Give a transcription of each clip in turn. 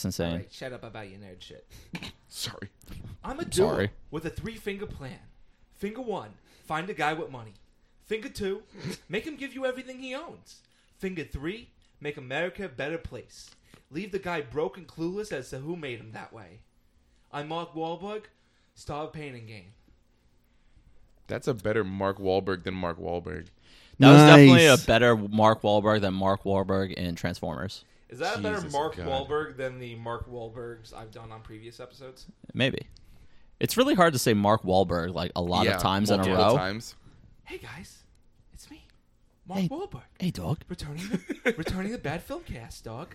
It's insane. Alright, shut up about your nerd shit. Sorry. I'm a dude Sorry. with a three finger plan. Finger one, find a guy with money. Finger two, make him give you everything he owns. Finger three, make America a better place. Leave the guy broke and clueless as to who made him that way. I'm Mark Wahlberg, star of Pain and Gain. That's a better Mark Wahlberg than Mark Wahlberg. That was definitely a Nice. better Mark Wahlberg than Mark Wahlberg in Transformers. Is that a better Jesus Mark God. Wahlberg than the Mark Wahlbergs I've done on previous episodes? Maybe. It's really hard to say Mark Wahlberg like a lot yeah, of times in a multiple row. Times. Hey guys, it's me, Mark Hey. Wahlberg. Hey, dog. returning the, returning the bad film cast, dog.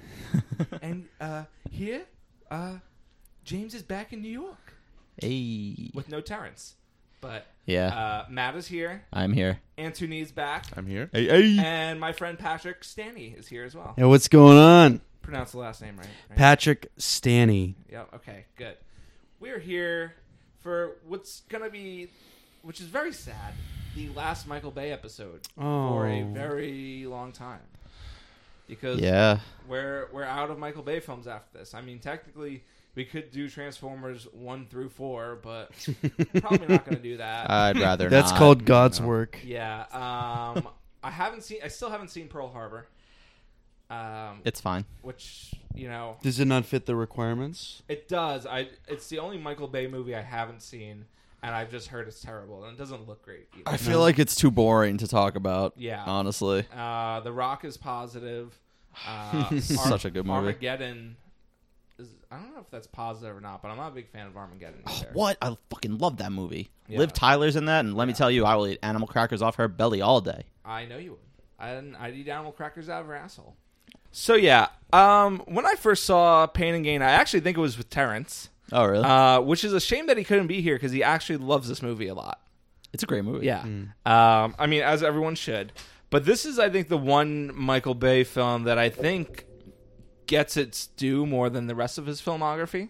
And uh, here, uh, James is back in New York Hey. with no Terrence, but Yeah, uh, Matt is here. I'm here. Anthony is back, I'm here. Hey, hey. and my friend Patrick Stanny is here as well. Hey, what's going on? Pronounce the last name right. right? Patrick Stanny. Yep. Okay. Good. We're here for what's gonna be, which is very sad, the last Michael Bay episode for a Oh. very long time. Because Yeah. we're we're out of Michael Bay films after this. I mean, technically, we could do Transformers one through four, but we're probably not going to do that. I'd rather That's not. called God's work. yeah, um, I haven't seen. I still haven't seen Pearl Harbor. Um, It's fine. which you know Does it not fit the requirements? it does. I it's the only Michael Bay movie I haven't seen, and I've just heard it's terrible and it doesn't look great. Either. I feel like it's too boring to talk about. Yeah. Honestly. Uh, the Rock is positive. Uh, Such a good movie. Armageddon. Is, I don't know if that's positive or not, but I'm not a big fan of Armageddon. Either. What? I fucking love that movie. Yeah. Liv Tyler's in that, and let me tell you, I will eat animal crackers off her belly all day. I know you would. I I'd eat animal crackers out of her asshole. So yeah, um, when I first saw Pain and Gain, I actually think it was with Terrence, Oh, really? uh, which is a shame that he couldn't be here because he actually loves this movie a lot. it's a great movie. Yeah, um, I mean, as everyone should. But this is, I think, the one Michael Bay film that I think gets its due more than the rest of his filmography.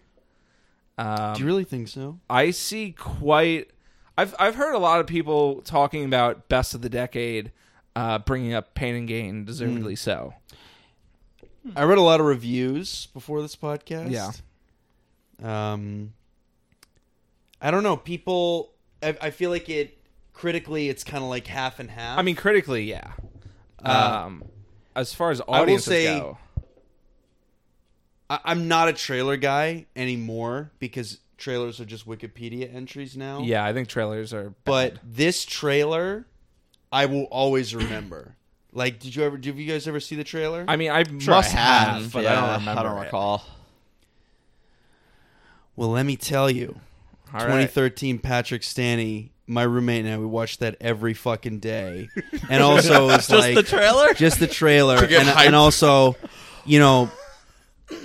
Um, Do you really think so? I see quite. I've I've heard a lot of people talking about best of the decade, uh, bringing up Pain and Gain, Mm. deservedly so. I read a lot of reviews before this podcast. Yeah. Um, I don't know. People, I, I feel like it critically, it's kind of like half and half. I mean, critically, yeah. Uh, um, as far as will audiences say- go, I, I'm not a trailer guy anymore because trailers are just Wikipedia entries now. yeah, I think trailers are. But bad. this trailer, I will always remember. like, did you ever? Did you guys ever see the trailer? I mean, I Sure, must I have, have, but yeah, I don't remember. I don't it. recall. well, let me tell you. All right. 2013 Patrick Stanny, my roommate and I, we watched that every fucking day. And also, it's Just like the trailer? just the trailer, and, get hyped. and also, you know,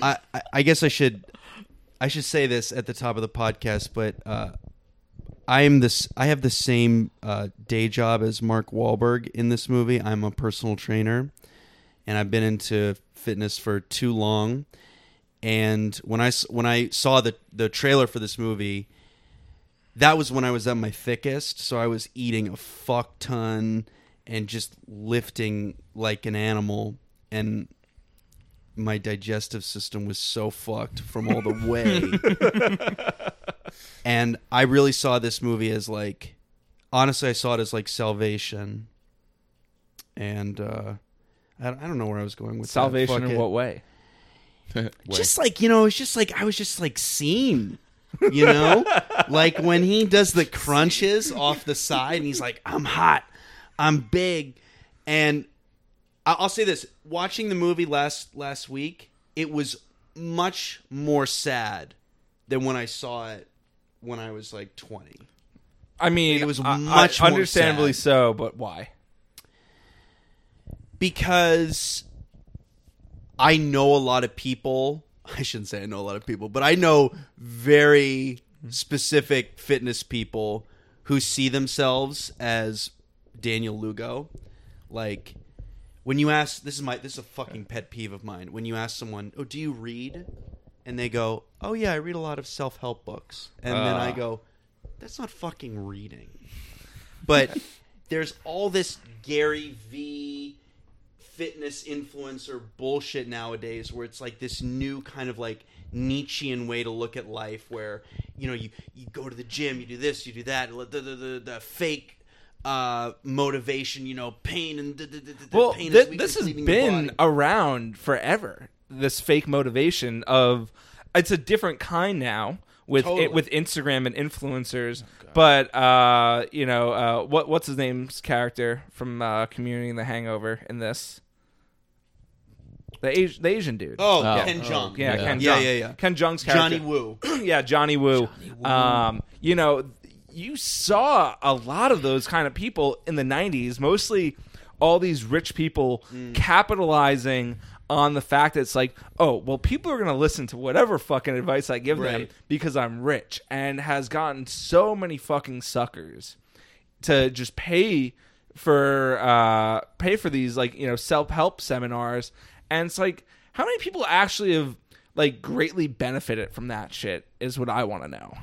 I, I I guess I should I should say this at the top of the podcast, but uh, I am this I have the same uh, day job as Mark Wahlberg in this movie. I'm a personal trainer, and I've been into fitness for too long. And when I s- when I saw the the trailer for this movie, that was when I was at my thickest. So I was eating a fuck ton and just lifting like an animal. And my digestive system was so fucked from all the way. and I really saw this movie as like, honestly, I saw it as like salvation. And uh, I, I don't know where I was going with that. salvation Fuck in it. what way? Just like you know, it's just like I was just like seen, you know, like when he does the crunches off the side, and he's like, "I'm hot, I'm big," and I- I'll say this: watching the movie last last week, it was much more sad than when I saw it when I was like 20. I mean, It was I- I- much more understandably sad. so, but why? because I know a lot of people. I shouldn't say I know a lot of people, but I know very specific fitness people who see themselves as Daniel Lugo. Like when you ask, this is my this is a fucking pet peeve of mine. When you ask someone, "Oh, do you read?" and they go, "Oh yeah, I read a lot of self help books," and then I Ah. go, "That's not fucking reading." But there's all this Gary V fitness influencer bullshit nowadays where it's like this new kind of like Nietzschean way to look at life, where you know you you go to the gym, you do this, you do that, the the, the, the fake uh motivation you know pain and the, the, the, the Well, pain thi- is weak, this has it's leaving your been body. around forever. This fake motivation of it's a different kind now with Totally. Oh, it, with Instagram and influencers. but uh, you know uh, what what's his name's character from uh, Community and The Hangover in this? The Asian, the Asian dude. oh, Oh, Ken oh, Jong yeah, Ken yeah Jeong. yeah yeah Ken Jung's character. Johnny Woo yeah, Johnny Woo. Um, you know, you saw a lot of those kind of people in the '90s. Mostly, all these rich people capitalizing on the fact that it's like, oh, well, people are going to listen to whatever fucking advice I give them Right. because I'm rich, and has gotten so many fucking suckers to just pay for uh pay for these like you know self-help seminars and it's like how many people actually have like greatly benefited from that shit is what i want to know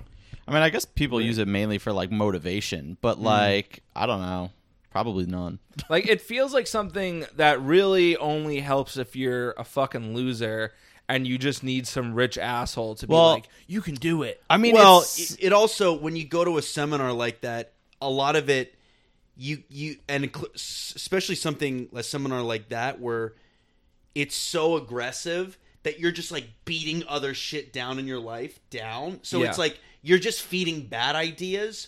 I mean, I guess people use it mainly for like motivation, but Mm-hmm. like I don't know, probably none. like it feels like something that really only helps if you're a fucking loser and you just need some rich asshole to be Well- like you can do it I mean, well, it's- it, it also when you go to a seminar like that, a lot of it, you you and inclu- s- especially something a seminar like that where it's so aggressive that you're just like beating other shit down in your life down. So Yeah. it's like you're just feeding bad ideas,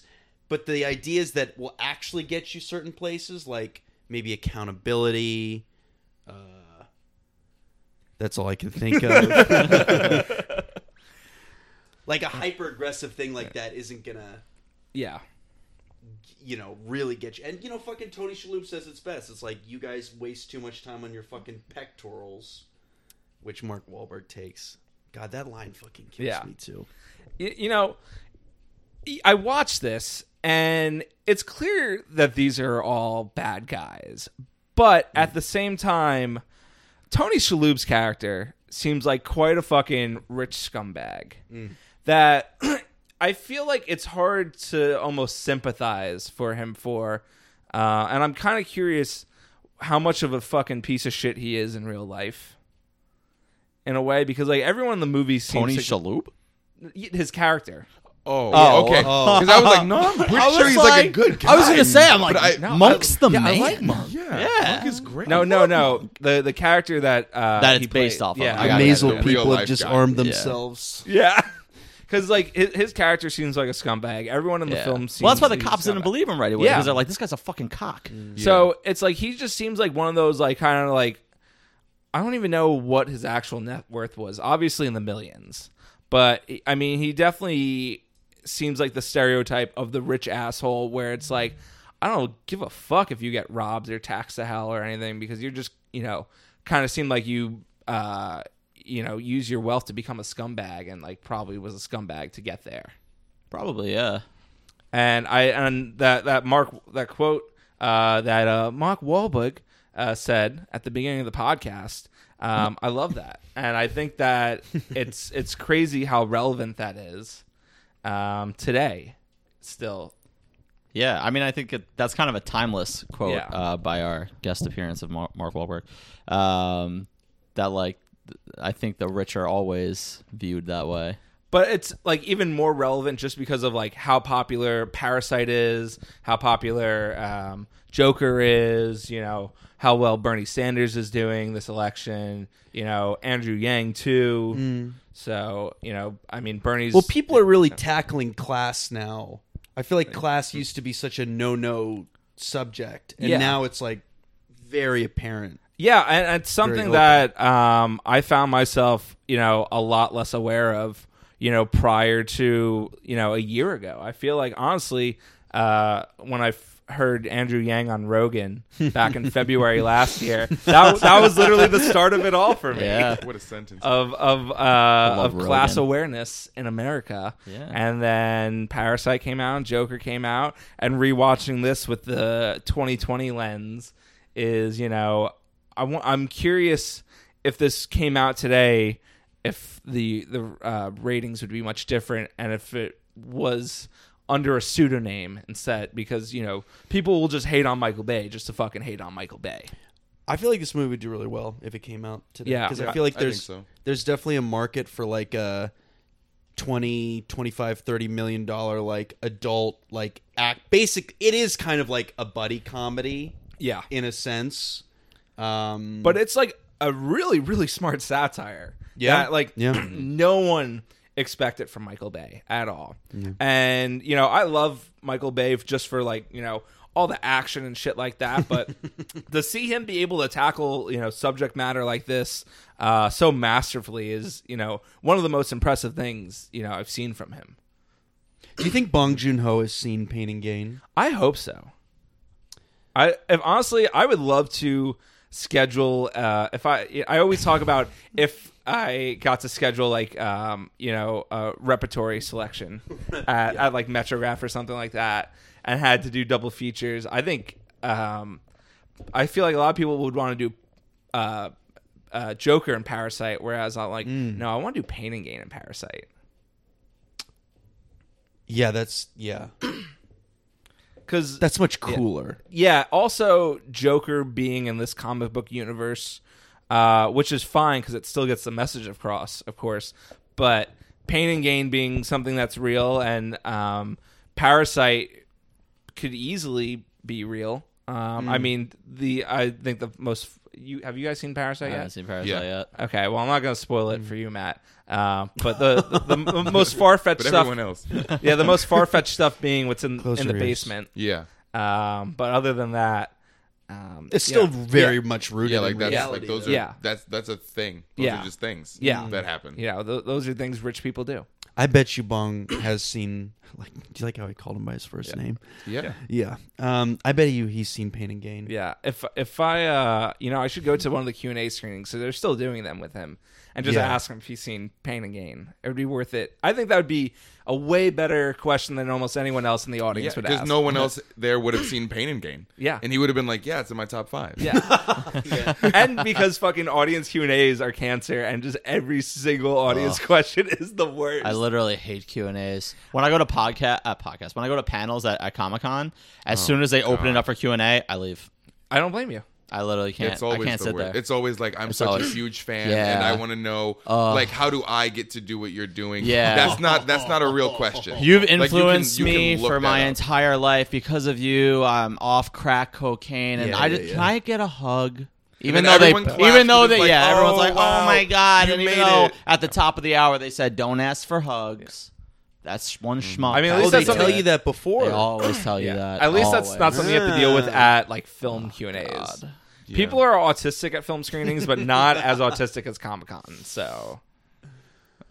but the ideas that will actually get you certain places, like maybe accountability. Uh, that's all I can think of like a hyper aggressive thing like that isn't gonna yeah you know really get you and you know fucking tony shalhoub says it's best it's like you guys waste too much time on your fucking pectorals which mark Wahlberg takes god that line fucking kills Yeah. me too Y- you know y- i watched this and it's clear that these are all bad guys but at the same time tony shalhoub's character seems like quite a fucking rich scumbag that i feel like it's hard to almost sympathize for him for uh, and i'm kind of curious how much of a fucking piece of shit he is in real life in a way because like everyone in the movie seems Tony to- Shalhoub. his character. Oh, Oh, okay. oh. Because I was like, no, I'm pretty sure he's like, a good guy. I was gonna say, I'm like, But I- no, Monk's the yeah, I man. like Monk. yeah, Yeah. Monk is great. No, no, no. The the character that uh, That it's he based played. off of. Yeah, I got it. The real life guy. themselves yeah. Because like his, his character seems like a scumbag. Everyone in the Yeah. film. Seems well, that's why the he's a cops didn't scumbag. believe him right away Yeah. Mm. because they're like, this guy's a fucking cock. So it's like he just seems like one of those like kind of like I don't even know what his actual net worth was. Obviously in the millions, but I mean he definitely seems like the stereotype of the rich asshole where it's like I don't give a fuck if you get robbed or taxed to hell or anything because you're just you know kind of seem like you uh you know use your wealth to become a scumbag and like probably was a scumbag to get there Probably, yeah. and I and that that Mark that quote uh, that uh, Mark Wahlberg uh, said at the beginning of the podcast. Um, I love that, and I think that it's it's crazy how relevant that is um, today. Still, Yeah, I mean, I think it, that's kind of a timeless quote Yeah. uh, by our guest appearance of Mar- Mark Wahlberg. Um, that like, th- I think the rich are always viewed that way. but it's like even more relevant just because of like how popular Parasite is, how popular um, Joker is, you know, how well Bernie Sanders is doing this election, you know, Andrew Yang too. So you know, I mean, Bernie's Mm. well people are really tackling class now i feel like class used to be such a no-no subject and Yeah. now it's like very apparent yeah, and, and it's something open. that um, I found myself, you know, a lot less aware of, you know, prior to you know a year ago. I feel like honestly, uh, when I f- heard Andrew Yang on Rogan back in February last year, that that was literally the start of it all for me. Yeah. What a sentence. of of uh, love of class Rogan. awareness in America. Yeah. And then Parasite came out, Joker came out, and rewatching this with the 2020 lens is, you know, I want, I'm curious if this came out today, if the the uh, ratings would be much different, and if it was under a pseudonym instead because you know people will just hate on michael bay just to fucking hate on michael bay I feel like this movie would do really well if it came out today. Yeah. because Yeah, I feel like I think there's so. there's definitely a market for like a 20 25 30 million dollar like adult like act basic it is kind of like a buddy comedy Yeah. in a sense um but it's like a really really smart satire Yeah. that, like Yeah. no one expect it from michael bay at all and you know i love michael bay f- just for like you know all the action and shit like that but to see him be able to tackle you know subject matter like this uh, so masterfully is you know one of the most impressive things you know i've seen from him do you think bong joon-ho has seen pain and gain I hope so. I if honestly, I would love to schedule. Uh, if I I always talk about if I got to schedule like um, you know a repertory selection at, at like Metrograph or something like that, and had to do double features. I think um, I feel like a lot of people would want to do. Uh, uh, Joker and Parasite, whereas I'm like, no, I want to do Pain and Gain and Parasite yeah that's yeah because that's much cooler yeah also joker being in this comic book universe uh, which is fine because it still gets the message across of course but pain and gain being something that's real and um, parasite could easily be real um, i mean the i think the most you have you guys seen parasite I yet haven't seen Parasite Yeah. yet. okay well i'm not going to spoil it for you matt uh, but the, the, the most far-fetched But stuff everyone else, yeah the most far-fetched stuff being what's in, Close in the your ears. basement yeah, um, but other than that, um, it's still yeah. very much rooted yeah, like in that's reality like those though. are Yeah. that's that's a thing. Those Yeah. are just things. Yeah. that happen. you know th- those are things rich people do. i bet you bong has seen like do you like how i called him by his first name yeah. yeah um i bet you he's seen pain and gain Yeah, if if I uh, you know I should go to one of the Q and A screenings, so they're still doing them with him, and just Yeah. ask him if he's seen Pain and Gain. It would be worth it. I think that would be a way better question than almost anyone else in the audience would because ask. no one else there would have seen Pain and Gain. Yeah. and he would have been like, "Yeah, it's in my top five. Yeah. and because fucking audience Q and A's are cancer, and just every single audience question is the worst. I literally hate Q and A's. When I go to podcast, uh, podcast. When I go to panels at, at Comic Con, as soon as they open it up for Q and A, I leave. I don't blame you. I literally can't. It's always I can't the sit word. there. It's always like I'm such always- a huge fan, and Yeah. I want to know like how do I get to do what you're doing? Yeah. that's not that's not a real question. You've Like, you can- influenced you can me look for that my up. entire life. Because of you, I'm off crack cocaine, and Yeah, I yeah, just yeah. can I get a hug. Even then though they, everyone claps even though and they, is like, yeah, "Oh, everyone's like, "Oh wow, my god!" you And even made though it. at the top of the hour they said, "Don't ask for hugs," that's one schmuck. I mean, That's at least Oh, what they that's tell something- you that before. They always tell you that. At least that's Always. Oh, not something you have to deal with Yeah. at like film Q and A's. God. People are autistic at film screenings, but not as autistic as Comic Con. So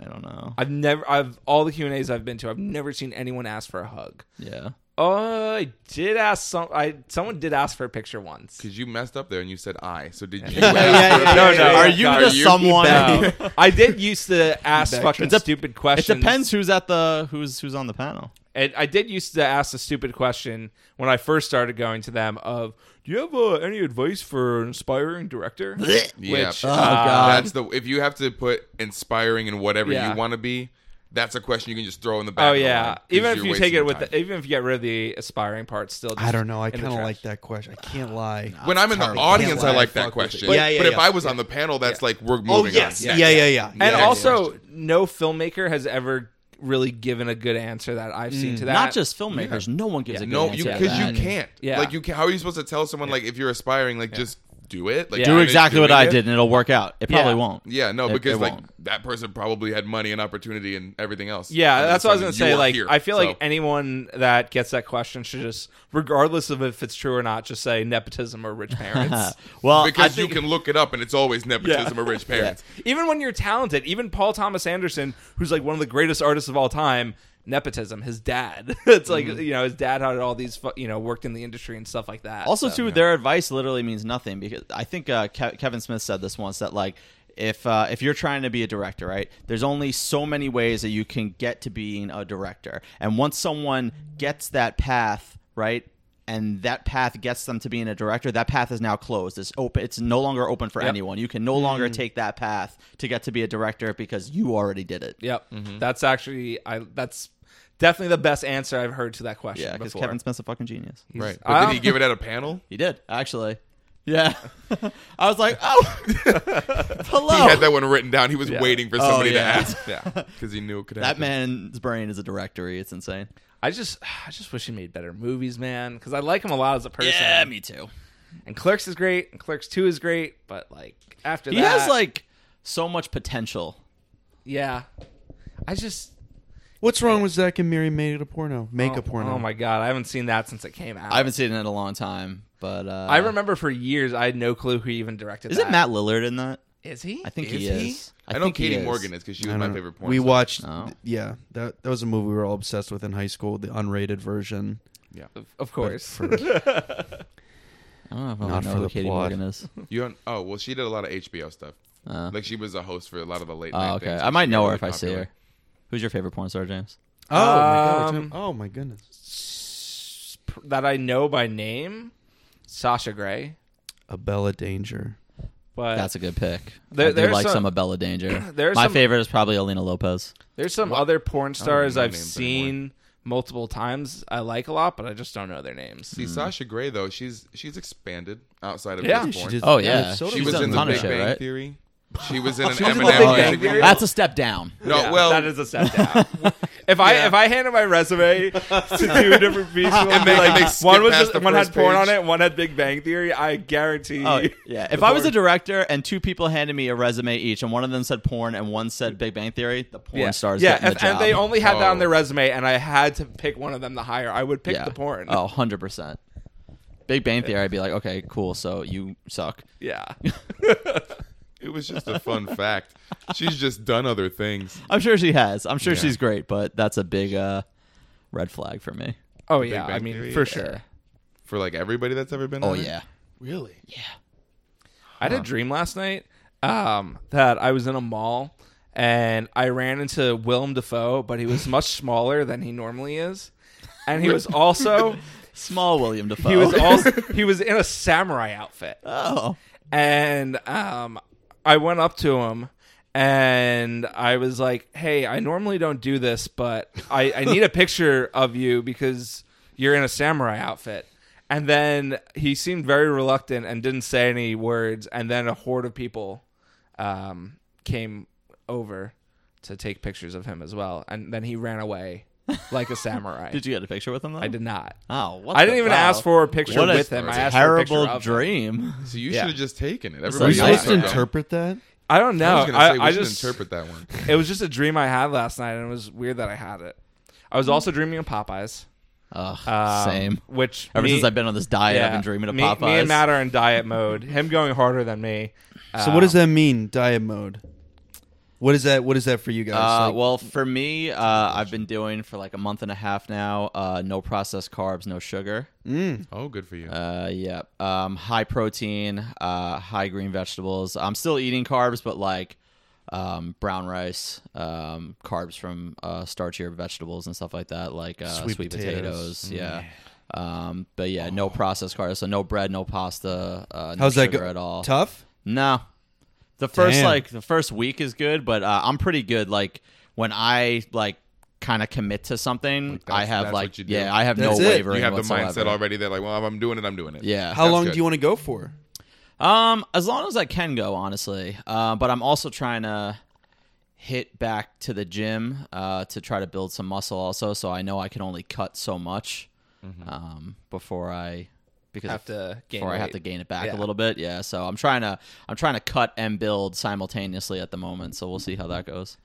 I don't know. I've never, I've all the Q and A's I've been to, I've never seen anyone ask for a hug. Yeah. Oh, I did ask some. I someone did ask for a picture once. Because you messed up there and you said I. So did you? yeah, yeah, No, no. Are Are you you- the someone? No. I did used to ask Backtrack. fucking It dep- stupid It questions. depends who's at the who's who's on the panel. And I did used to ask the stupid question when I first started going to them of, "Do you have uh, any advice for an inspiring director?" Yeah. Which, Oh, uh, God. That's the if you have to put inspiring and whatever Yeah. you want to be, that's a question you can just throw in the back. Oh of the yeah, line 'cause even if you're you take it wasting with, time. the, even if you get rid of the aspiring part, still. Just I don't know. I in the kind of trash. like that question. I can't lie. when I'm in the terrible. audience, Can't I lie. like Fuck that with question. it. Yeah, yeah, but if yeah. I was on the panel, that's like we're moving oh on. yes, yeah, Next. yeah, yeah, yeah. And Yeah. also, no filmmaker has ever really given a good answer that I've seen to that. Not just filmmakers. No one gives a good No, answer you to because that. you can't. Yeah. Like you can, how are you supposed to tell someone like if you're aspiring like just do it? Like Yeah. you're do Do just exactly what doing I it? did, and it'll work out. It probably Yeah. won't. Yeah, no, It- because it like won't. that person probably had money and opportunity and everything else. Yeah, And that's what I was something gonna you say. are Like, here, I feel so. like anyone that gets that question should just, regardless of if it's true or not, just say nepotism or rich parents. Uh, well, I because think, you can look it up and it's always nepotism or rich parents. even when you're talented, even Paul Thomas Anderson, who's like one of the greatest artists of all time, nepotism. His dad. it's like you know, his dad had all these, fu- you know, worked in the industry and stuff like that. also so. too their advice literally means nothing because I think uh, Ke- Kevin Smith said this once that like if uh, if you're trying to be a director, right? There's only so many ways that you can get to being a director, and once someone gets that path, right? And that path gets them to being a director. That path is now closed. It's open. It's no longer open for anyone. You can no longer take that path to get to be a director because you already did it. Yep. Mm-hmm. That's actually I that's definitely the best answer I've heard to that question Yeah, because before. Kevin Smith's a fucking genius. Right. But Ah. did he give it at a panel? He did actually. Yeah. I was like, oh, hello. He had that one written down. He was waiting for Oh, somebody yeah. to ask. Yeah, because he knew it could that happen. man's brain is a directory. It's insane. I just, I just wish he made better movies, man. Because I like him a lot as a person. too. And Clerks is great, and Clerks Two is great, but like after He that, has like so much potential. yeah. I just What's wrong with Zach and Miri made it a porno? Make oh, a porno. Oh my god, I haven't seen that since it came out. I haven't seen it in a long time, but uh, I remember for years I had no clue who even directed. Is that. it Matt Lillard in that? Is he? I think Is he he? is. I, know think he Katie is. Morgan is because she I was don't my know. favorite porn. We star. watched, Oh. yeah, that that was a movie we were all obsessed with in high school, the unrated version. Of, of course. I don't know if I Not know for who the Katie plot. Morgan is. You don't, oh well, she did a lot of HBO stuff. Uh, Like she was a host for a lot of the late. oh, night okay. things. I might She know got her if really I see popular. her. Who's your favorite porn star, James? Oh my god! we're Um, talking- Oh my goodness! Sp- that I know by name, Sasha Grey. Abella Danger. But That's a good pick. Uh, There- I do there's like some- some, of Bella Danger. there's My some- favorite is probably Alina Lopez. there's some other porn stars know I've names seen multiple times. I like a lot, but I just don't know their names. See Sasha Grey though, she's she's expanded outside of Yeah. just She porn. did- Oh, yeah. so She She did She's done was Zach in a the ton of Big shit, Bang right? Theory. She was in an in the Eminem Big Bang music Theory. video. That's a step down. No, Yeah, well, that is a step down. if I if I handed my resume to two different people, and they- they, they like, skip one was past just- the one had first porn on page. it, one had Big Bang Theory. I guarantee. Oh, yeah. If I was a director and two people handed me a resume each, and one of them said porn and one said Big Bang Theory, the porn yeah. stars yeah, getting if, the job. and they only had that on Oh. their resume, and I had to pick one of them to hire. I would pick yeah. the porn. Oh, 100 percent. Big Bang Theory, I'd be like, okay, cool. So you suck. yeah. It was just a fun fact. She's just done other things. I'm sure she has. I'm sure she's great, but that's a big uh, red flag for me. Oh yeah. Bang I mean, Theory? for sure. for like everybody that's ever been. Oh on it? yeah. Really? I had a dream last night um, that I was in a mall and I ran into Willem Dafoe, but he was much smaller than he normally is, and he was also Small William Defoe. he was also he was in a samurai outfit, oh. and um, I went up to him. And I was like, "Hey, I normally don't do this, but I, I need a picture of you because you're in a samurai outfit." And then he seemed very reluctant and didn't say any words. And then a horde of people um, came over to take pictures of him as well. And then he ran away like a samurai. Did you get a picture with him though? I did not. Oh, what I the- didn't even wow. ask for a picture What a with him. I asked for a picture terrible of him. dream. So you Yeah. should have just taken it. Are Are we Everybody Yeah. supposed to else- interpret that? I don't know. I, I was gonna say we I should just interpret that one. it was just a dream I had last night, and it was weird that I had it. I was also dreaming of Popeyes. Ugh, um, same. Which Ever me- since I've been on this diet, yeah, I've been dreaming of me, Popeyes. Me and Matt are in diet mode. Him going harder than me. So Uh, what does that mean? Diet mode. What is that? What is that for you guys? Uh, Like, well, for me, uh, I've been doing for like a month and a half now. Uh, no processed carbs, no sugar. Oh, good for you. Uh, yeah. Um, high protein, uh, high green vegetables. I'm still eating carbs, but like um, brown rice, um, carbs from uh, starchier vegetables and stuff like that, like uh, Sweet sweet, potatoes. potatoes. Mm. Yeah. Um, but yeah, no processed carbs. So no bread, no pasta. Uh, no how's that sugar go? At all? Tough. No. The first Damn. like the first week is good, but uh, I'm pretty good. Like when I like kind of commit to something, that's- I have that's like what you do. yeah, I have That's no it. wavering. you have the whatsoever. mindset already that like, well, if I'm doing it, I'm doing it. Yeah. How That's long good. do you want to go for? Um, as long as I can go, honestly. Uh, but I'm also trying to hit back to the gym uh, to try to build some muscle, also. So I know I can only cut so much Mm-hmm. um, before I because Have if- to gain before I have weight. to gain it back Yeah. a little bit. Yeah. So I'm trying to I'm trying to cut and build simultaneously at the moment. So we'll see how that goes.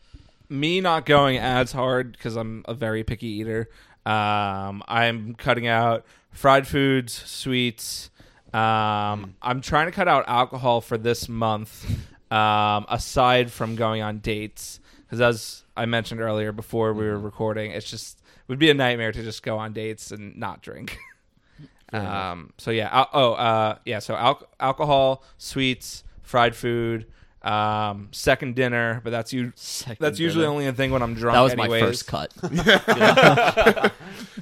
me not going as hard because I'm a very picky eater. Um, I'm cutting out fried foods, sweets. Um, I'm trying to cut out alcohol for this month, um, aside from going on dates. Because as I mentioned earlier before we were recording, it's just would be a nightmare to just go on dates and not drink. Um, so yeah, al- oh uh, yeah, so al- alcohol, sweets, fried food, um, second dinner, but that's you. Second that's usually dinner. only a thing when I'm drunk. That was anyways. my first cut. No,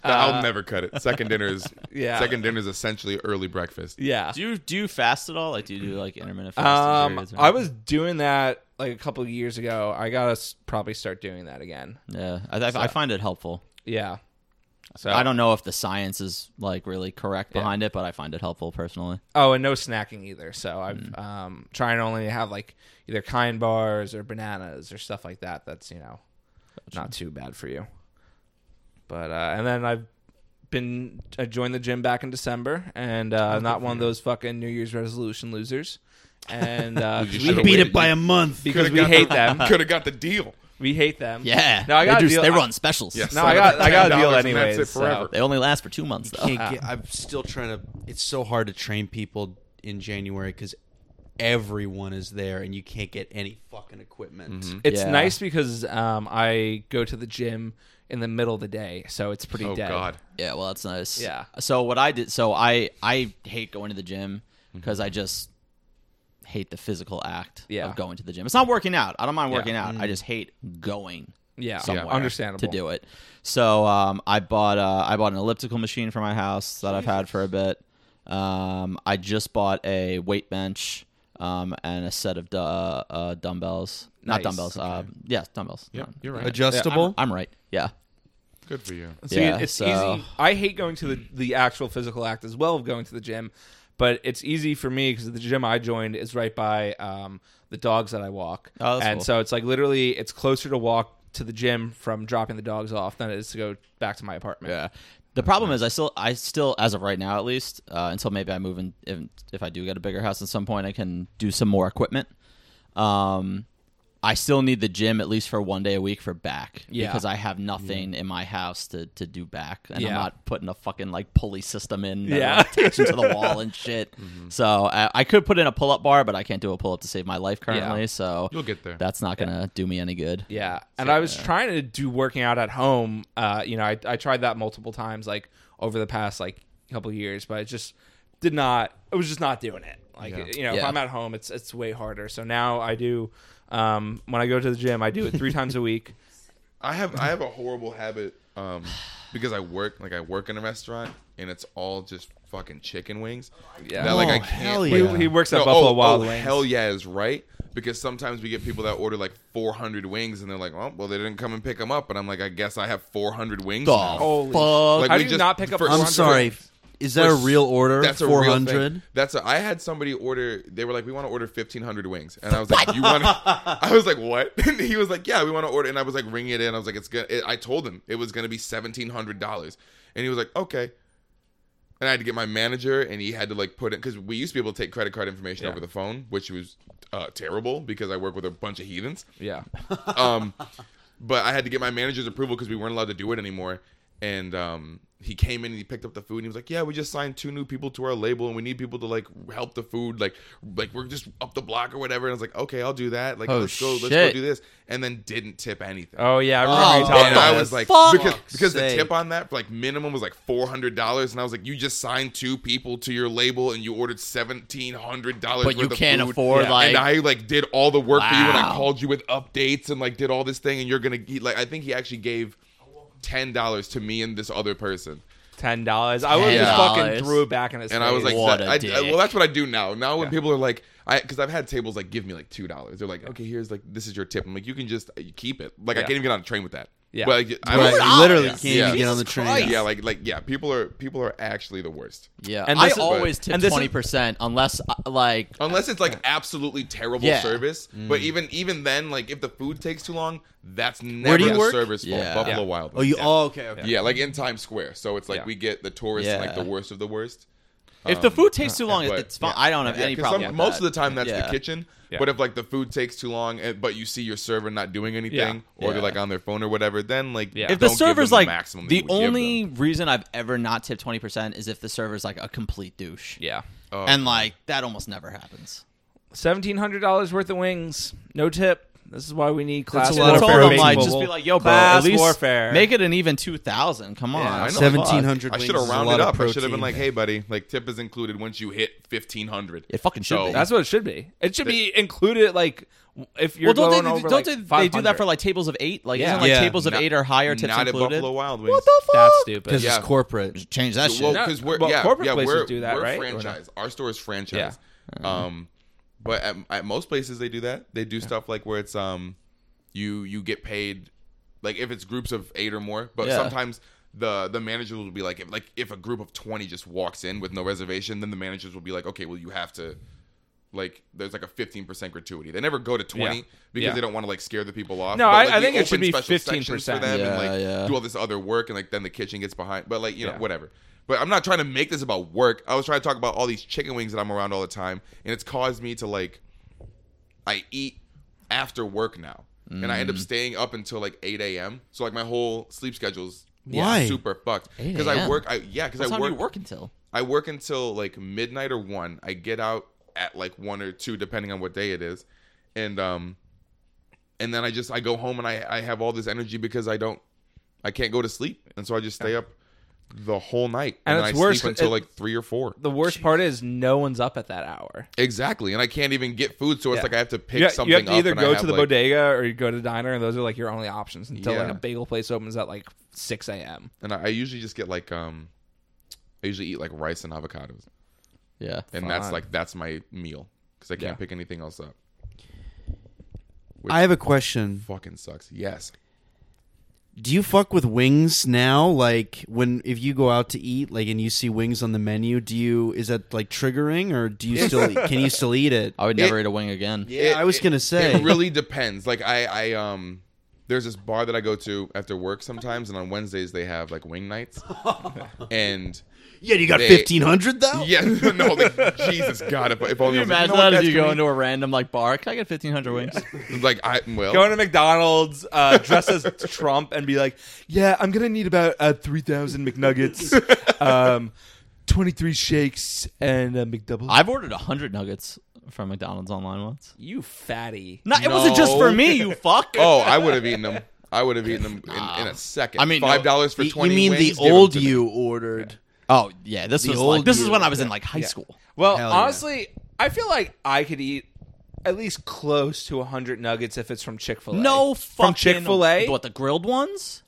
I'll never cut it. Second dinner is Uh, yeah. Second dinner is essentially early breakfast. Yeah. do you do you fast at all? Like do you do like intermittent fasting? Um, periods or I anything? was doing that like a couple of years ago. I gotta s- probably start doing that again. Yeah, I, I, I find it helpful. Yeah. So I don't know if the science is like really correct behind it, but I find it helpful personally. Oh, and no snacking either. So I'm Hmm. um, trying to only have like either kind bars or bananas or stuff like that. That's you know not too bad for you. But uh, and then I've been I joined the gym back in December, and Oh, uh, I'm not one of those fucking New Year's resolution losers. And uh, You we should've hate- Beat waited. it by a month. because we hate them. Could have got the deal. We hate them. Yeah, No, I got they, a do- deal. they I- run specials. Yes. No, I got I got a deal $10 and that's anyways. it forever. they only last for two months though. Can't Ah. get- I'm still trying to. It's so hard to train people in January because everyone is there and you can't get any fucking equipment. Mm-hmm. It's Yeah. nice because um, I go to the gym in the middle of the day, so it's pretty Oh dead. God. Yeah, well, that's nice. Yeah. So what I did, so I I hate going to the gym Mm-hmm. because I just hate the physical act Yeah. of going to the gym. It's not working out. I don't mind Yeah. working out. Mm. I just hate going Yeah, somewhere understandable. to do it. So um, I bought uh, I bought an elliptical machine for my house that I've had for a bit. Um, I just bought a weight bench um, and a set of du- uh, uh, dumbbells. Not Nice. dumbbells. Uh, yes, dumbbells. Yep, No, you're yeah, right. Adjustable. I'm, I'm right. Yeah. Good for you. So Yeah, it's so- easy. I hate going to the, the actual physical act as well of going to the gym, but it's easy for me because the gym I joined is right by um, the dogs that I walk, Oh, that's and cool. so it's like literally it's closer to walk to the gym from dropping the dogs off than it is to go back to my apartment. Yeah. The problem is, I still, I still, as of right now at least, uh, until maybe I move in, if, if I do get a bigger house at some point, I can do some more equipment. Um, I still need the gym at least for one day a week for back Yeah. because I have nothing in my house to, to do back, and I'm Yeah. not putting a fucking like pulley system in that Yeah. like, attached to the wall and shit. Mm-hmm. So I, I could put in a pull up bar, but I can't do a pull up to save my life currently. So You'll get there. That's not gonna do me any good. Yeah, and I was trying to do working out at home. Uh, you know, I, I tried that multiple times, like over the past like couple of years, but it just did not. I was just not doing it. Like Yeah. you know, if Yeah. I'm at home, it's it's way harder. So now I do. Um, when I go to the gym, I do it three times a week. I have I have a horrible habit um, because I work like I work in a restaurant and it's all just fucking chicken wings. Yeah. That, like I Oh, can't. hell like- yeah. He, he works at No, Buffalo oh, Wild oh, Wings. Hell yeah is right because sometimes we get people that order like 400 wings and they're like, oh well, they didn't come and pick them up, and I'm like, I guess I have 400 wings. now. Holy fuck. shit. Like, How we do you just- not pick up? for- I'm 400? sorry. Is that a For- real order? That's a Four real hundred. thing. That's a. I had somebody order. They were like, "We want to order fifteen hundred wings," and I was like, "You want?" I was like, "What?" And he was like, "Yeah, we want to order." And I was like, ringing it in. I was like, "It's good." I told him it was going to be seventeen hundred dollars, and he was like, "Okay." And I had to get my manager, and he had to like put it because we used to be able to take credit card information over the phone, which was uh, terrible because I work with a bunch of heathens Yeah. um, but I had to get my manager's approval because we weren't allowed to do it anymore. And um, he came in and he picked up the food and he was like, "Yeah, we just signed two new people to our label and we need people to like help the food, like like we're just up the block or whatever." And I was like, "Okay, I'll do that. Like Oh, let's go, let's go shit. do this." And then didn't tip anything. Oh yeah, I remember you Oh, talking And about I this. was like, Fuck. because because the Fuck's tip sake. on that like minimum was like four hundred dollars, and I was like, you just signed two people to your label and you ordered seventeen hundred dollars. But worth you of can't food. afford Yeah. like and I like did all the work for you, and I Wow. called you with updates and like did all this thing, and you're gonna eat like I think he actually gave ten dollars to me and this other person, ten dollars. I would have just $10. fucking threw it back in his and face. I was like, What that- a I- I- dick. well, that's what I do now. Now when people are like, I because I've had tables like give me like two dollars, they're like, okay, here's like this is your tip. I'm like, you can just uh, keep it. Like I Yeah. can't even get on a train with that. Yeah. but like, I Right, don't- you literally yeah. can't Yeah. even get on the train. Yeah, like like yeah, people are people are actually the worst. Yeah, And I this is- always but- tip and this is- twenty percent unless uh, like Unless it's like absolutely terrible Yeah. service, but even even then, like if the food takes too long, that's never do you the work? service fault. Yeah. Buffalo Yeah. Wild. Oh, you. yeah. Oh, okay. okay. yeah, like in Times Square. So it's like Yeah. we get the tourists and like Yeah. the worst of the worst. if the food takes too long, but- it's fine. I don't have Yeah, any 'cause problem. some- with most that. of the time that's Yeah. the kitchen. Yeah. But if like the food takes too long, and, but you see your server not doing anything, or Yeah. they're like on their phone or whatever, then like Yeah. If the don't give them server's like maximum that the you would give only them. reason I've ever not tipped twenty percent is if the server's like a complete douche. yeah, Oh, and like that almost never happens. seventeen hundred dollars worth of wings, no tip. This is why we need class. That's a lot of warfare. fair Told them bacon like bubble. just be like, yo, bro, Class at least warfare. make it an even two thousand. Come on, I know. Seventeen hundred. I should have rounded up. I should have been like, "Hey, buddy, like tip is included once you hit fifteen hundred. It fucking should So- be. That's what it should be. It should be included. Like if you're well, don't going they over don't like they, they do that 500. for like tables of eight? Like Yeah. isn't like Yeah. tables of Not- eight or higher tips Not included? at Buffalo Wild Wings. What the fuck? That's Because stupid. Yeah. it's corporate. Change that shit. Well, No, because we're well, yeah, corporate yeah, places we're, do that, we're right? Or no? franchise. Our store is franchise. Um, but at, at most places they do that. They do stuff like where it's um, you you get paid, like if it's groups of eight or more. But Yeah. sometimes the the managers will be like, if, like if a group of twenty just walks in with no reservation, then the managers will be like, okay, well you have to. Like there's like a 15% gratuity. They never go to 20 Yeah. because Yeah. they don't want to like scare the people off. No, But, I- like, I we think it open should be special sections for 15%. them and Yeah, like yeah. do all this other work and like then the kitchen gets behind. But like you know Yeah. whatever. But I'm not trying to make this about work. I was trying to talk about all these chicken wings that I'm around all the time, and it's caused me to like I eat after work now, and I end up Mm. staying up until like 8 a.m. So like my whole sleep schedule's Why? super fucked 8 because I a.m.? work. I yeah, because What I time work. do you work until? I work until like midnight or one. I get out at like one or two, depending on what day it is, and um, and then I just I go home and I I have all this energy because I don't I can't go to sleep, and so I just stay up the whole night And I it's worse sleep until it- like three or four. The worst part is no one's up at that hour. Exactly, and I can't even get food, so it's Yeah. like I have to pick You, ha- something. you have to up either and I go have, to the like- bodega or you go to the diner, and those are like your only options until like Yeah. a bagel place opens at like six a.m. and I, I usually just get like um, I usually eat like rice and avocados, Yeah. and that's Fine. like that's my meal because I can't Yeah. pick anything else up. I have a question. Fucking sucks. Yes, Do you fuck with wings now? Like when if you go out to eat, like and you see wings on the menu, do you is that like triggering or do you still can you still eat it? I would never eat a wing again. Yeah, I was gonna say. it really depends. Like I, I um, there's this bar that I go to after work sometimes, and on Wednesdays they have like wing nights, and Yeah, you got They- fifteen hundred though. yeah, no, like, Jesus God, if, if only Can you I imagine was like, you know what, that if that's you go gonna into a random like bar? Can I get fifteen hundred wings? be-" like I well, Go to McDonald's, uh, dress as Trump, and be like, "Yeah, I'm gonna need about uh, three thousand McNuggets, um, twenty three shakes, and a McDouble." I've ordered hundred nuggets from McDonald's online once. you fatty. No, it wasn't just No. for me, you fuck. oh, I would have eaten them. I would have eaten them in, in a second. I mean, no. five dollars for You- twenty. you mean wings? the Give 'em old to me. you ordered? Oh yeah, this The was old like, this is you. when I was in like high school. Well, Hell yeah. honestly, I feel like I could eat at least close to 100 nuggets if it's from Chick fil A. No From fucking Chick fil A? What the grilled ones?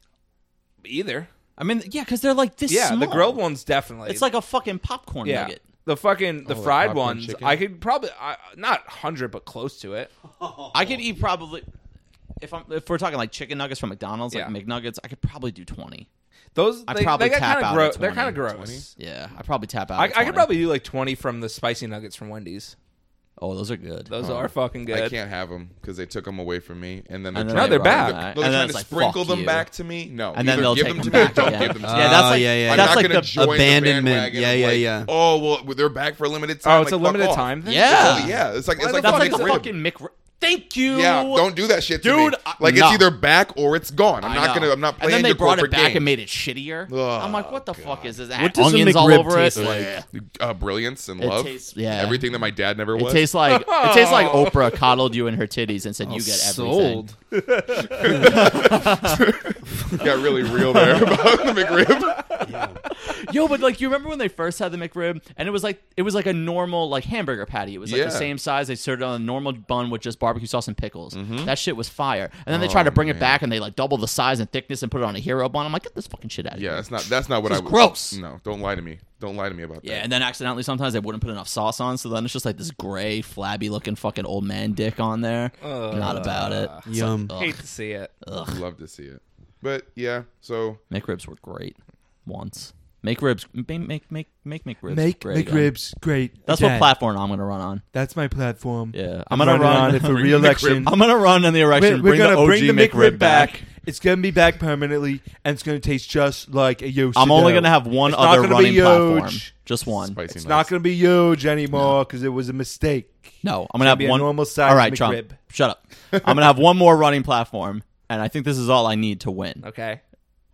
Either. I mean, yeah, because they're like this. Yeah, the small. grilled ones definitely. It's like a fucking popcorn yeah. nugget. The fucking the like fried popcorn ones, chicken? I could probably I, not hundred, but close to it. I could eat probably if I'm if we're talking like chicken nuggets from McDonald's, like Yeah. McNuggets. I could probably do twenty. Those I'd they, probably they tap kind of out gro- at they're kind of 20. gross. Yeah, I probably tap out. I, at I could 20. probably do like twenty from the spicy nuggets from Wendy's. Oh, those are good. Those Oh. are fucking good. I can't have them because they took them away from me, and then they're And then trying- they're back. They're, And they're then trying it's to like, sprinkle fuck them you. back to me. No, And then either they'll give take them them to me. or back Don't again. give them to Yeah, me. that's Oh, like- yeah, yeah. I'm that's not like gonna the join abandonment. The bandwagon Yeah, of, yeah, like, yeah. Oh well, they're back for a limited time. oh, it's like, a fuck limited off. time thing. Yeah, Yeah, it's like Why it's the like that's fuck like is the it McRib. fucking Mick. Thank you. Yeah, don't do that shit, to Dude, me. I- Like no. it's either back or it's gone. I'm I not know. gonna. I'm not And playing then they your brought it corporate Oh, back game. and made it shittier. I'm like, what the fuck is this? What does a Onions all McRib over it. taste Like, uh, brilliance and love. tastes- yeah. everything that my dad never it was. tastes like it tastes like Oprah coddled you in her titties and said, "You get everything." Sold. got really real there about the McRib. Yo, but like you remember when they first had the McRib, and it was like it was like a normal like hamburger patty. It was like Yeah. the same size. They served it on a normal bun with just barbecue sauce and pickles. Mm-hmm. That shit was fire. And then Oh, they tried to bring it back, and they like double the size and thickness and put it on a hero bun. I'm like, get this fucking shit out of Yeah, here. that's not. That's not what This I. is would- gross. No, don't lie to me. Don't lie to me about that. Yeah, and then accidentally sometimes they wouldn't put enough sauce on, so then it's just like this gray, flabby looking fucking old man dick on there. Not about it. It's Yum. Like, hate ugh, to see it. Love to see it. But yeah, so McRibs were great once. Make ribs, make make make make make ribs. Make great make again. ribs great. That's again. what platform I'm gonna run on. That's my platform. Yeah, I'm, gonna run it for re-election. I'm gonna run in the We're, erection. we're bring gonna the OG bring the McRib back. It's gonna be back permanently, and it's gonna taste just like a Yoshi. I'm only dough. gonna have one It's not other gonna be running platform. huge. Just one. spicy. It's not nuts. gonna be huge anymore because it was a mistake. No, I'm gonna have be a one normal size All right, Trump, McRib. shut up. I'm gonna have one more running platform, and I think this is all I need to win. Okay.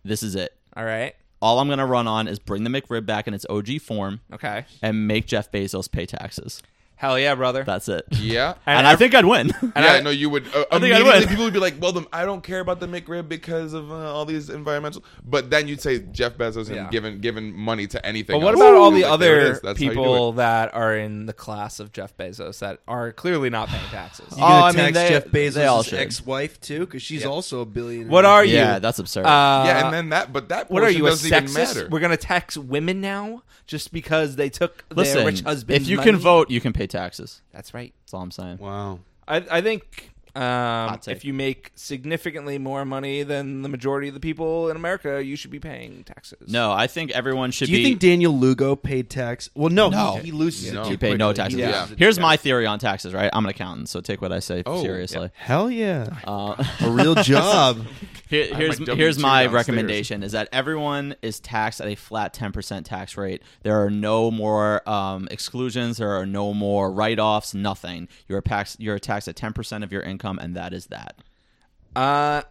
This is it. All right. All I'm gonna run on is bring the McRib back in its OG form Okay. and make Jeff Bezos pay taxes. Hell yeah, brother. That's it. Yeah. And, I think I'd win. yeah, I know you would. Uh, think I immediately, would. people would be like, "Well, the, I don't care about the McRib because of uh, all these environmental." But then you'd say Jeff Bezos and Yeah. giving giving money to anything. But what else. about all Like, the there it other is. That's how you do people that are in the class of Jeff Bezos that are clearly not paying taxes? Um, You gonna Oh, I mean, tax they- Jeff they all Bezos' should. ex-wife too, because she's also a billionaire. what are you? yeah, that's absurd. Uh, it. Yeah, and then that. But that what are portion you a doesn't even sexist? matter. We're gonna tax women now just because they took Listen, their rich husband. if you can vote, you can pay taxes. that's right. That's all I'm saying. Wow. I, I think Um, take. if you make significantly more money than the majority of the people in America, you should be paying taxes. No, I think everyone should Do you be. think Daniel Lugo paid tax? Well, no, No. he, he loses No. it. He Too you pay no quickly. taxes. He Yeah. loses it. Here's my theory on taxes, right? I'm an accountant, so take what I say Oh, seriously. Hell yeah, Uh, a real job. Here, I here's have my here's W2 my downstairs. recommendation: is that everyone is taxed at a flat ten percent tax rate. There are no more um, exclusions. There are no more write offs. Nothing. You're taxed. You're taxed at ten percent of your income, and that is that. Uh,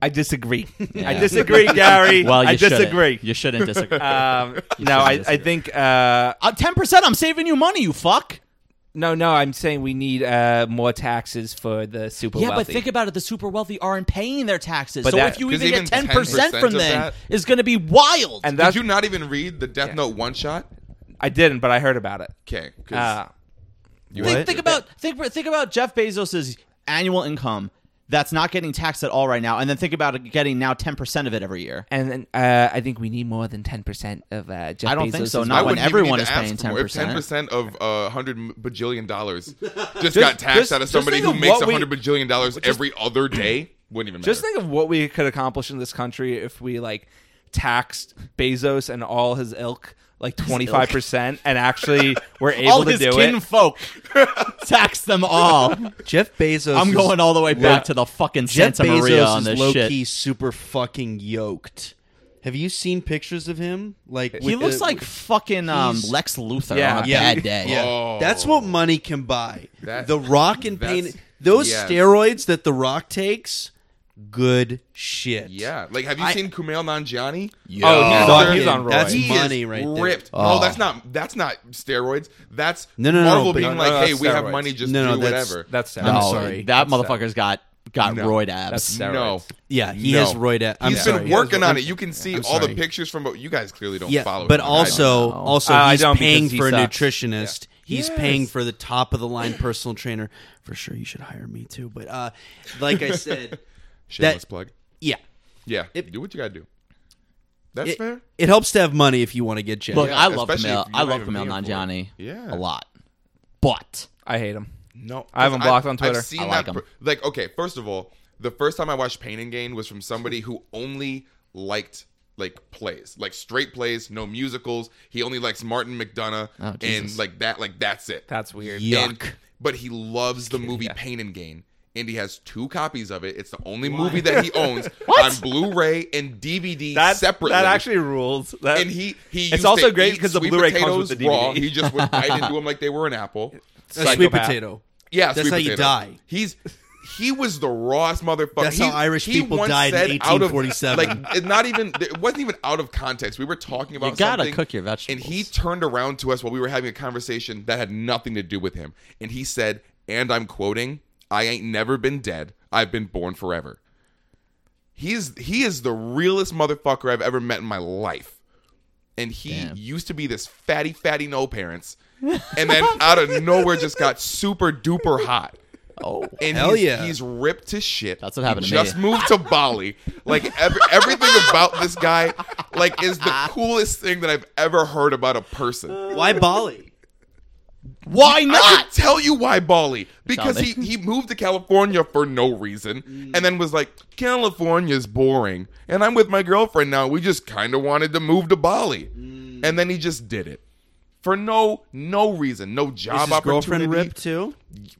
I disagree. I Yeah. disagree, Gary. Well, you I shouldn't. disagree. You shouldn't disagree. Um, no, I, I disagree. think uh, Ten percent. I'm saving you money. You fuck. no, no. I'm saying we need uh, more taxes for the super Yeah, wealthy. but think about it. The super wealthy aren't paying their taxes, But so that- if you 'cause even, even get ten percent 10% from of them, that- it's going to be wild. and Did that's you not even read the Death Note one shot? I didn't, but I heard about it. Okay, 'cause Uh, you Think, What? think about think think about Jeff Bezos's annual income that's not getting taxed at all right now, and then think about it getting now ten percent of it every year. and then, uh, I think we need more than ten percent of uh, Jeff I don't think so, Bezos's not I wealth. when wouldn't even everyone need is to ask paying for more. If 10%. 10% of uh, 100 bajillion dollars just got taxed just- out of just somebody think who of makes what we- 100 bajillion dollars every other day, wouldn't even matter. Just think of what we could accomplish in this country if we like taxed Bezos and all his ilk like twenty five percent, and actually were able all to his do it. kinfolk tax them all. Jeff Bezos. I'm is- going all the way back to the fucking Jeff Santa Bezos Maria on is this low shit. key super fucking yoked. Have you seen pictures of him? Like He with looks the- like fucking um, he's- Lex Luthor Yeah. on a Yeah. bad day. Yeah, Oh. that's what money can buy. That- the Rock and that's- pain. Those yes. steroids that the Rock takes, good shit. yeah. Like, have you seen Kumail Nanjiani? Yo. Oh, he's on- Fucking- he's on Roy. That's He is money right there. Oh. ripped. No, that's not that's not steroids. That's No, no, no, Marvel but- being No, like, no, hey, that's we have steroids. money, just No, no, do that's- whatever. That's I'm No, sorry. that That's motherfucker's got got No. roid abs. That's- no. Yeah, he no. has roid. At, I'm He's sorry. been He has working roid- on it. You can see I'm all the sorry. pictures from. You guys clearly don't yeah, follow. but it. also, also Uh, I he's don't because paying he for sucks. a nutritionist. He's Yes. paying for the top of the line personal trainer. For sure, you should hire me too. But uh, like I said, shameless that- plug. yeah, Yeah, It- do what you gotta do. That's it, fair. it helps to have money if you want to get jacked. Look, Yeah, I love especially if Camille. you're I not love even Camille paying for it. Nanjiani Yeah. a lot, but I hate him. No, I have him blocked on Twitter. I've seen I like that. him. per- like, okay, first of all, the first time I watched Pain and Gain was from somebody who only liked like plays, like straight plays, no musicals. He only likes Martin McDonough Oh, Jesus. and like that. Like that's it. That's weird. Yeah. And- but he loves the movie Pain and Gain. And he has two copies of it. It's the only movie that he owns on Blu-ray and DVD separately. That actually rules. That, and he he. It's used also to great eat 'cause the sweet Blu-ray comes potatoes with the DVD. raw. He just would bite into them like they were an apple. a sweet psychopath. potato. Yeah, That's sweet how you potato. die. He's he was the rawest motherfucker. That's He- how Irish he people once died in said out of- 1847. Like it not even it wasn't even out of context. We were talking about You gotta something, cook your vegetables. And he turned around to us while we were having a conversation that had nothing to do with him, and he said, and I'm quoting, "I ain't never been dead. I've been born forever." He's he is the realest motherfucker I've ever met in my life. And he Damn. used to be this fatty, fatty no parents, and then out of nowhere just got super duper hot. oh, And Hell he's, yeah. he's ripped to shit. That's what happened he to me. Just moved to Bali. Like ev- everything about this guy, like is the coolest thing that I've ever heard about a person. Why Bali? why I not? can tell you why Bali because he Something. he moved to California for no Mm. reason, and then was like California's boring, and I'm with my girlfriend now. We just kind of wanted to move to Bali, Mm. and then he just did it for no no reason, no Is job his opportunity. girlfriend ripped too?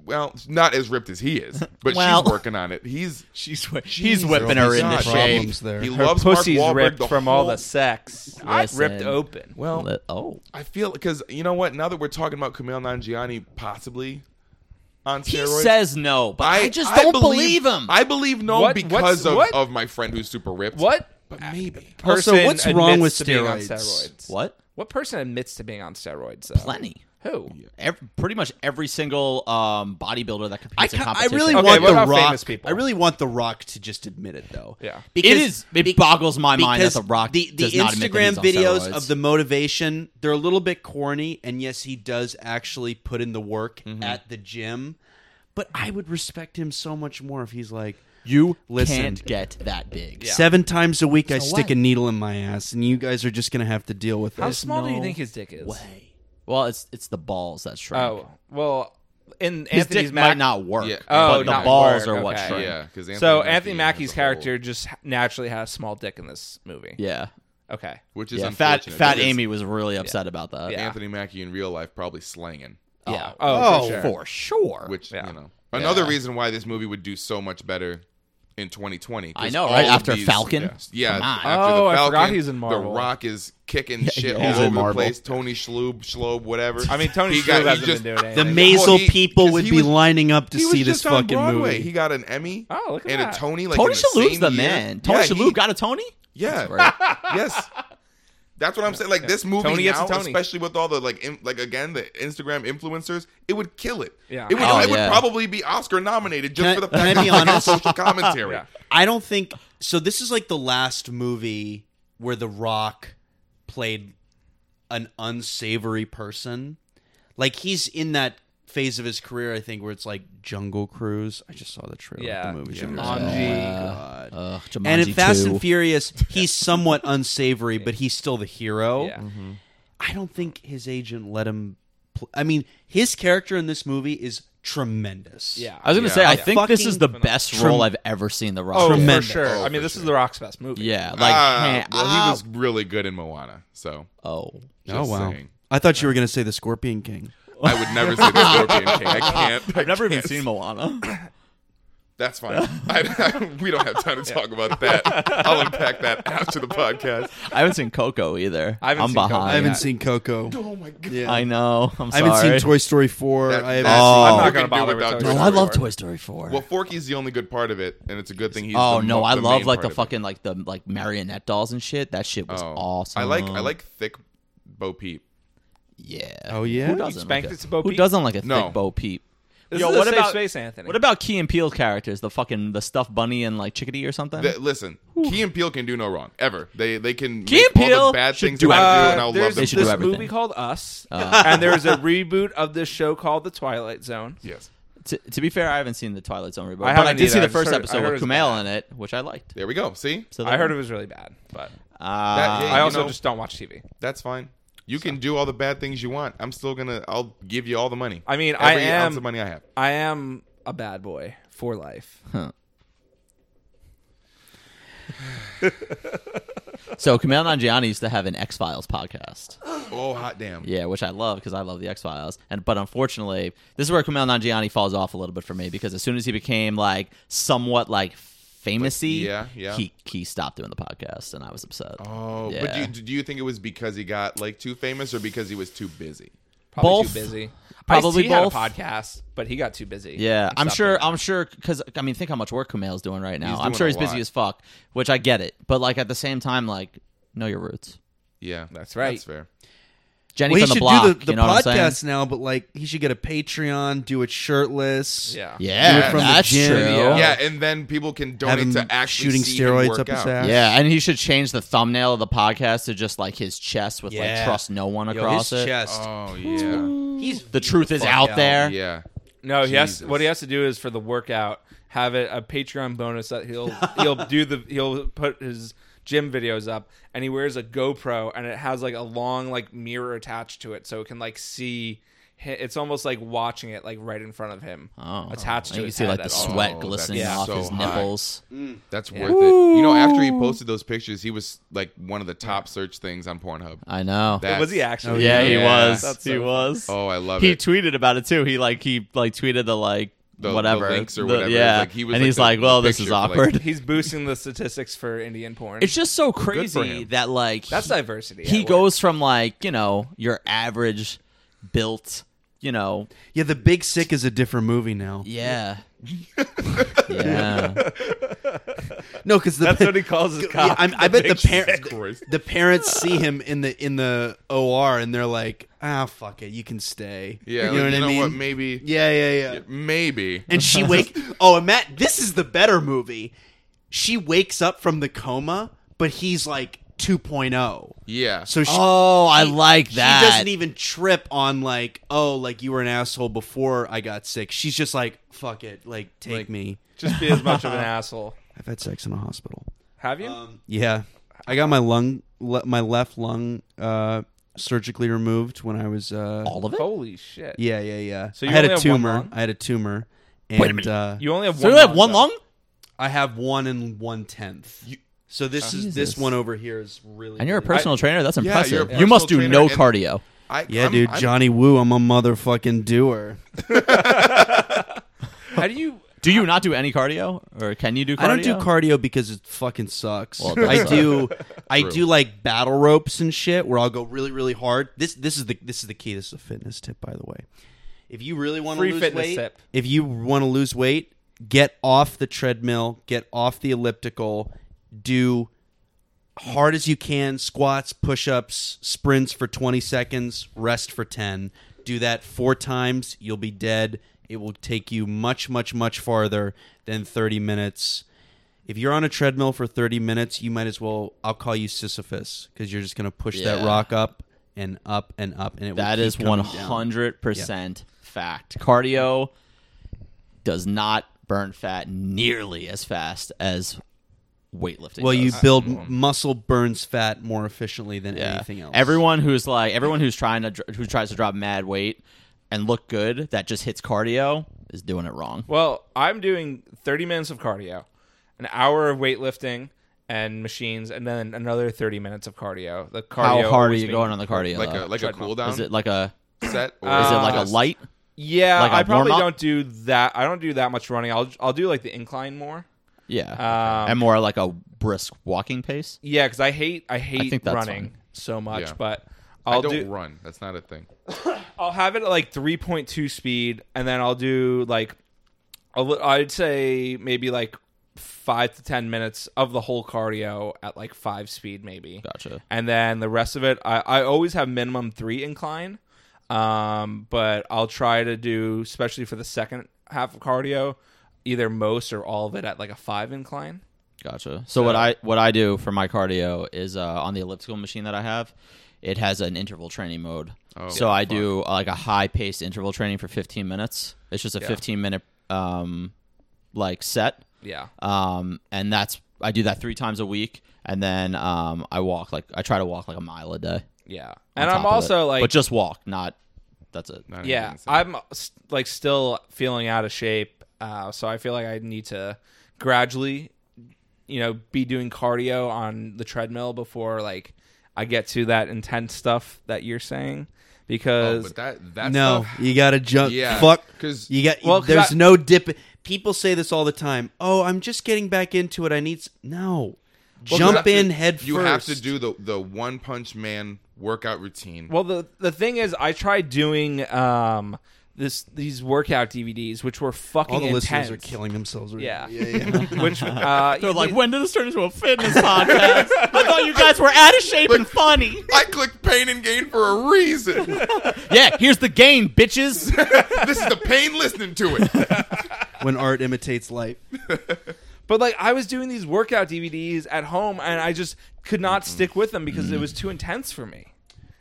Well, not as ripped as he is, but Well. she's working on it. He's She's he's whipping Girl, her he's into got shape. problems there. He Her loves pussy's Mark Wahlberg, ripped the from whole, all the sex. Listen. Ripped open. Well, Let- Oh, I feel because you know what? Now that we're talking about Kumail Nanjiani possibly on he steroids, says no, but I, just don't believe, him. I believe no What- because what's- of, what? of my friend who's super ripped. What But maybe Also, person what's wrong admits with to being on steroids? steroids? what? What person admits to being on steroids? Though? Plenty. Who? Ev pretty much every single um, bodybuilder that competes I, in ca- I competition. really Okay, want what the about Rock. famous people? I really want the Rock to just admit it though. Yeah. It is. It boggles my mind that because the Rock the, the does not admit that Instagram he's on videos steroids. of the motivation they're a little bit corny, and yes, he does actually put in the work at the gym. But I would respect him so much more if he's like, "You listen, can't get that big. seven times a week I stick what? a needle in my ass, and you guys are just gonna have to deal with How this." small do you no think his dick is? Way. Well, it's it's the balls that shrink. Oh well, His in Anthony's dick Mac- might not work, Yeah. but Oh, the not balls work, are what okay. shrink. Yeah, because So Anthony Mackie's character just naturally had a small dick in this movie. Yeah. Okay. which is Yeah, Fat unfortunate Fat because Amy was really upset about that. Yeah. Anthony Mackie in real life probably slanging, Yeah. Oh, Oh, for sure. for sure. which Yeah. you know another Yeah. reason why this movie would do so much better in 2020. 'cause I know, all right? of After these- Falcon? yeah, Come yeah on. after Oh, the I Falcon, forgot he's in Marvel. The Rock is kicking shit he's all in over the Marvel. place. Tony Schloob, Schlob, whatever. I mean, Tony He Schloob he hasn't just- been doing The anything. Maisel Well, he- people 'cause would he be was- lining up to he was see this just on fucking Broadway. movie. He got an Emmy Oh, look at and that. a Tony. Like Tony in the Shalhoub's same the year. man. Tony yeah, Shalhoub he- got a Tony? Yeah. right. yes. That's what I'm saying. Like this movie Tony gets a now, Tony. especially with all the like, in, like again, the Instagram influencers, it would kill it. Yeah. It would. Oh, it yeah. would probably be Oscar nominated just Can I- for the can I fact that be it's honest? social commentary. Yeah. I don't think so. This is like the last movie where The Rock played an unsavory person. Like he's in that phase of his career, I think, where it's like Jungle Cruise. I just saw the trailer. Yeah. of the movie Yeah. Jungle Jumanji. Cruise. Yeah. God. Ugh, Jumanji and in Fast 2. and Furious, he's somewhat unsavory, but he's still the hero. Yeah. I don't think his agent let him. Pl- I mean, his character in this movie is tremendous. Yeah. I was gonna Yeah. say, I Like, think this is the fucking best trem- role I've ever seen The Rock. Oh, in. Tremendous. for sure. Oh, I mean, for this is sure. the Rock's best movie. Yeah, like Ah, man, well, ah, he was really good in Moana, so Oh, Oh Just wow! saying. I thought you were gonna say the Scorpion King. I would never say the Scorpion King. I can't. I I've never even can't. seen Moana. That's fine. I, we don't have time to talk about that. I'll unpack that after the podcast. I haven't seen Coco either. I haven't am seen Coco. behind. I haven't Yeah. seen Coco. Oh my god. I know. I'm I sorry. haven't seen Toy Story four. That- I that's- haven't Oh. I'm You not can gonna do bother with without Toy Toy No, Story. I love four. Toy Story Four. Well, Forky's the only good part of it, and it's a good thing he's. oh the no, mo- I the love main like the part of it. Oh. fucking like the like marionette dolls and shit. That shit was awesome. I like I like thick Bo Peep. Yeah. Oh, yeah? Who You doesn't spanked like it to Bo Who Peep? doesn't like a No. thick Bo Peep? This Yo, is a what safe about space, Anthony. what about Key and Peele characters? The fucking the stuffed bunny and like chickadee or something. Th- listen, Key and Peele can do no wrong ever. They they can Key make and all Peele the bad should things do they wanna Uh, do, and I'll there's love them. should do this everything. Uh. movie called Us, and there's a reboot of this show called The Twilight Zone. yes. T- to be fair, I haven't seen the Twilight Zone reboot, I but I haven't did see either. the I first heard- I episode heard with it was Kumail bad. in it, which I liked. There we go. See, So I heard it was really bad, but Uh, That- yeah, I you also know, just don't watch TV. that's fine. You can do all the bad things you want. I'm still gonna. I'll give you all the money. I mean, Every I am- ounce of money I have. I am a bad boy for life. so Kumail Nanjiani used to have an X Files podcast. Oh hot damn. Yeah, which I love because I love the X Files. And but unfortunately, this is where Kumail Nanjiani falls off a little bit for me because as soon as he became like somewhat like famousy, Yeah, yeah. he he stopped doing the podcast, and I was upset. Oh, but Yeah. do you, do you think it was because he got like too famous or because he was too busy? Probably Both. too busy. Probably Ice-T both. had a podcast, but he got too busy. Yeah, and I'm stopped sure. doing it. I'm sure because I mean, think how much work Kumail's doing right now. He's I'm doing sure a he's busy lot. as fuck, which I get it. But like at the same time, like know your roots. Yeah, That's right. That's fair. Jenny Well, he from the should block. do the, the you know what I'm saying? podcast now, but like he should get a Patreon, do it shirtless. Yeah. Do Yeah, it from the that's gym. true. Yeah. Yeah, and then people can Have donate him to actually shooting see him steroids work up his out. ass. Yeah, and he should change the thumbnail of the podcast to just like his chest with like Yeah. trust no one Yo, across his it. chest. Oh yeah, he's The truth is fuck out there. yeah. No, he has. Jesus. What he has to do is for the workout, have it a Patreon bonus that he'll he'll do the he'll put his gym videos up, and he wears a GoPro, and it has like a long like mirror attached to it, so it can like see. hi- It's almost like watching it like right in front of him, Oh. attached And to you can his see head like the at all. sweat Oh, glistening that's off so his high. nipples. That's worth it. You know, after he posted those pictures, he was like one of the top search things on Pornhub. I know. That's- Was he actually? Oh, yeah, he was. That's he so- was. Oh, I love he it. tweeted about it too. He like he like tweeted the like The- the whatever links or whatever. yeah, Like, he was, and like, he's the- like, well, the this is picture for, like- awkward. He's boosting the statistics for Indian porn. it's just so him. crazy that like That's he, diversity. he at work. goes from like you know your average built you know Yeah, the Big Sick is a different movie now. yeah yeah No, because That's what he calls his Yeah, cock. I'm, I bet the parents Christ. the parents see him in the in the OR and they're like, ah, fuck it, you can stay. Yeah, you know like, what I mean? Maybe, yeah, yeah, yeah. maybe. And she wake. oh, and Matt, this is the better movie. She wakes up from the coma, but he's like 2.0. Yeah. So she, oh I like that she doesn't even trip on like, oh, like you were an asshole before I got sick. She's just like, fuck it, like take me. just be as much of an asshole. I've had sex in a hospital. Have you? Yeah, I got my lung, le- my left lung. Uh, surgically removed when I was. Uh, All of it? Holy shit! yeah, yeah, yeah. Oh. So I you had only a have one tumor. lung? I had a tumor, and Wait a minute. Uh, You only have So one. you have one lung? I have one and one tenth. So this is Jesus. this one over here is really. And you're a really- personal trainer? That's you're a impressive. you personal must do trainer no and- cardio. I, Yeah, I'm- dude, I'm- Johnny Woo, I'm a motherfucking doer. How do you? Do you not do any cardio? Or can you do cardio? I don't do cardio because it fucking sucks. Well, it does I suck. do I True. do like battle ropes and shit where I'll go really really hard. This this is the this is the key. This is a fitness tip by the way. If you really want to Free lose fitness weight, tip. if you want to lose weight, get off the treadmill, get off the elliptical, do hard as you can squats, push-ups, sprints for 20 seconds, rest for 10. Do that 4 times, you'll be dead. It will take you much much much farther than 30 minutes if you're on a treadmill for 30 minutes, you might as well. I'll call you Sisyphus because you're just going to push Yeah. that rock up and up and up, and it That will keep is coming one down. hundred percent fact. Cardio does not burn fat nearly as fast as weightlifting. Well, you does. build muscle burns fat more efficiently than Yeah. anything else. Everyone who's like everyone who's trying to dr- who tries to drop mad weight and look good that just hits cardio is doing it wrong. Well, I'm doing 30 minutes of cardio, an hour of weightlifting and machines, and then another 30 minutes of cardio. The cardio. How hard are always you being- going on the cardio? like a though? like a cool down is it like a set? Or is it like a Uh, just- light? Yeah, Like a I probably warm-up? don't do that. I don't do that much running. I'll I'll do like the incline more. Yeah, Um, and more like a brisk walking pace. Yeah, because I hate I hate think that's running fine. so much, Yeah. but I I'll don't do run. That's not a thing. I'll have it at like 3.2 speed, and then I'll do like a li- I'd say maybe like five to ten minutes of the whole cardio at like five speed, maybe. Gotcha. And then the rest of it, I, I always have minimum three incline, um, but I'll try to do especially for the second half of cardio, either most or all of it at like a five incline. Gotcha. So, what I what I do for my cardio is uh, on the elliptical machine that I have, it has an interval training mode. Oh, so I do uh, like a high paced interval training for 15 minutes. It's just a 15 minute um, like set, Yeah. um, and that's I do that three times a week, and then um, I walk like I try to walk like a mile a day. on Yeah. And top I'm of it. also like but just walk, not that's it. Not yeah anything, so- i'm uh, s- like still feeling out of shape uh, so i feel like i need to gradually you know be doing cardio on the treadmill before like i get to that intense stuff that you're saying Oh, because but that that Uh, No, stuff- you gotta jump. Yeah, fuck. 'cause- you got. Well, 'cause there's I- no dip. People say this all the time. Oh, I'm just getting back into it. I need s-" no. you jump have to- in head You first. have to do the the one punch man workout routine. well the the thing is i tried doing um this these workout dvds which were fucking All the listeners intense are killing themselves. Right yeah, now. which uh, They're like, when did this turn into a fitness podcast? I thought you guys were out of shape and funny. I clicked pain and gain for a reason. Yeah, here's the gain, bitches. this is the pain listening to it. When art imitates life. But like I was doing these workout DVDs at home and I just could not stick with them because it was too intense for me.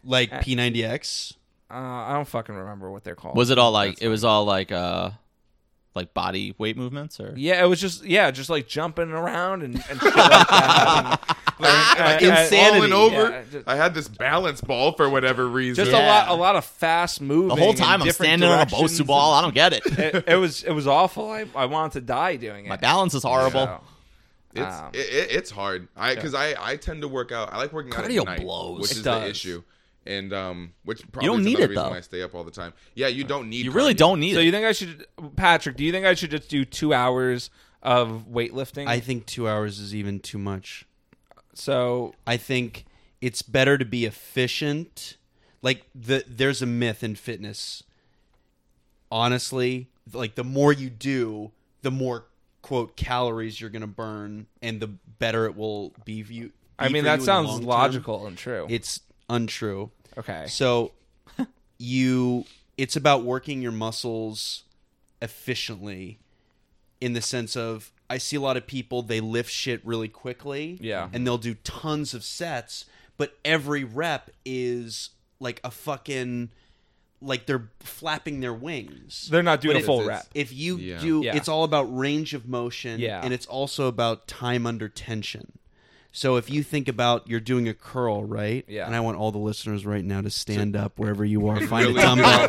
Like P90X. Uh, I don't fucking remember what they're called. Was it all like it was all like uh like body weight movements or Yeah, it was just yeah, just like jumping around and, and shit like that. And, and- and- insanity. Falling over. Yeah, just- I had this balance ball for whatever reason. Just Yeah. a lot, a lot of fast moving. the whole time I'm standing on a Bosu ball, I don't get it. It, it was it was awful. I, I wanted to die doing it. My balance is horrible. So, It's Um, it, it- it's hard. I because I I tend to work out. I like working out Cardio at night, blows. which It is the does. issue. And um, which probably don't is need another it, reason though. why I stay up all the time. Yeah, you don't need. You really cardio. don't need so it. you think I should Patrick, do you think I should just do 2 hours of weightlifting? I think two hours is even too much. so I think it's better to be efficient. Like the there's a myth in fitness. Honestly, like the more you do, the more quote calories you're going to burn and the better it will be for you. I be mean for you that in the sounds long term. logical and true. It's untrue. okay. So you it's about working your muscles efficiently in the sense of I see a lot of people they lift shit really quickly. Yeah. And they'll do tons of sets, but every rep is like a fucking like they're flapping their wings. They're not doing a But if full it's- rep. if you Yeah. do Yeah. it's all about range of motion Yeah. and it's also about time under tension. So if you think about you're doing a curl, right? Yeah. And I want all the listeners right now to stand up wherever you are, find Really? a dumbbell.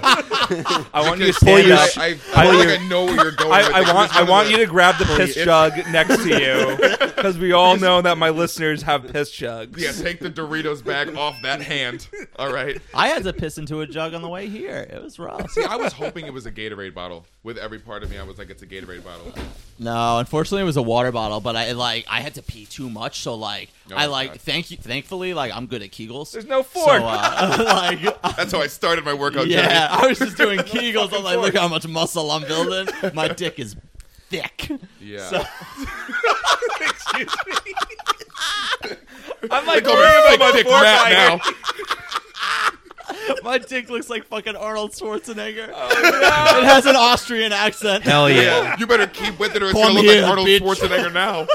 I want you to Because stand your up. sh- I, I, I, pull think I know where you're going. with I, it, I 'cause want it's one I of want the- you to grab the piss It's- jug next to you because we all know that my listeners have piss jugs. Yeah, take the Doritos bag off that hand. All right. I had to piss into a jug on the way here. It was rough. See, I was hoping it was a Gatorade bottle. With every part of me, I was like, it's a Gatorade bottle. No, unfortunately, it was a water bottle, but I like I had to pee too much, so like No, I it's like not. thank you, thankfully, like I'm good at Kegels. There's no So, fork. uh, like That's how I started my workout yeah, journey. I was just doing Kegels. I'm like, look how much muscle I'm building. My dick is thick. Yeah. So- Excuse me. I'm like, Go worried bring about my my dick fork Matt lying now. My dick looks like fucking Arnold Schwarzenegger. It has an Austrian accent. Hell yeah. Yeah. You better keep with it or it's Come going to look here, like Arnold bitch. Schwarzenegger now.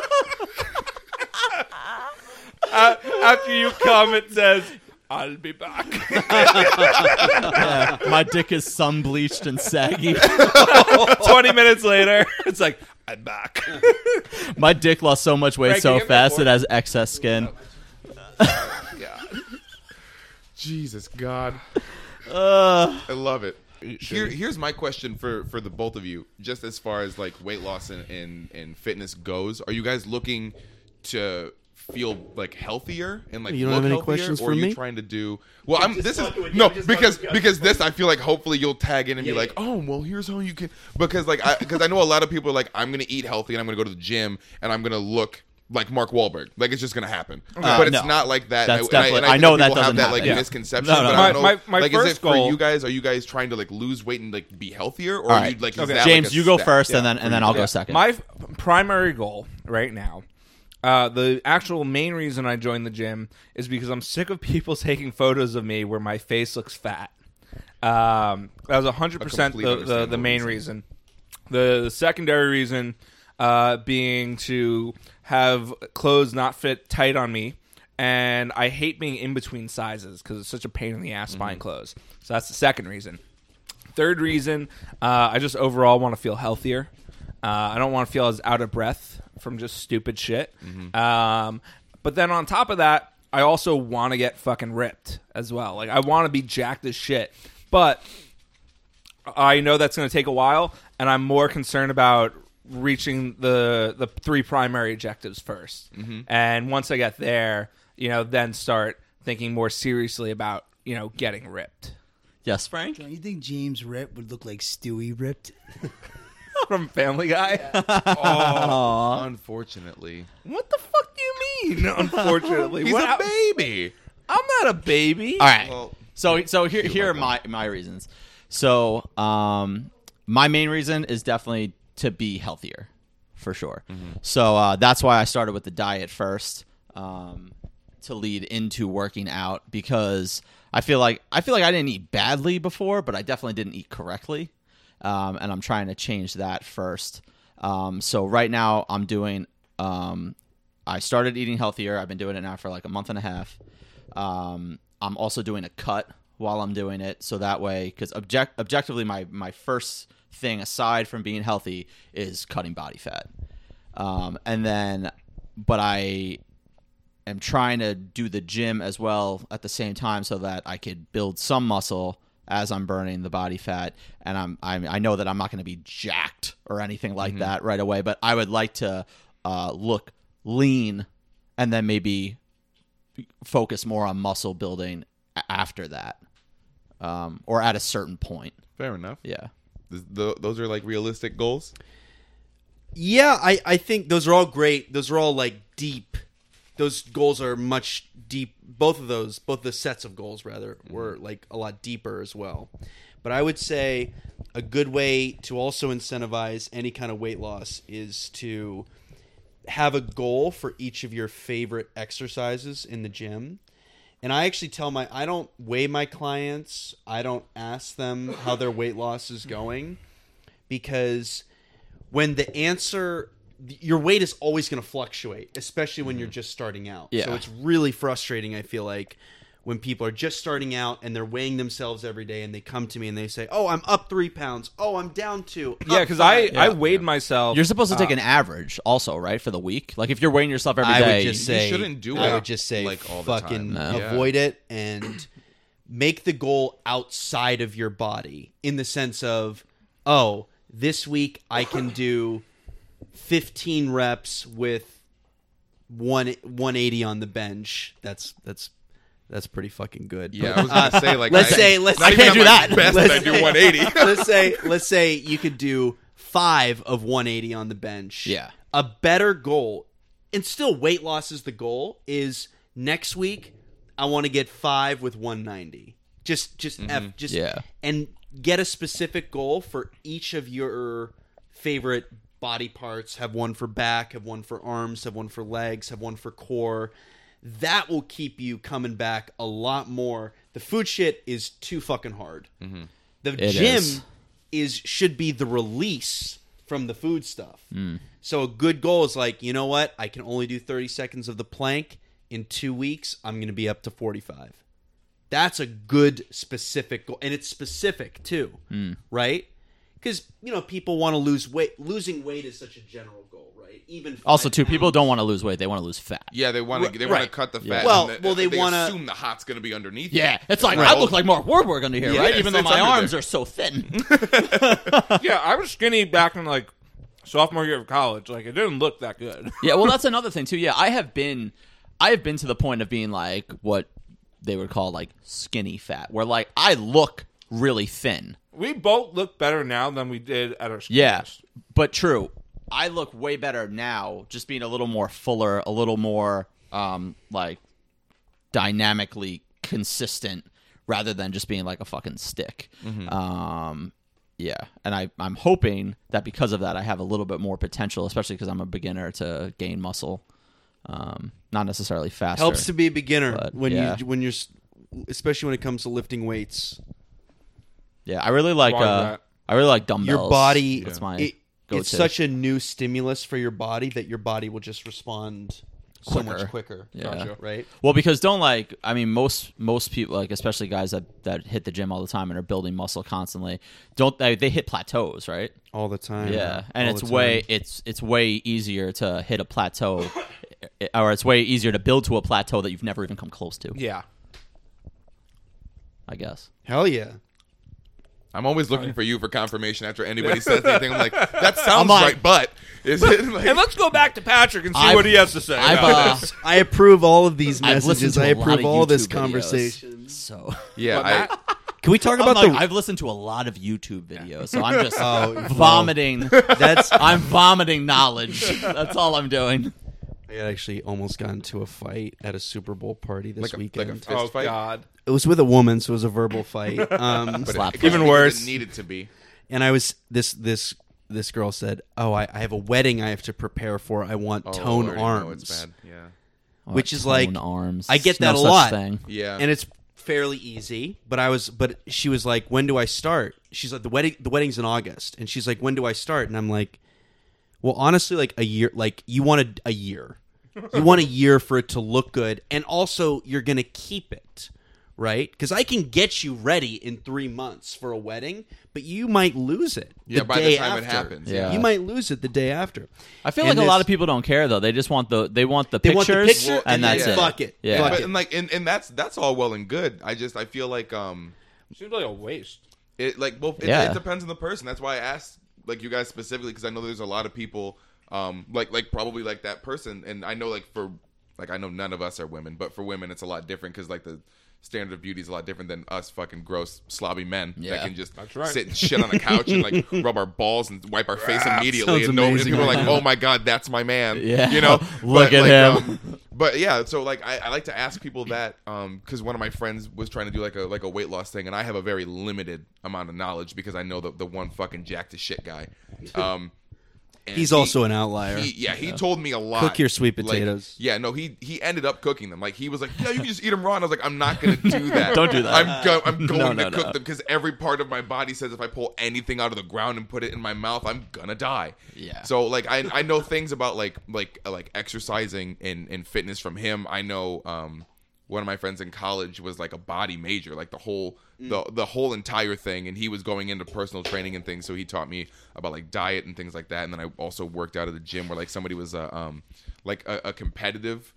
Uh, after you come, it says, "I'll be back." Yeah, My dick is sun bleached and saggy. Twenty minutes later, it's like, "I'm back." My dick lost so much weight Frank, so you get me fast a it has excess skin. Jesus God. Uh, I love it. Here, here's my question for for the both of you, just as far as like weight loss and, and and fitness goes. Are you guys looking to feel like healthier and like You don't look have any healthier, questions or for are you me? trying to do well? I'm just this is talked to it, no yeah, we just because talked to it. because this I feel like hopefully you'll tag in and Yeah, be like, oh well, here's how you can because like I because I know a lot of people are like I'm gonna eat healthy and I'm gonna go to the gym and I'm gonna look. Like Mark Wahlberg, like it's just gonna happen, Uh, but it's no. not like that. That's and I, and definitely- I, I think know that that people doesn't have that like happen. Yeah. misconception. No, no, but no. I don't know, My- my- my like, is first it for goal- you guys? Are you guys trying to like lose weight and like be healthier, or All are you right. like is Okay. that, like, James, a you go step? first, and Yeah. then and then I'll go second. My f- primary goal right now, uh, the actual main reason I joined the gym is because I'm sick of people taking photos of me where my face looks fat. Um, that was 100% A complete the, the, the understandable main reason. reason. The, the secondary reason uh, being to have clothes not fit tight on me. And I hate being in between sizes because it's such a pain in the ass Mm-hmm. buying clothes. So that's the second reason. Third reason, uh, I just overall want to feel healthier. Uh, I don't want to feel as out of breath from just stupid shit. Mm-hmm. Um, but then on top of that, I also want to get fucking ripped as well. Like I want to be jacked as shit, but I know that's going to take a while, and I'm more concerned about reaching the the three primary objectives 1st And once I get there, you know, then start thinking more seriously about you know getting ripped yes, Frank. Don't you think James Rip would look like Stewie ripped? from Family Guy. Unfortunately, What the fuck do you mean? Unfortunately, he's What- a baby. I'm not a baby. All right. Well, so so here here are my my reasons. So um, my main reason is definitely to be healthier, for sure. So uh, that's why I started with the diet first. Um, to lead into working out because I feel like I feel like I didn't eat badly before, but I definitely didn't eat correctly, um, and I'm trying to change that first. Um, so right now I'm doing. Um, I started eating healthier. I've been doing it now for like a month and a half. Um, I'm also doing a cut while I'm doing it, so that way, because object objectively, my my first thing aside from being healthy is cutting body fat, um, and then, but I am trying to do the gym as well at the same time so that I could build some muscle as I'm burning the body fat and I'm, I'm I know that I'm not going to be jacked or anything Mm-hmm. like that right away but I would like to uh, look lean and then maybe focus more on muscle building a- after that um, or at a certain point fair enough. yeah Th- th- those are like realistic goals. Yeah, I, I think those are all great. Those are all like deep. Those goals are much deep. Both of those, both the sets of goals rather, were like a lot deeper as well. But I would say a good way to also incentivize any kind of weight loss is to have a goal for each of your favorite exercises in the gym. And I actually tell my I don't weigh my clients. I don't ask them how their weight loss is going because when the answer your weight is always going to fluctuate, especially when you're just starting out. Yeah. So it's really frustrating I feel like when people are just starting out and they're weighing themselves every day and they come to me and they say, "Oh, I'm up three pounds. Oh, I'm down two. Yeah, up because I five." I weighed myself. You're supposed to take an average, also, right, for the week. Like if you're weighing yourself every day, Uh, I would just you- say shouldn't do I it, would just say like, all the fucking time. No. avoid it and make the goal outside of your body in the sense of oh this week I can do 15 reps with one 180 on the bench. That's that's that's pretty fucking good. Uh, Yeah, I was gonna say like let's I, say- let's- not I even can't at do my that. Best, Let's I do say- 180. let's say let's say you could do five of 180 on the bench. Yeah. A better goal, and still weight loss is the goal. Is next week I want to get five with 190. Just just f just Mm-hmm. Yeah. and get a specific goal for each of your favorite body parts. Have one for back. Have one for arms. Have one for legs. Have one for core. That will keep you coming back a lot more. The food shit is too fucking hard. The gym is. is should be the release from the food stuff. Mm. So a good goal is like, you know what? I can only do 30 seconds of the plank in 2 weeks. I'm going to be up to 45. That's a good specific goal and it's specific too. Mm. Right? Cuz you know, people want to lose weight. Losing weight is such a general goal, right? Even also, five too, people pounds. don't want to lose weight; they want to lose fat. Yeah, they want to. They want Right. to cut the fat. Well, and well, they wanna- assume the hot's going to be underneath. Yeah, it. it's like Right. I look like Mark Warburg under here, Yeah, right? it's- Even though it's my under arms there. are so thin. yeah, I was skinny back in like sophomore year of college. Like it didn't look that good. yeah, well, that's another thing too. Yeah, I have been, I have been to the point of being like what they would call like skinny fat, where like I look really thin. We both look better now than we did at our school. Yeah, but true. I look way better now, just being a little more fuller, a little more um like dynamically consistent, rather than just being like a fucking stick. Mm-hmm. Um, yeah, and I I'm hoping that because of that, I have a little bit more potential, especially because I'm a beginner to gain muscle. Um, not necessarily faster. helps to be a beginner But, when yeah. you when you're s- especially when it comes to lifting weights. Yeah, I really like Why uh, not? I really like dumbbells. Your body That's my it- go-to. it's such a new stimulus for your body that your body will just respond so much quicker. Yeah. Gotcha. Right? Well, because don't like I mean most most people like especially guys that that hit the gym all the time and are building muscle constantly don't they, they hit plateaus right? All the time. Yeah, and All it's the way time. it's it's way easier to hit a plateau, or it's way easier to build to a plateau that you've never even come close to. yeah. I guess. Hell yeah. I'm always looking for you for confirmation after anybody says anything. I'm like, that sounds like- right, but is it like? And let's go back to Patrick and see I've- what he has to say. I've about uh, this. I approve all of these I've listened messages. to I a lot approve of all this YouTube videos. conversation. so yeah, But I, Matt- Can we talk I'm about like, the I've listened to a lot of YouTube videos, so I'm just Oh, vomiting. that's I'm vomiting knowledge. That's all I'm doing. I actually almost got into a fight at a Super Bowl party this like a, like weekend. a fist oh fight. God. it was with a woman, so it was a verbal fight. Um, But Slap it- fight. Even it worse. Needed to be. and I was this this this girl said, "Oh, I, I have a wedding I have to prepare for. I want Oh, tone I already arms." know it's bad. Yeah. Which Or is like- tone arms. I get No that a such lot. Thing. Yeah. and it's fairly easy. But I was, but she was like, "When do I start?" She's like, "The wedding, the wedding's in August," and she's like, "When do I start?" And I'm like, "Well, honestly, like a year. Like you want a, a year. You want a year for it to look good, and also you're gonna keep it." Right, because I can get you ready in three months for a wedding, but you might lose it. Yeah, the by the day time it after. happens, yeah. you might lose it the day after. I feel And like a lot this- of people don't care though. They just want the they want the They want pictures the picture and and that's then it. fuck it. Yeah. Fuck but it. and like and, and that's that's all well and good. I just I feel like um Seems like a waste. It like well, it, Yeah. it depends on the person. That's why I asked like you guys specifically because I know there's a lot of people um like like probably like that person, and I know like for like I know none of us are women, but for women it's a lot different because like the standard of beauty is a lot different than us fucking gross slobby men that Yeah. can just That's right. sit and shit on a couch and like rub our balls and wipe our face immediately Sounds and, no, and amazing. people are like oh my god that's my man Yeah. you know Look But, at like, him. um, but yeah, so like I, I like to ask people that because one of my friends was trying to do like a like a weight loss thing, and I have a very limited amount of knowledge because I know the the one fucking jack to shit guy. Um, and He's he- also an outlier. He, yeah, he told me a lot. Cook your sweet Like, potatoes. yeah, no, he he ended up cooking them. Like he was like, yeah, you can just eat them raw. And I was like, I'm not gonna do that. Don't do that. I'm go- I'm going no, to no. cook them because every part of my body says if I pull anything out of the ground and put it in my mouth, I'm gonna die. Yeah. So like I I know things about like like like exercising and and fitness from him. I know um. one of my friends in college was like a body major, like the whole Mm. the the whole entire thing, and he was going into personal training and things. So he taught me about like diet and things like that. And then I also worked out at the gym where like somebody was a um like a, a competitive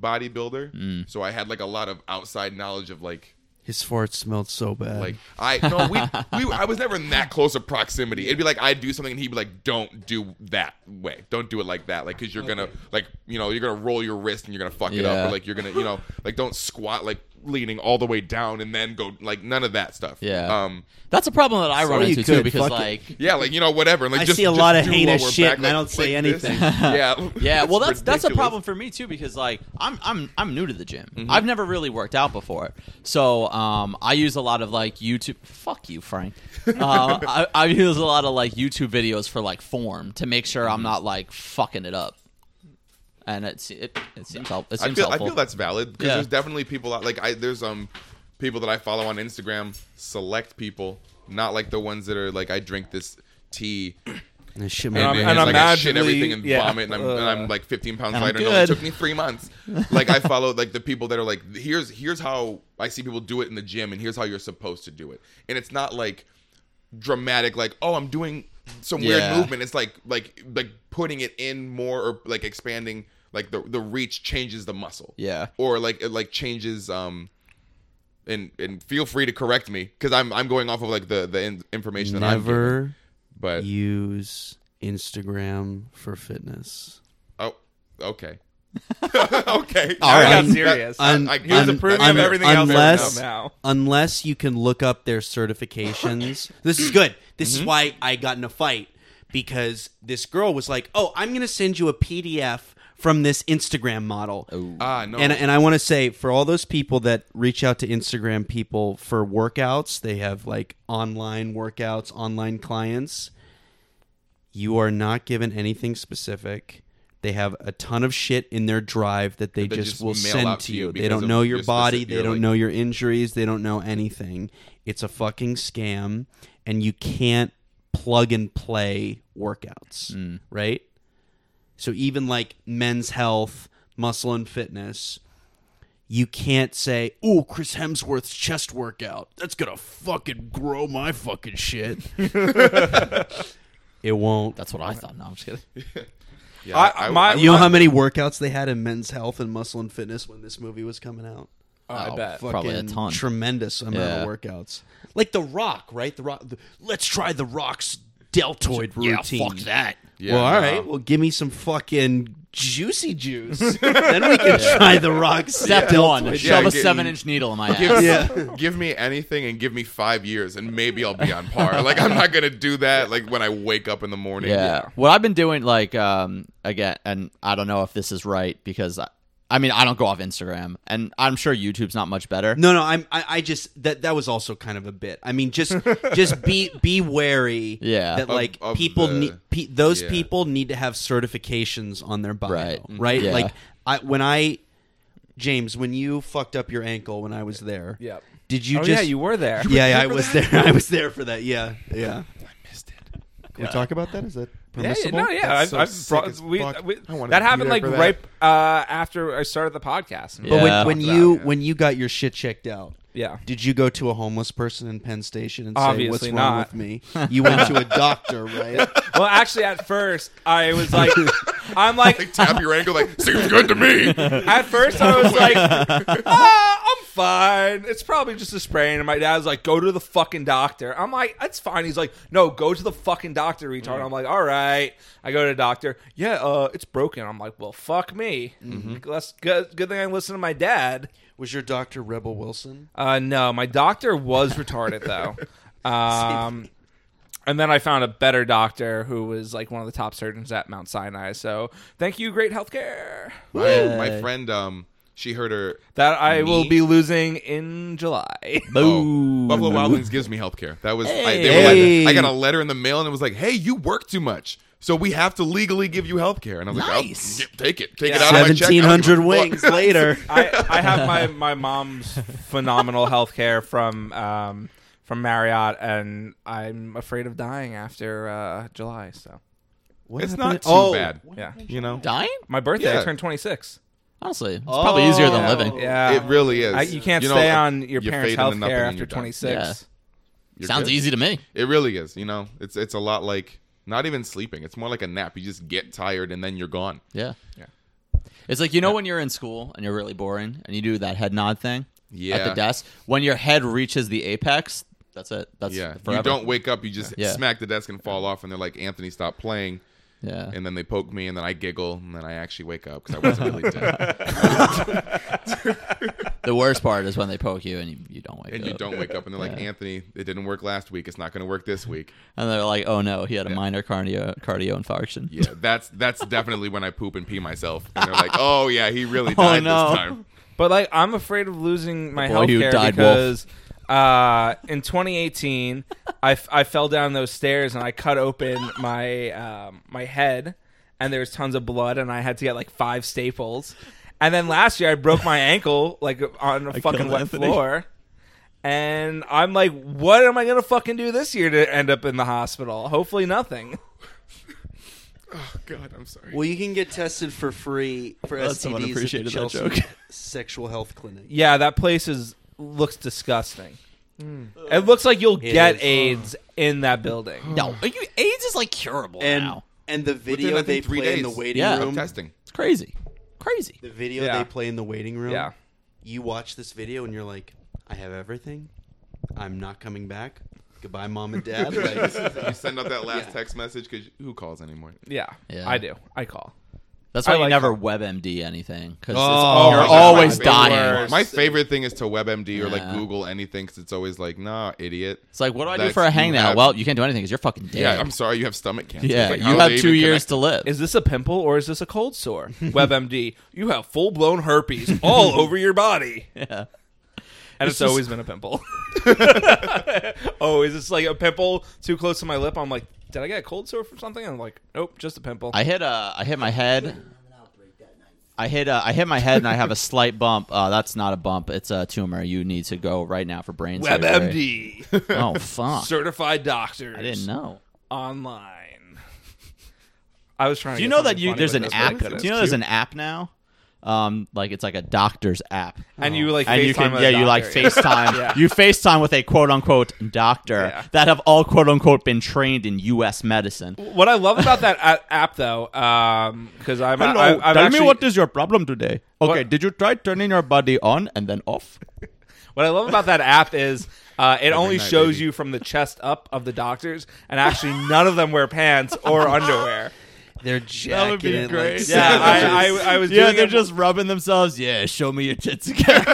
bodybuilder. Mm. So I had like a lot of outside knowledge of like His fart smelled so bad. like I no, we, we I was never in that close of proximity. It'd be like I'd do something and he'd be like, "Don't do that way. Don't do it like that. Like, cause you're gonna like you know you're gonna roll your wrist and you're gonna fuck it up. Yeah. Or like you're gonna you know like don't squat like leaning all the way down and then go like none of that stuff. Yeah. Um. That's a problem that I run you into too could, because fuck it. like Yeah. Like you know whatever. And, like I just, see a just lot of do heinous lower shit back, and I like, don't say like this. anything. yeah. yeah well that's It's that's a ridiculous. problem for me too because like i'm i'm i'm new to the gym i've never really worked out before so um i use a lot of like youtube fuck you frank uh, I, I use a lot of like youtube videos for like form to make sure i'm not like fucking it up and it's it, it seems helpful it I seems feel, I helpful feel that's valid because Yeah. there's definitely people out like I there's um people that I follow on Instagram, select people, not like the ones that are like I drink this tea and, And this shit i made I'm- me- and I'm like I shit magically- everything and yeah. vomit and I'm, and I'm like 15 pounds I'm lighter. No, it good. took me three months. Like I follow like the people that are like here's here's how I see people do it in the gym and here's how you're supposed to do it and it's not like dramatic like oh i'm doing some weird Yeah. movement it's like like like putting it in more or like expanding like the the reach changes the muscle Yeah. or like it like changes um and and feel free to correct me because i'm i'm going off of like the the in- information that i'm given. Never but use Instagram for fitness. oh okay okay I right. got Un- serious. I- I- here's the proof of everything out there unless, now. Unless you can look up their certifications. this is good. This Mm-hmm. is why I got in a fight because this girl was like, "Oh, I'm going to send you a PDF from this Instagram model." ah no And, uh, and I want to say for all those people that reach out to Instagram people for workouts, they have like online workouts, online clients. You are not given anything specific. They have a ton of shit in their drive that they They just, just mail will send out to to you you. They because don't of know your your body. specific- They your, don't like- know your injuries. They don't know anything. It's a fucking scam, and you can't plug and play workouts, Mm. right? So even like men's health, muscle and fitness, you can't say, "Ooh, Chris Hemsworth's chest workout. That's going to fucking grow my fucking shit." it won't. that's what i thought no i'm just kidding yeah, I- I- my- I- you know how many workouts they had in men's health and muscle and fitness when this movie was coming out? Oh, I Oh, bet. fuck. Probably a Fucking ton. Tremendous amount Yeah. of workouts. Like The Rock, right? The Rock. the- let's try The Rock's deltoid routine. fuck that yeah, well, all no. right. Well, give me some fucking juicy juice. then we can try The Rock's step one deltoid. shove a get- seven inch needle in my ass Give, Yeah. give me anything and give me five years and maybe I'll be on par. Like I'm not gonna do that. Like when I wake up in the morning. Yeah. What I've been doing, like, um, again, and I don't know if this is right because I, I mean, I don't go off Instagram, and I'm sure YouTube's not much better. No, no. I'm. I, I just that that was also kind of a bit. I mean, just just be be wary. Yeah. That Of- like of people the- need pe- those yeah. people need to have certifications on their bio. Right. Right. Mm. Right. Yeah. Like I when I James when you fucked up your ankle when I was there. Yep. Did you oh just? yeah, you were there. Yeah, yeah, I was there. I was there for that. Yeah. Yeah. Can we talk about that? Is that Yeah, yeah, no, yeah. I've, That's so I've sick brought, as we, fuck. we- I wanna that be happened there like for that. right uh, after I started the podcast. Yeah. But when, when Talked you about it, yeah. when you got your shit checked out, Yeah. did you go to a homeless person in Penn Station and Obviously say what's wrong not. with me? You went to a doctor, right? Well, actually, at first I was like, I'm like, Like tap your ankle. Like seems good to me. at first I was like, ah, I'm fine. It's probably just a sprain. And my dad's like, go to the fucking doctor. I'm like, that's fine. He's like, no, go to the fucking doctor, retard. I'm like, all right. I go to the doctor. Yeah, uh, it's broken. I'm like, well, fuck me. That's good. Good thing I listened to my dad. Was your doctor Rebel Wilson? Uh, no, my doctor was retarded though. Um, and then I found a better doctor who was like one of the top surgeons at Mount Sinai. So thank you, great healthcare. My, my friend, um, she heard her. That I will Me? be losing in July. Oh, Buffalo Wild Wings gives me health care. That was I, they Hey. were like, I got a letter in the mail and it was like, hey, you work too much. So we have to legally give you health care. And I was like, I'll Nice. get- take it. Take it Yeah. out of my check. I don't give a Seventeen hundred fuck. wings later. I, I have my, my mom's phenomenal healthcare from um, from Marriott, and I'm afraid of dying after uh, July. So What It's happened not to- too oh, bad. yeah, You know? Dying? my birthday. Yeah. I turned 26. Honestly, it's probably easier than Oh. Yeah. living. Yeah, It really is. Uh, I, you can't You know, stay if on your you parents' fade into health nothing care and after you're done. 26. Yeah. You're Sounds good. easy to me. It really is. You know, it's it's a lot like not even sleeping. It's more like a nap. You just get tired and then you're gone. Yeah. Yeah. It's like you know when you're in school and you're really boring and you do that head nod thing at Yeah. the desk. When your head reaches the apex, that's it. That's Yeah, forever. you don't wake up. You just Yeah. smack the desk and fall off, and they're like, "Anthony, stop playing." Yeah. And then they poke me, and then I giggle, and then I actually wake up because I wasn't really dead. The worst part is when they poke you and you, you don't wake And up. you don't wake up, and they're like, "Anthony, it didn't work last week. It's not going to work this week." And they're like, "Oh no, he had a minor cardio cardio infarction." Yeah, that's that's definitely when I poop and pee myself. And they're like, "Oh yeah, he really Oh, died no. this time." But like, I'm afraid of losing my boy health who care died because uh, in 2018, I, f- I fell down those stairs and I cut open my um, my head, and there was tons of blood, and I had to get like five staples. And then last year, I broke my ankle like on a fucking killed wet Anthony. floor. And I'm like, what am I gonna fucking do this year to end up in the hospital? Hopefully, nothing. Oh God, I'm sorry. Well, you can get tested for free for Glad STDs someone at the appreciated that Chelsea joke. Sexual health clinic. Yeah, that place is looks disgusting. It looks like you'll get is. AIDS in that building. No, are you, AIDS is like curable And now. and the video Within, I they think, three play in the days. waiting Yeah. I'm room. testing. It's crazy, crazy. The video Yeah. they play in the waiting room. Yeah. You watch this video and you're like, I have everything. I'm not coming back. Goodbye, mom and dad. Like, you send out that last Yeah. text message because who calls anymore? Yeah, Yeah. I do. I call. That's why I you like never WebMD anything because Oh, you're my God, always my dying. favorite- My favorite thing is to WebMD or like Yeah. Google anything because it's always like, nah, idiot. It's like, what do I do That's- for a you hang now? have- Well, you can't do anything because you're fucking dead. yeah, I'm sorry, you have stomach cancer. Yeah, Like, how you are have they two even years connected? to live. Is this a pimple or is this a cold sore? WebMD, you have full blown herpes all over your body, yeah. and it's, just- always been a pimple. oh, is this like a pimple too close to my lip? I'm like, did I get a cold sore from something? I'm like, nope, just a pimple. I hit uh, I hit my head. I hit uh, I hit my head and I have a slight bump. Uh, that's not a bump. It's a tumor. You need to go right now for brain surgery. WebMD, Oh fuck! certified doctors. I didn't know. online. I was trying. to Do you get know that something you funny, there's but an that's what I app? Do couldn't. you know there's an app now? Um, like it's like a doctor's app. And you like and you FaceTime can with a yeah you like doctor, yeah. FaceTime Yeah. you FaceTime with a quote unquote doctor Yeah. that have all quote unquote been trained in U.S. medicine. What I love about that a- app, though, because I'm, Hello, I, I'm tell actually, me what is your problem today. Okay, What- did you try turning your body on and then off? what I love about that app is uh, it only night, shows baby. you from the chest up of the doctors, and actually none of them wear pants or underwear. they're jacking would be it, like, great. Yeah, I, savages. I, I was. Yeah, doing they're it- just rubbing themselves. Yeah, show me your tits again.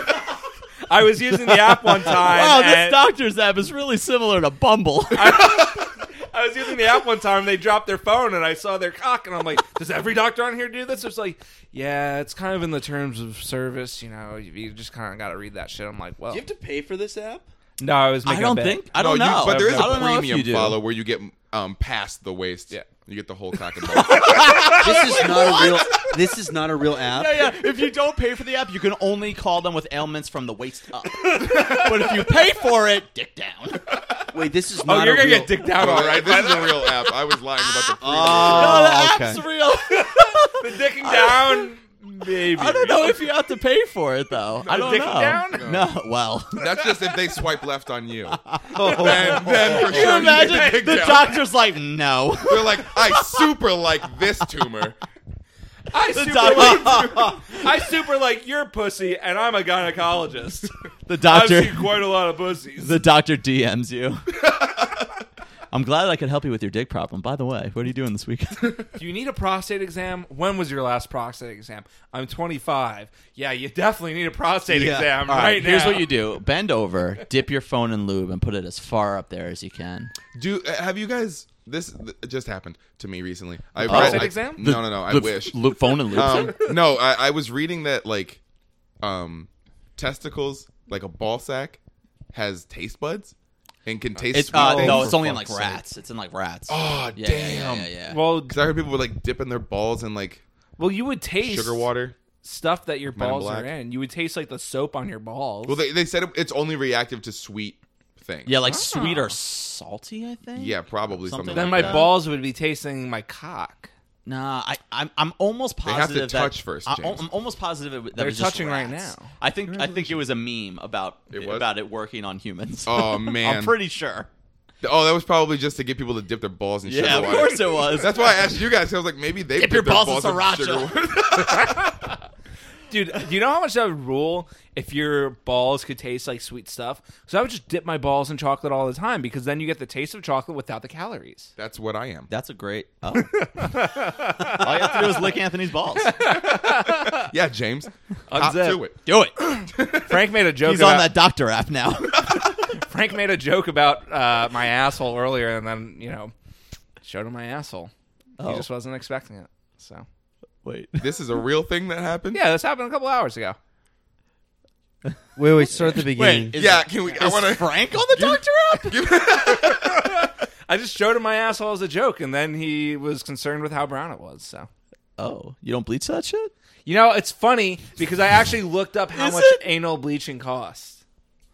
I was using the app one time. wow, this and- doctor's app is really similar to Bumble. I was using the app one time. They dropped their phone, and I saw their cock, and I'm like, "Does every doctor on here do this?" It's like, yeah, it's kind of in the terms of service. You know, you, you just kind of got to read that shit. I'm like, well, Do you have to pay for this app? no, I was. Making I a don't bit. think. I No, don't you- know. but there is I don't a know if premium you do. follow where you get um past the waist. Yeah. you get the whole cock and balls. This is not a real. This is not a real app. Yeah, yeah. If you don't pay for the app, you can only call them with ailments from the waist up. but if you pay for it, dick down. Wait, this is Oh, not. you're a gonna real... get dicked out, all right? this is a real app. I was lying about the. Premium. Oh, Oh, the okay. app's real. The dicking down, maybe. I don't know if you have to pay for it though. I don't dick know. down? No. Well. That's just if they swipe left on you. Oh. then, then for Can you sure get imagine? dicked The out. doctor's like, no. They're like, I super like this tumor. I super, like, I super like your pussy, and I'm a gynecologist. The I've doctor. seen quite a lot of pussies. The doctor DMs you. I'm glad I could help you with your dick problem. By the way, what are you doing this weekend? Do you need a prostate exam? When was your last prostate exam? I'm 25. Yeah, you definitely need a prostate exam right, now. Here's what you do: bend over, dip your phone in lube, and put it as far up there as you can. Do uh, have you guys? This th- just happened to me recently. I Oh, prostate I- exam? No, no, no. I The wish. f- lube- phone and lube. Um, no, I, I was reading that like, um, testicles like a ball sack has taste buds and can taste. it's sweet uh, things. no, it's only in For like fuck's sake. rats. It's in like rats. Oh yeah, yeah, damn! Yeah, yeah, yeah. Well, Because I heard people were like dipping their balls in like well, you would taste sugar water. stuff that your in balls Black. are in. You would taste like the soap on your balls. Well, they, they said it, it's only reactive to sweet things. yeah, like ah. sweet or salty, I think. yeah, probably something. Something then like my like that. balls would be tasting my cock. Nah, I, I'm I'm almost have to positive that- touch first, I, James. am almost positive it, that They're was just touching right rats. now. I think I think it was a meme about It was? about it working on humans. Oh, man. I'm pretty sure. Oh, that was probably just to get people to dip their balls in sugar Yeah, of water. course it was. That's why I asked you guys. 'cause I was like, maybe they dip your their balls in in sugar sriracha. water. Dude, do you know how much that would rule if your balls could taste like sweet stuff? So I would just dip my balls in chocolate all the time because then you get the taste of chocolate without the calories. That's what I am. That's a great. Oh. All you have to do is lick Anthony's balls. Yeah, James. Hop Unzip. to it. Do it. Frank made a joke. He's on about, that doctor app now. Frank made a joke about uh, my asshole earlier, and then you know, showed him my asshole. He Oh. just wasn't expecting it. So Wait. This is a real thing that happened. yeah, this happened a couple hours ago. Wait, wait, start at the beginning. is- Yeah, can we? I Is want to. Frank on the doctor app? I just showed him my asshole as a joke, and then he was concerned with how brown it was. So. Oh, you don't bleach that shit? You know, it's funny because I actually looked up how Is much it? anal bleaching costs.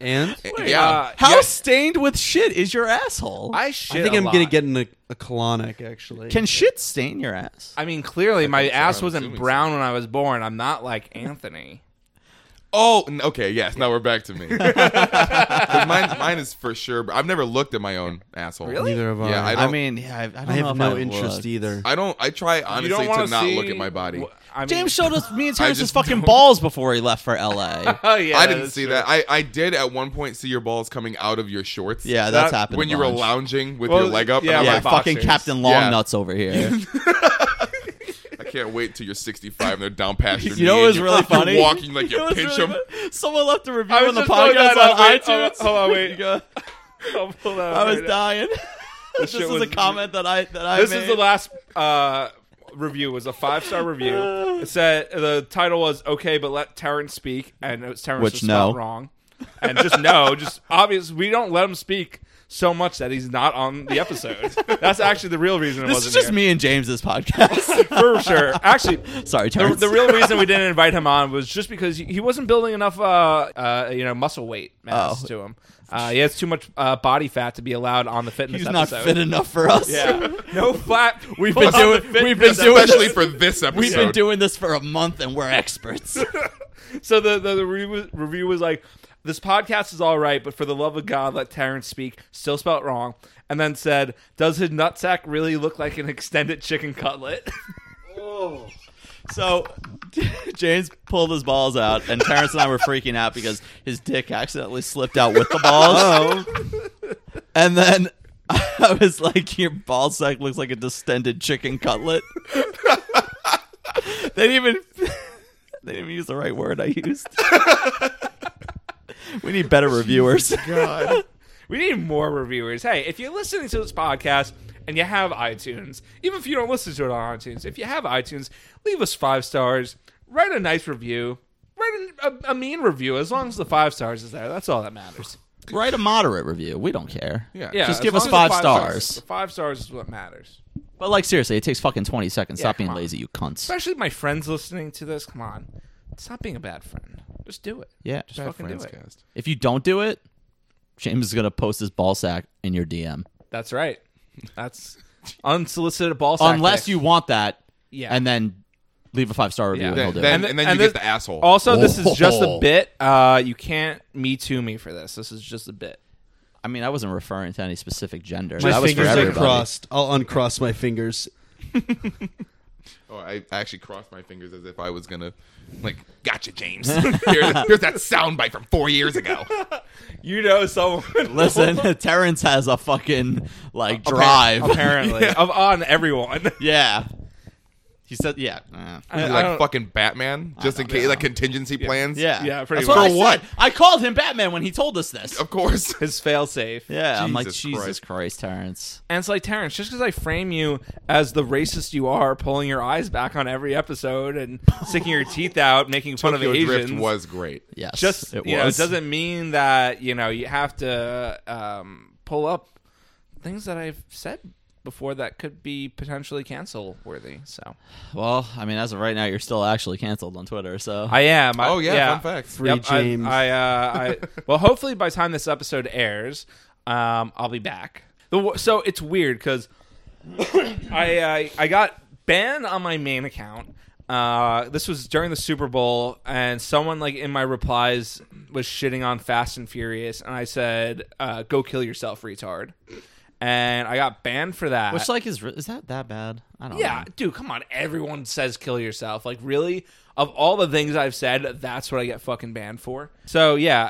and Yeah. Uh, How yeah, stained with shit is your asshole? I shit. I think a I'm lot. gonna get in a, a colonic actually. Can shit stain your ass? I mean, clearly my think so. ass I'm wasn't assuming brown when I was born. I'm not like Anthony. Oh, n- okay. Yes. Now we're back to me. 'Cause mine, mine is for sure. But I've never looked at my own asshole. Really? neither of Yeah, I I don't- mean, yeah, I, I, don't I know have if no would. interest either. I don't. I try You honestly don't want to not look at my body. I mean, James showed us me and I Terrence's just fucking don't- balls before he left for L.A. Oh yeah, I didn't that's see true. that. I, I did at one point see your balls coming out of your shorts. yeah, that's That- happened. When a you were bunch. lounging with Well, your leg up. yeah, and I Yeah, was my like, fucking boxers. Captain Yeah. Longnuts over here. I can't wait till you're 65 and they're down past your You know what knee and was you're really funny? Walking like You know you what's pinch really them. funny? Someone left a review I was on the just looking podcast that on up. Wait, hold on- iTunes. hold on, oh, wait. You go, I'll pull that I up was right now. dying. this shit is was- a comment that I that I This made. is the last uh, review. It was a five star review. It said the title was "Okay, but let Terrence speak," and it was Terrence Which was spelled no. wrong, and just no, just obvious. We don't let him speak so much that he's not on the episode. That's actually the real reason. It This wasn't is just here. me and James's podcast. for sure. Actually. Sorry, The, Terrence. the real reason we didn't invite him on was just because he, he wasn't building enough, uh, uh, you know, muscle weight mass Oh. to him. Uh, he has too much uh, body fat to be allowed on the fitness He's not episode. fit enough for us. Yeah, no flat. We've been doing we've been doing Especially this, for this episode. we've been doing this for a month and we're experts. So the the, the re- review was like, "This podcast is all right, but for the love of God, let Terrence speak." Still spelt wrong, and then said, "Does his nutsack really look like an extended chicken cutlet?" So James pulled his balls out, and Terrence and I were freaking out because his dick accidentally slipped out with the balls. And then I was like, "Your ball sack looks like a distended chicken cutlet." they didn't even they didn't even use the right word I used. we need better reviewers. God. we need more reviewers. Hey, if you're listening to this podcast and you have iTunes, even if you don't listen to it on iTunes, if you have iTunes, leave us five stars, write a nice review, write an- a, a mean review. As long as the five stars is there, that's all that matters. Write a moderate review. We don't care. Yeah. Yeah, Just as give long us as the five stars. The five stars is what matters. But like seriously, it takes fucking twenty seconds. Yeah, Stop being come on. lazy, you cunts. especially my friends listening to this. Come on, stop being a bad friend. Just do it. Yeah. just fucking do it. Friendscast. If you don't do it, James is gonna post his ball sack in your DM. That's right. That's unsolicited ball. sack Unless pic. you want that, Yeah. and then leave a five star review. Yeah. And Then, he'll do then- it. th- and then and you this- get the asshole. Also, this is just a Oh. bit. Uh, you can't me too me for this. This is just a bit. I mean, I wasn't referring to any specific gender. my that was for fingers are everybody. crossed. I'll uncross my fingers. Oh, I actually crossed my fingers as if I was gonna, like, gotcha, James. here's, here's that soundbite from four years ago. You know, someone Listen, Terrence has a fucking like drive. apparently of on everyone. yeah. He said, "Yeah, Uh, I- I like don't- fucking Batman, just in case, like contingency plans. yeah, Yeah, pretty That's much. what I For said. what? I called him Batman when he told us this. of course. His failsafe. Yeah, I'm like, Jesus Jesus Christ. Christ, Terrence. And it's like Terrence, just because I frame you as the racist you are, pulling your eyes back on every episode and sticking your teeth out, making fun of Tokyo Drift Asians was great. Yes, just it you know, it was. doesn't mean that you know you have to um, pull up things that I've said before that could be potentially cancel worthy. So Well, I mean, as of right now, you're still actually canceled on Twitter. So I am. I, Oh yeah, fun fact. Free Yep, I- James. I, uh, I well, hopefully by the time this episode airs, um, I'll be back. The, wo- so it's weird because I, I I got ban on my main account. Uh, this was during the Super Bowl, and someone like in my replies was shitting on Fast and Furious, and I said, uh, "Go kill yourself, retard," and I got banned for that. Which like is re- is that that bad? I don't. yeah, know. dude, come on, everyone says kill yourself. Like, really? Of all the things I've said, that's what I get fucking banned for. So yeah,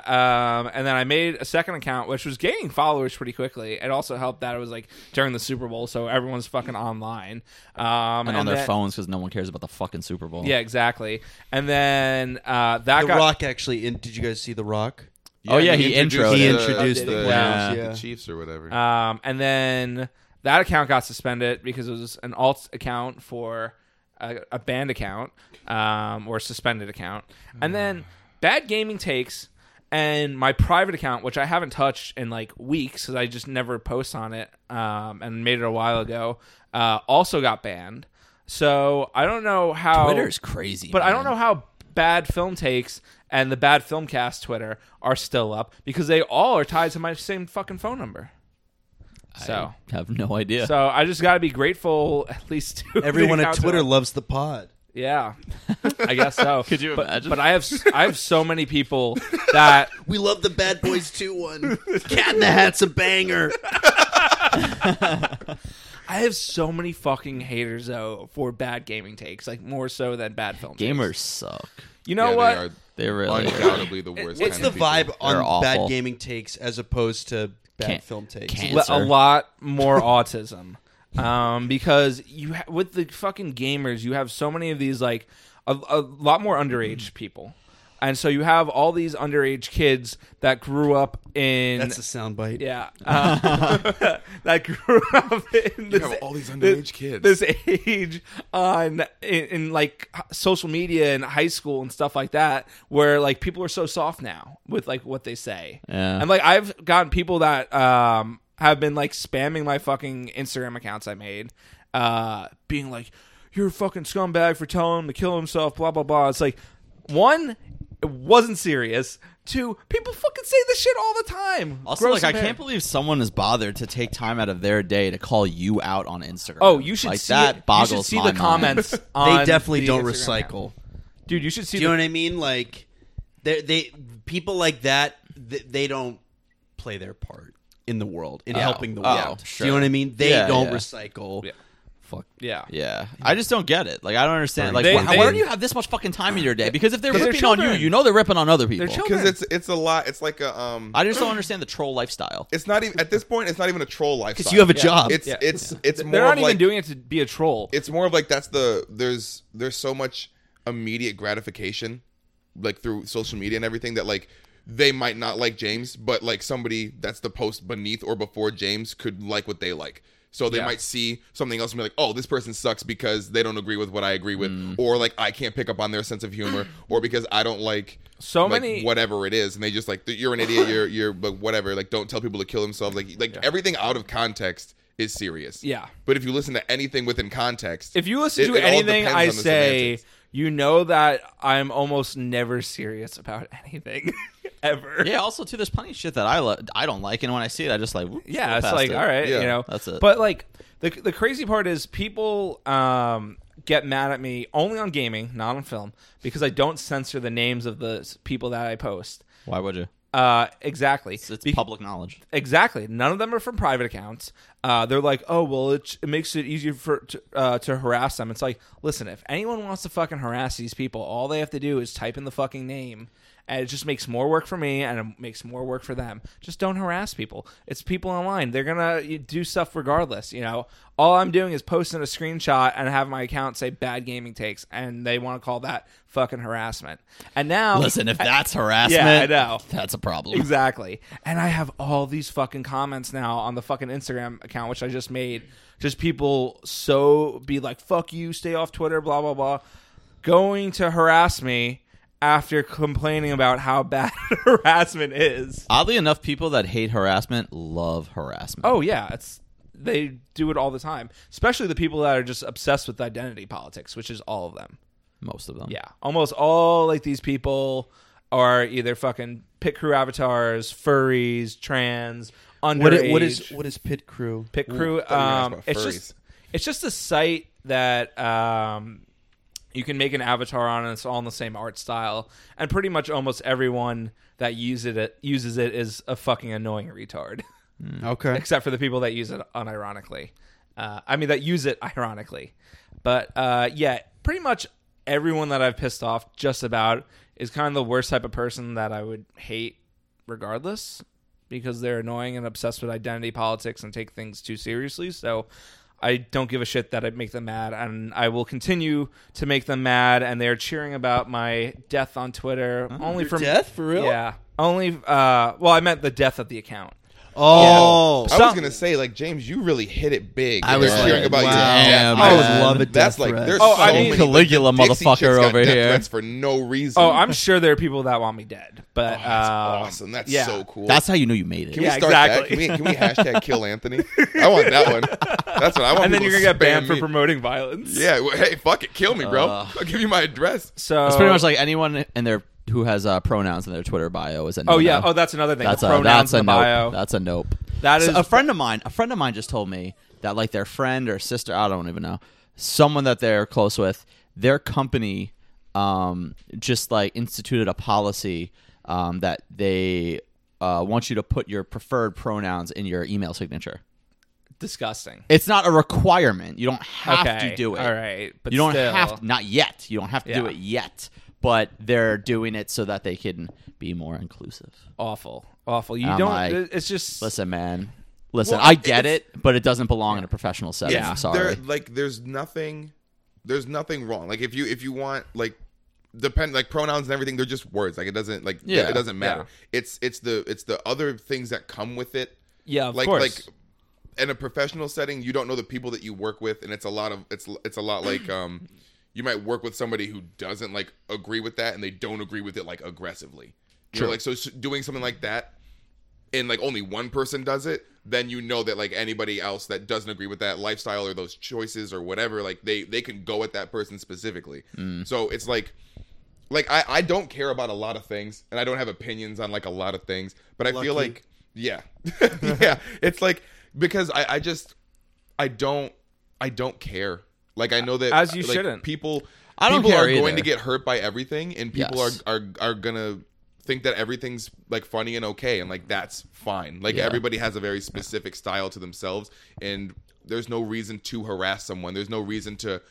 um, and then I made a second account, which was gaining followers pretty quickly. It also helped that it was like during the Super Bowl, so everyone's fucking online um, and on their then- phones because no one cares about the fucking Super Bowl. Yeah, exactly. And then uh, that The got Rock actually. In, did you guys see The Rock? Oh, yeah, he introed He it. introduced the the, players. Yeah. Yeah. the Chiefs or Mm-hmm. whatever. Um, and then that account got suspended because it was an alt account for a, a banned account um, or suspended account. And Mm. then bad gaming takes and my private account, which I haven't touched in like weeks because I just never post on it um, and made it a while ago, uh, also got banned. So I don't know how Twitter's crazy. but I don't man. know how bad film takes and the bad film cast Twitter are still up because they all are tied to my same fucking phone number. So, I have no idea. so I just got to be grateful at least to the Everyone at accounts that Twitter are- loves the pod. yeah, I guess so. Could you but, imagine? But I have s- I have so many people that We love the Bad Boys 2 one. Cat in the Hat's a banger. I have so many fucking haters though for bad gaming takes, like more so than bad film takes. Gamers suck. You know yeah, what? They are They really are. undoubtedly the worst. What's kind the of people. vibe on awful. bad gaming takes as opposed to bad Can't- film takes? can't. Well, a answer. lot more autism um, because you ha- with the fucking gamers you have so many of these like a, a lot more underage people and so you have all these underage kids that grew up in That's a soundbite. yeah uh, that grew up in this, have all these underage kids. this age on in, in like h- social media and high school and stuff like that where like people are so soft now with like what they say Yeah. and like i've gotten people that um have been like spamming my fucking instagram accounts i made uh being like you're a fucking scumbag for telling him to kill himself blah blah blah it's like one it wasn't serious two people fucking say this shit all the time Also, Gross like, I and bad. can't believe someone is bothered to take time out of their day to call you out on Instagram. Oh, you should like, see that. it. Boggles you should see my mind. the comments. They on definitely the don't Instagram account. recycle. dude. You should see. Do you know The, what I mean? Like, they they people like that, th- they don't play their part in the world in helping the oh, world. sure. Do you know what I mean? They Yeah, don't yeah. recycle. Yeah. Fuck. yeah, Yeah, I just don't get it. Like, I don't understand. Like, They- why, they- why do you have this much fucking time in your day? Because if they're 'Cause they're ripping on you, children. you know they're ripping on other people. they're children. Because it's it's a lot. It's like a um. I just don't understand the troll lifestyle. it's not even at this point. It's not even a troll lifestyle. Because you have a job. It's Yeah. it's it's more They're of not even like, doing it to be a troll. it's more of like that's the there's there's so much immediate gratification like through social media and everything that like they might not like James, but like somebody that's the post beneath or before James could like what they like. So they Yeah. might see something else and be like, "Oh, this person sucks because they don't agree with what I agree with," Mm. or like I can't pick up on their sense of humor, or because I don't like So like, many- whatever it is, and they just like you're an idiot, you're you're but whatever. Like don't tell people to kill themselves. Like like everything out of context is serious. Yeah. But if you listen to anything within context, if you listen it- to it all anything depends I on the say, semantics. you know that I'm almost never serious about anything ever. Yeah. Also, too, there's plenty of shit that I lo- I don't like, and when I see it, I just like whoop, yeah scroll it's past like it. all right Yeah, you know that's it. but like the, the crazy part is people um, get mad at me only on gaming not on film because i don't censor the names of the s- people that i post Why would you? uh, exactly It's, it's Be- public knowledge. Exactly. None of them are from private accounts. Uh, they're like, oh well, it, it makes it easier for to, uh, to harass them. It's like, listen, if anyone wants to fucking harass these people, all they have to do is type in the fucking name, and it just makes more work for me and it makes more work for them. Just don't harass people. It's people online. They're gonna you, do stuff regardless. You know, all I'm doing is posting a screenshot and have my account say bad gaming takes, and they want to call that fucking harassment. And now, Listen, if that's harassment, Yeah, I know. that's a problem. Exactly. And I have all these fucking comments now on the fucking Instagram account, which I just made. Just people so be like, fuck you, stay off Twitter, blah, blah, blah. Going to harass me after complaining about how bad harassment is. Oddly enough, people that hate harassment love harassment. Oh, yeah. It's. They do it all the time, especially the people that are just obsessed with identity politics, which is all of them. most of them. Yeah, almost all like these people are either fucking pit crew avatars, furries, trans, underage. What, i- what is what is pit crew? pit crew? I thought you were gonna ask Um, about it's furries. just it's just a site that um, you can make an avatar on, and it's all in the same art style. And pretty much almost everyone that use it uses it is a fucking annoying retard, Okay. except for the people that use it unironically. Uh, I mean, that use it ironically. But uh, yeah, pretty much everyone that I've pissed off just about is kind of the worst type of person that I would hate, regardless because they're annoying and obsessed with identity politics and take things too seriously. So I don't give a shit that I make them mad, and I will continue to make them mad. And they're cheering about my death on Twitter only for Oh, death? For real? Yeah, only. Uh, well, I meant the death of the account. I Oh, was Some- gonna say, like James, you really hit it big. I was They're hearing like, about your wow. death. Damn, I would threat. love a death That's like threat. there's Oh, so I mean- many Caligula Dixie chicks motherfucker got over death here. threats for no reason. Oh, I'm sure there are people that want me dead, but Oh, That's um, awesome. That's yeah. so cool. That's how you know you made it. Can we Yeah, start exactly. that? Can we, can we hashtag kill Anthony? I want that one. That's what I want. And then people you're to gonna get banned spam for me. promoting violence. Yeah. Well, hey, fuck it. Kill me, bro. Uh. I'll give you my address. So It's pretty much like anyone in their who has uh, pronouns in their Twitter bio is a no. Oh yeah. Oh, that's another thing. that's the a pronouns that's in a the nope. bio. That's a nope. That So is- a friend of mine. A friend of mine just told me that like their friend or sister, I don't even know, someone that they're close with, their company um, just like instituted a policy um, that they uh, want you to put your preferred pronouns in your email signature. disgusting. It's not a requirement. You don't have Okay, to do it. all right, but you don't still. have to, not yet. You don't have to do Yeah. it yet. But they're doing it so that they can be more inclusive. awful, awful. You I'm don't. like, it's just Listen, man. Listen, Well, I get it's- it, but it doesn't belong in a professional setting. It's- I'm sorry. there- like there's nothing there's nothing wrong. Like if you if you want like depend like pronouns and everything, they're just words. Like it doesn't like Yeah. it doesn't matter. It's it's the it's the other things that come with it. Yeah, of like course. like in a professional setting, you don't know the people that you work with and it's a lot of it's it's a lot like um you might work with somebody who doesn't like agree with that and they don't agree with it like aggressively. You know, like so s- doing something like that and like only one person does it, then you know that like anybody else that doesn't agree with that lifestyle or those choices or whatever, like they they can go at that person specifically. Mm. So it's like like I I don't care about a lot of things and I don't have opinions on like a lot of things, but I feel like yeah. yeah, it's like because I I just I don't I don't care. Like I know that As you like, shouldn't. people I don't people care are either. going to get hurt by everything and people Yes. are, are are gonna think that everything's like funny and okay and like that's fine like everybody has a very specific style to themselves and there's no reason to harass someone there's no reason to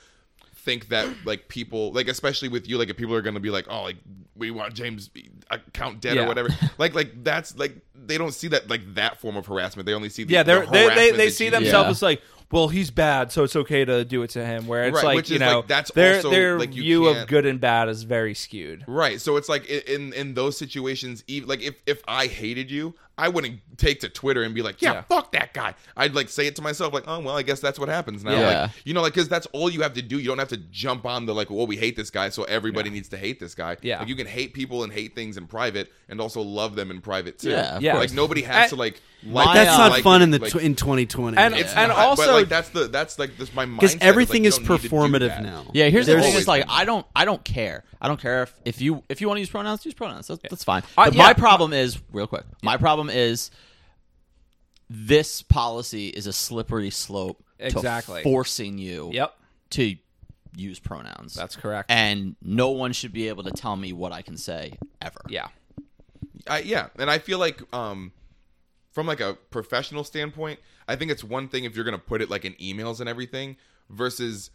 think that like people like especially with you like if people are gonna be like oh like we want james account dead Yeah. or whatever like like that's like they don't see that like that form of harassment they only see the, yeah, the they're, they they harassment they that see you- themselves Yeah. as like, well, he's bad, so it's okay to do it to him. Where it's Right, like, which you is, know, like, that's their also, their like, you view of can't- good and bad is very skewed. Right. So it's like i- in in those situations, even like if if I hated you, I wouldn't take to Twitter and be like, yeah, Yeah. fuck that guy. I'd like say it to myself, like, oh well, I guess that's what happens now. Yeah. Like, you know, like because that's all you have to do. You don't have to jump on the like, well, we hate this guy, so everybody needs to hate this guy. Yeah. Like, you can hate people and hate things in private, and also love them in private too. Yeah, of Yeah. course. Like nobody has I- to like. like That's you, not uh, like fun you, in the like, tw- in 2020. And- it's and not, but, also- like that's the that's like this my mindset. because is, like, everything you is don't need to do performative that. now. yeah, here's the There's- thing: is like always- I don't, I don't care. I don't care if, if you if you want to use pronouns, use pronouns. That's, that's fine. I- But yeah. my problem is real quick. My problem is this policy is a slippery slope. to Exactly. forcing you. Yep. to use pronouns. That's correct. And no one should be able to tell me what I can say ever. Yeah, I, yeah, and I feel like um, from like a professional standpoint, I think it's one thing if you're gonna put it like in emails and everything, versus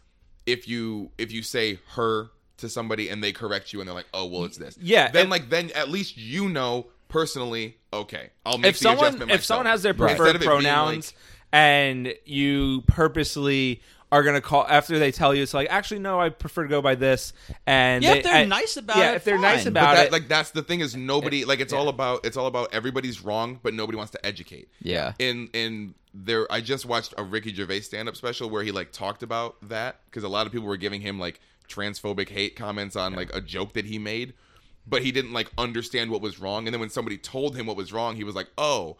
if you if you say her to somebody and they correct you and they're like, oh well, it's this. yeah, Then if- like then at least you know personally. Okay, I'll make if the someone adjustment if someone has myself. their Instead preferred of it being, pronouns like- and you purposely are gonna call after they tell you it's like actually no I prefer to go by this and Yeah, if they- they're and- nice about yeah it, if they're nice fine. about that, it like that's the thing is nobody like it's all about it's all about everybody's wrong but nobody wants to educate Yeah. in in there i just watched a ricky gervais stand-up special where he like talked about that because a lot of people were giving him like transphobic hate comments on like a joke that he made but he didn't like understand what was wrong and then when somebody told him what was wrong he was like oh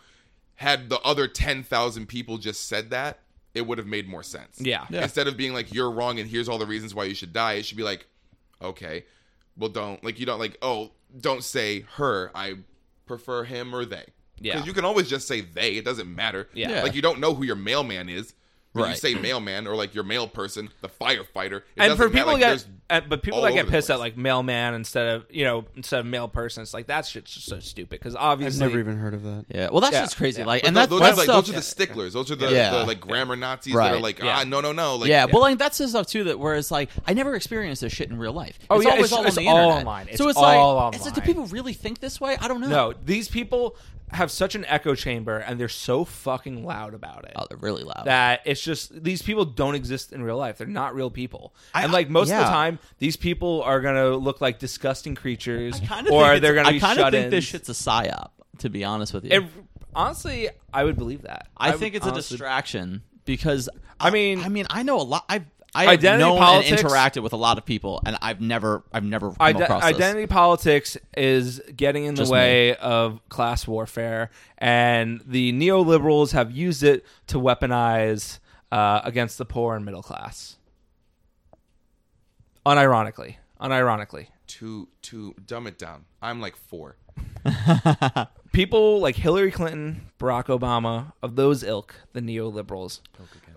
had the other 10,000 people just said that it would have made more sense Yeah. Yeah. instead of being like you're wrong and here's all the reasons why you should die it should be like okay well don't like you don't like oh don't say her i prefer him or they Yeah. you can always just say they it doesn't matter Yeah. like you don't know who your mailman is When you Right. say mailman or like your mail person, the firefighter. It and for doesn't matter, people like, that, there's- uh, but people all that over get the pissed at place. like mailman instead of you know instead of mail person, it's like that shit's just so stupid because obviously Never even heard of that. Yeah. Well, that's Yeah. just crazy. Yeah. Like, But and tho- that, those, that are like stuff, those are the sticklers. Those are the, Yeah. the, like grammar Nazis that Right. are like Yeah. ah no no no like yeah, well, like that's the stuff too. That whereas like I never experienced this shit in real life. Oh, it's yeah, always it's- all on it's the all internet. online. So It's it's like, all it's like, do online. people really think this way? I don't know. no. These people have such an echo chamber and they're so fucking loud about it. oh, they're really loud. that it's just these people don't exist in real life. They're not real people. I- and like most of yeah. the time, these people are gonna look like disgusting creatures, I kinda or think they're it's- gonna be I kind of shut think in. this shit's a psyop. To be honest with you, honestly, I would believe that. I, would think it's a honestly- distraction because I mean- I mean, I know a lot. I've I have Identity known politics- and interacted with a lot of people, and I've never, I've never come Ide- across this. identity politics is getting in Just the way of class warfare, and the neoliberals have used it to weaponize uh, against the poor and middle class. Unironically, unironically, to to dumb it down. I'm like four. people like Hillary Clinton, Barack Obama, of those ilk, the neoliberals,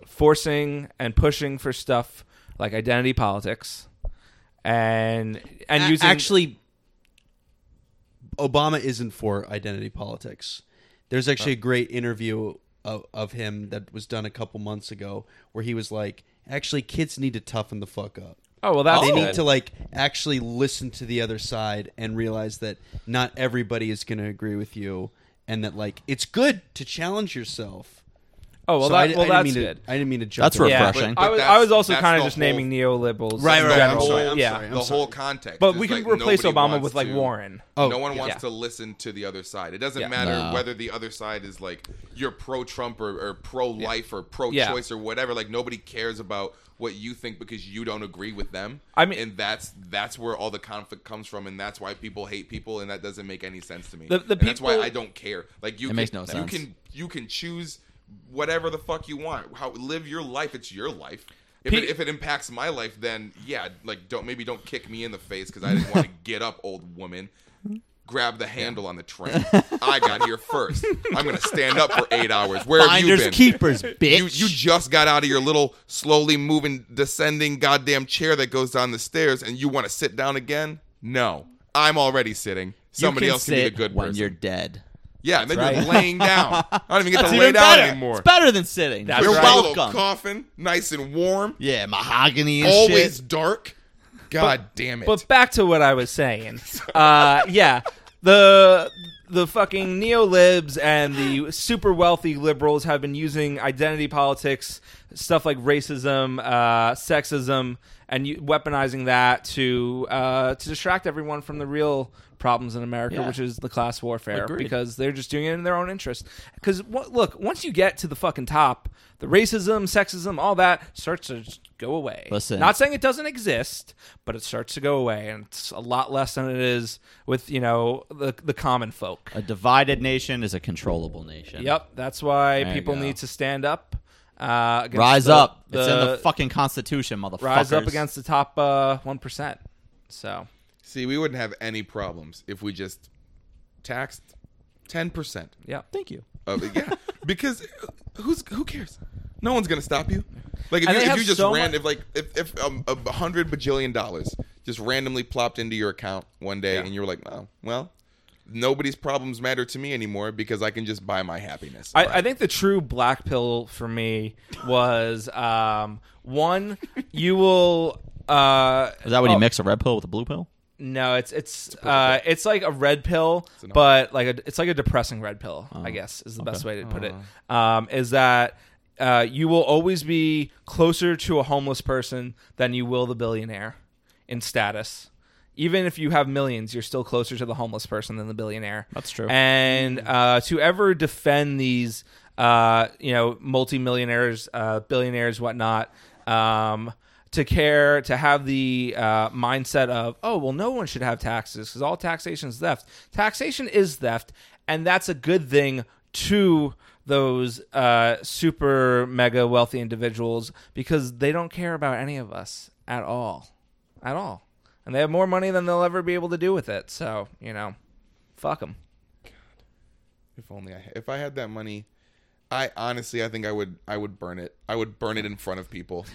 forcing and pushing for stuff like identity politics, and and A- using actually Obama isn't for identity politics. There's actually a Oh. great interview of, of him that was done a couple months ago where he was like, actually kids need to toughen the fuck up. oh well that's they good. need to like actually listen to the other side and realize that not everybody is going to agree with you and that like it's good to challenge yourself. oh well So that, I di- well I didn't that's mean good. To, I didn't mean to jump. That's in. refreshing. Yeah, refreshing. but I But was, that's- I was also that's kind of the just whole- naming neoliberals. Right, in right, general. I'm sorry. I'm yeah, sorry. The whole context. but is, we can like, replace nobody Obama wants with like to- Warren. Oh, no one wants yeah. to listen to the other side. It doesn't Yeah. matter No. whether the other side is like you're pro Trump or, or pro life or pro choice or whatever. Like nobody cares about what you think because you don't agree with them. I mean- and that's that's where all the conflict comes from, and that's why people hate people, and that doesn't make any sense to me. The- the and that's why people- I don't care. Like you, can, makes no You sense. can you can choose whatever the fuck you want. How live your life? It's your life. If, Pe- it, if it impacts my life, then yeah, like don't maybe don't kick me in the face because I didn't want to get up, old woman grab the handle on the train. I got here first. I'm gonna stand up for eight hours. Where have you Finders been? keepers, bitch. You you just got out of your little slowly moving, descending goddamn chair that goes down the stairs, and you want to sit down again? No, I'm already sitting. Somebody can else can be the sit good when person. you're dead. yeah, and then you're laying down. I don't even get to lay Even down better. anymore. It's better than sitting. That's You're right. Little welcome. coffin, nice and warm, Yeah, mahogany and always shit. dark. God damn it! But back to what I was saying. Uh, yeah, the the fucking neolibs and the super wealthy liberals have been using identity politics, stuff like racism, uh, sexism, and you, weaponizing that to uh, to distract everyone from the real problems in America, Yeah. which is the class warfare, Agreed. because they're just doing it in their own interest. Because look, once you get to the fucking top, the racism, sexism, all that starts to just go away. Listen. not saying it doesn't exist, but it starts to go away, and it's a lot less than it is with you know the the common folk. A divided nation is a controllable nation. Yep, that's why There you people go. need to stand up. Uh, against Rise the- up. it's in the fucking constitution, motherfuckers. rise up against the top uh, one So See, we wouldn't have any problems if we just taxed ten percent yeah, thank you. of it. Yeah, because uh, who's who cares? No one's gonna stop you. Like if And you, they if have you just so ran, mu- if like if if um, a hundred bajillion dollars just randomly plopped into your account one day, and you were like, oh, well, nobody's problems matter to me anymore because I can just buy my happiness. I, I think the true black pill for me was um, one. You will. Uh, Is that when oh, you mix a red pill with a blue pill? No, it's it's uh, it's like a red pill, an but like a, it's like a depressing red pill. I guess is the best way to put it. Um, is that uh, you will always be closer to a homeless person than you will the billionaire in status. Even if you have millions, you're still closer to the homeless person than the billionaire. That's true. And uh, to ever defend these, uh, you know, multimillionaires, uh, billionaires, whatnot, um, to care, to have the uh, mindset of, oh, well, no one should have taxes because all taxation is theft. Taxation is theft, and that's a good thing to those uh, super mega wealthy individuals because they don't care about any of us at all, at all, and they have more money than they'll ever be able to do with it. So you know, fuck them. If only I, if I had that money, I honestly, I think I would, I would burn it. I would burn it in front of people.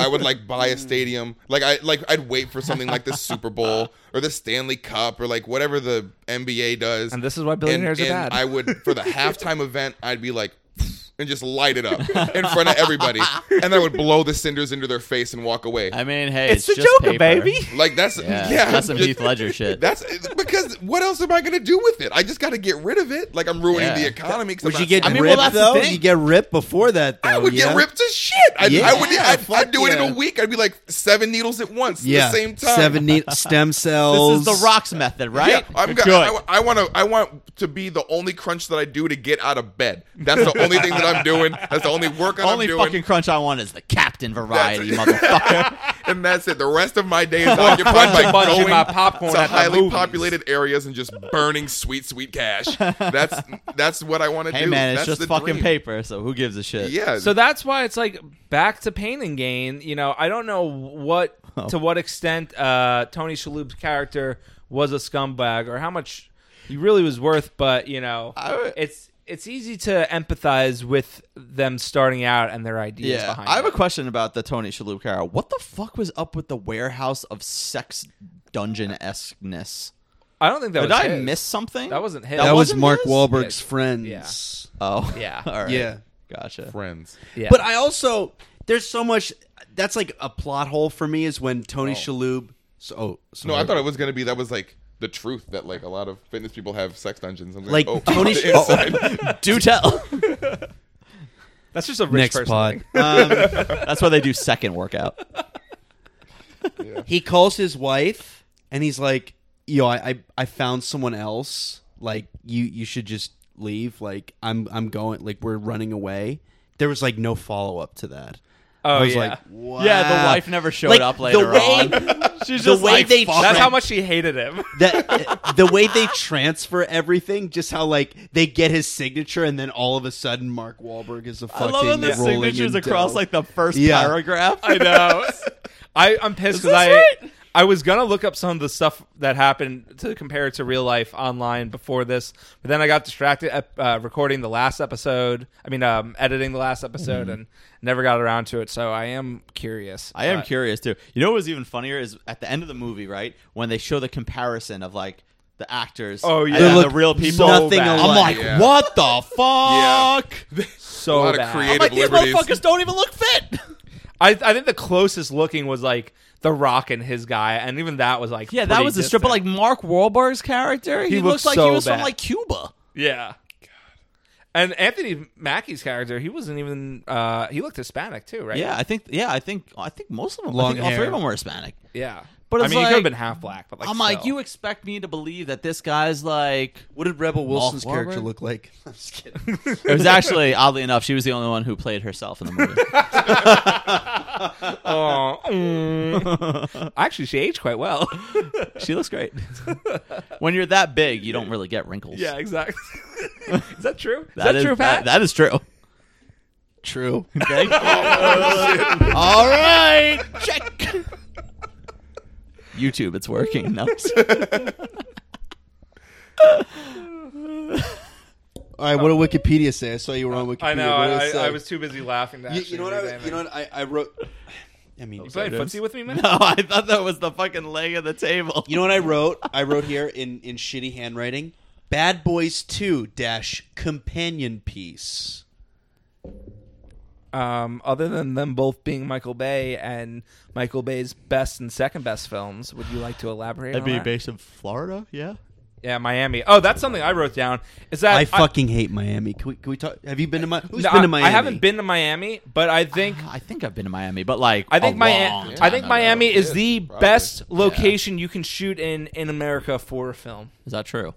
I would like buy a stadium, like I, like I'd wait for something like the Super Bowl or the Stanley Cup or like whatever the NBA does. And this is why billionaires and, are and bad. I would for the halftime event, I'd be like, and just light it up in front of everybody, and I would blow the cinders into their face and walk away. I mean, hey, It's it's, the just Joker, paper. baby. Like that's Yeah, yeah, that's some just- Heath Ledger shit. That's because what else am I gonna do with it? I just got to get rid of it. Like I'm ruining Yeah. the economy. 'cause Would I'm you not get I mean, well, ripped that's the though? thing. You get ripped before that. Though, I would Oh, yeah? get ripped to shit. I, Yeah, I would. I'd, fuck I'd do it in yeah. a week. I'd be like seven needles at once Yeah, at the same time. Seven ne- stem cells. This is the rocks method, Yeah, right? I'm Good. gonna, I, want to. I want to be the only crunch that I do to get out of bed. That's the only thing that I'm doing. That's the only work that Only I'm doing. fucking crunch I want is the captain variety, motherfucker. and that's it. The rest of my day is occupied by bunch of going my popcorn to at the highly movies. populated areas and just burning sweet, sweet cash. That's that's what I want to hey do. man, that's it's just the fucking dream. paper, so who gives a shit? Yeah. So that's why it's like back to pain and gain. You know, I don't know what Oh. to what extent uh, Tony Shalhoub's character was a scumbag or how much he really was worth, but you know, I- it's it's easy to empathize with them starting out and their ideas Yeah, behind. I have a it. question about the Tony Shalhoub character. What the fuck was up with the warehouse of sex dungeon esqueness? I don't think that Did was I his. miss something? That wasn't his. That was wasn't Mark his? Wahlberg's Yeah. friends. Oh Yeah. all right. Yeah. gotcha. friends. Yeah. But I also there's so much that's like a plot hole for me is when Tony Shalhoub. So, oh, No, sorry. I thought it was gonna be that was like the truth that like a lot of fitness people have sex dungeons. I'm Like, like, oh, on Tony- the inside. Oh, Do tell. that's just a rich next person. pod. thing. Um, That's why they do second workout. he calls his wife and he's like, "Yo, I, I I found someone else. Like you you should just leave. Like I'm I'm going. Like we're running away." There was like no follow up to that. Oh I was yeah. like, wow. Yeah, the wife never showed Like, up later the way, on. She's the just way like, they "Fuck." that's tra- how much she hated him. that the way they transfer everything, just how like they get his signature, and then all of a sudden Mark Wahlberg is a I fucking love when the rolling signatures in across dough. like the first Yeah. paragraph. I know. I, I'm pissed because I I was gonna look up some of the stuff that happened to compare it to real life online before this, but then I got distracted at, uh, recording the last episode. I mean, um, editing the last episode and never got around to it. So I am curious. I am but- curious too. You know what was even funnier is at the end of the movie, right? When they show the comparison of like the actors Oh, yeah. and They then the look real people. nothing I'm like, alike. Yeah. what the fuck? So A lot of Oh, bad. creative- Like these Liberties. motherfuckers don't even look fit. I I think the closest looking was like The Rock and his guy, and even that was like Yeah, that pretty was the strip distant. like Mark Wahlberg's character. He, He looks looks like he so was from bad. like Cuba. yeah. And Anthony Mackie's character, he wasn't even. Uh, he looked Hispanic too, right? Yeah, I think. Yeah, I think. I think most of them. I Long think all three hair. of them were Hispanic. Yeah, But I it's mean, he could like- have been half black. But like, I'm like, you expect me to believe that this guy's like. What did Rebel Wilson's Mark character Wahlberg? look like? It was actually oddly enough, she was the only one who played herself in the movie. oh, mm. actually, she aged quite well. she looks great. when you're that big, you don't really get wrinkles. yeah, exactly. is that true? Is That that, is- true, that- Pat? that is true. True. Okay. All right. Check. YouTube, it's working. No. All right, what did Wikipedia say? I saw you were on Wikipedia. I know. What did it I, say? I, I was too busy laughing. To You, actually you know what? I, read was- anything. you know what? I, I wrote. I mean, You playing footsie with me, man? No, I thought that was the fucking leg of the table. you know what I wrote? I wrote here in in shitty handwriting. Bad Boys Two dash companion piece. Um, other than them both being Michael Bay and Michael Bay's best and second best films, would you like to elaborate? on that? based in Florida, yeah. Yeah, Miami. Oh, that's something I wrote down. Is that I fucking hate Miami. Can we, can we talk? Have you been to Miami? Who's no, been I- to Miami? I haven't been to Miami, but I think I think I've been to Miami, but like I think a Miami. long I time think ago. Miami is Yeah, the probably. best location you can shoot in in America for a film. Is that true?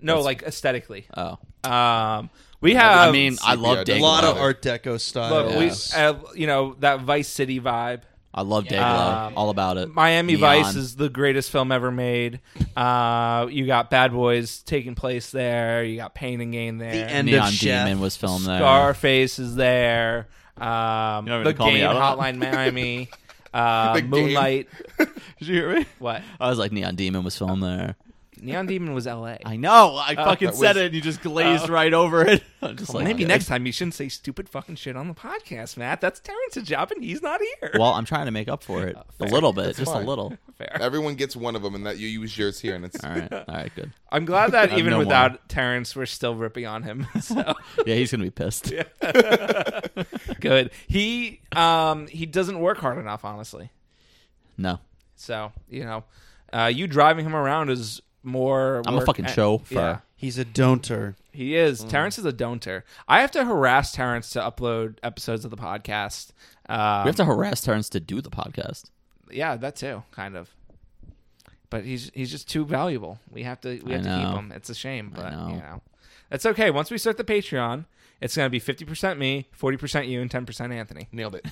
No, like aesthetically. Oh, Um, we have. I mean, I love CPI Dago. A lot of Wow. Art Deco style. look, Yes. we, uh, you know that Vice City vibe. I love Dago. Um, all about it. Miami Neon. Vice is the greatest film ever made. Uh, you got Bad Boys taking place there. You got Pain and Gain there. The end Neon of Chef. Demon was filmed there. Scarface is there. Um, You want me the to call me Game out on Hotline Miami. Uh, game. Moonlight. Did you hear me? What? I was like, Neon Demon was filmed there. Uh, Neon Demon was L.A. I know. I fucking that said was- it, and you just glazed right over it. Oh. I'm just like, Maybe okay. next time you shouldn't say stupid fucking shit on the podcast, Matt. That's Terrence's job, and he's not here. Well, uh, I'm trying to make up for it a little bit, just fine. a little. Fair. Everyone gets one of them, and that you use yours here, and it's All right, all right, good. I'm glad that have even no more. without Terrence, we're still ripping on him. So Yeah, he's gonna be pissed. good. He um he doesn't work hard enough, honestly. No, So you know, uh, you driving him around is more. I'm a work fucking Mm. and- show for- Yeah, He's a don'ter. he is. Terrence is a don'ter. I have to harass Terrence to upload episodes of the podcast. Um, we have to harass Terrence to do the podcast. yeah, that too, kind of. But he's he's just too valuable. We have to we I have to know. keep him. It's a shame, but know. you know. That's okay. Once we start the Patreon, it's gonna be fifty percent me, forty percent you, and ten percent Anthony. nailed it.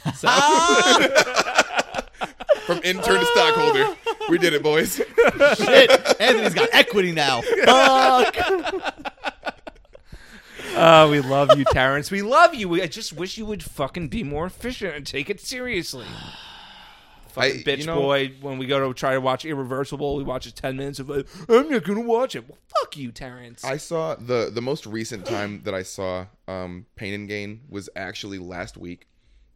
From intern to stockholder, we did it, boys. Shit, Anthony's got equity now. Fuck. Oh, we love you, Terrence. We love you. We, I just wish you would fucking be more efficient and take it seriously. I, Bitch you know, boy, when we go to try to watch Irreversible, we watch it 10 minutes of, like, I'm not going to watch it. Well, fuck you, Terrence. I saw the the most recent time that I saw um, Pain and Gain was actually last week.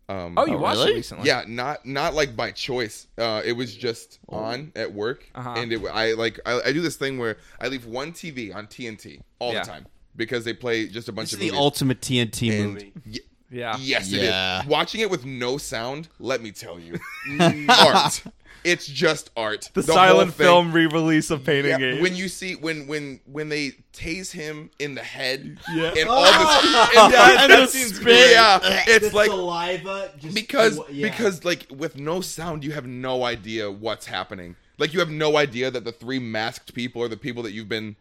Um, oh, you watched really? it recently? Yeah, not not like by choice. Uh, it was just on at work, and it, I like I, I do this thing where I leave one TV on TNT all Yeah. the time because they play just a bunch This is of the movies. ultimate TNT movie. Y- Yeah. yes, Yeah. it is. Watching it with no sound, let me tell you, art. It's just art. The, whole thing. re release of Painting Yeah, when you see when when when they tase him in the head, yeah, and all this, and, and the spit. yeah, it's like saliva. Just because because like with no sound you have no idea what's happening like you have no idea that the three masked people are the people that you've been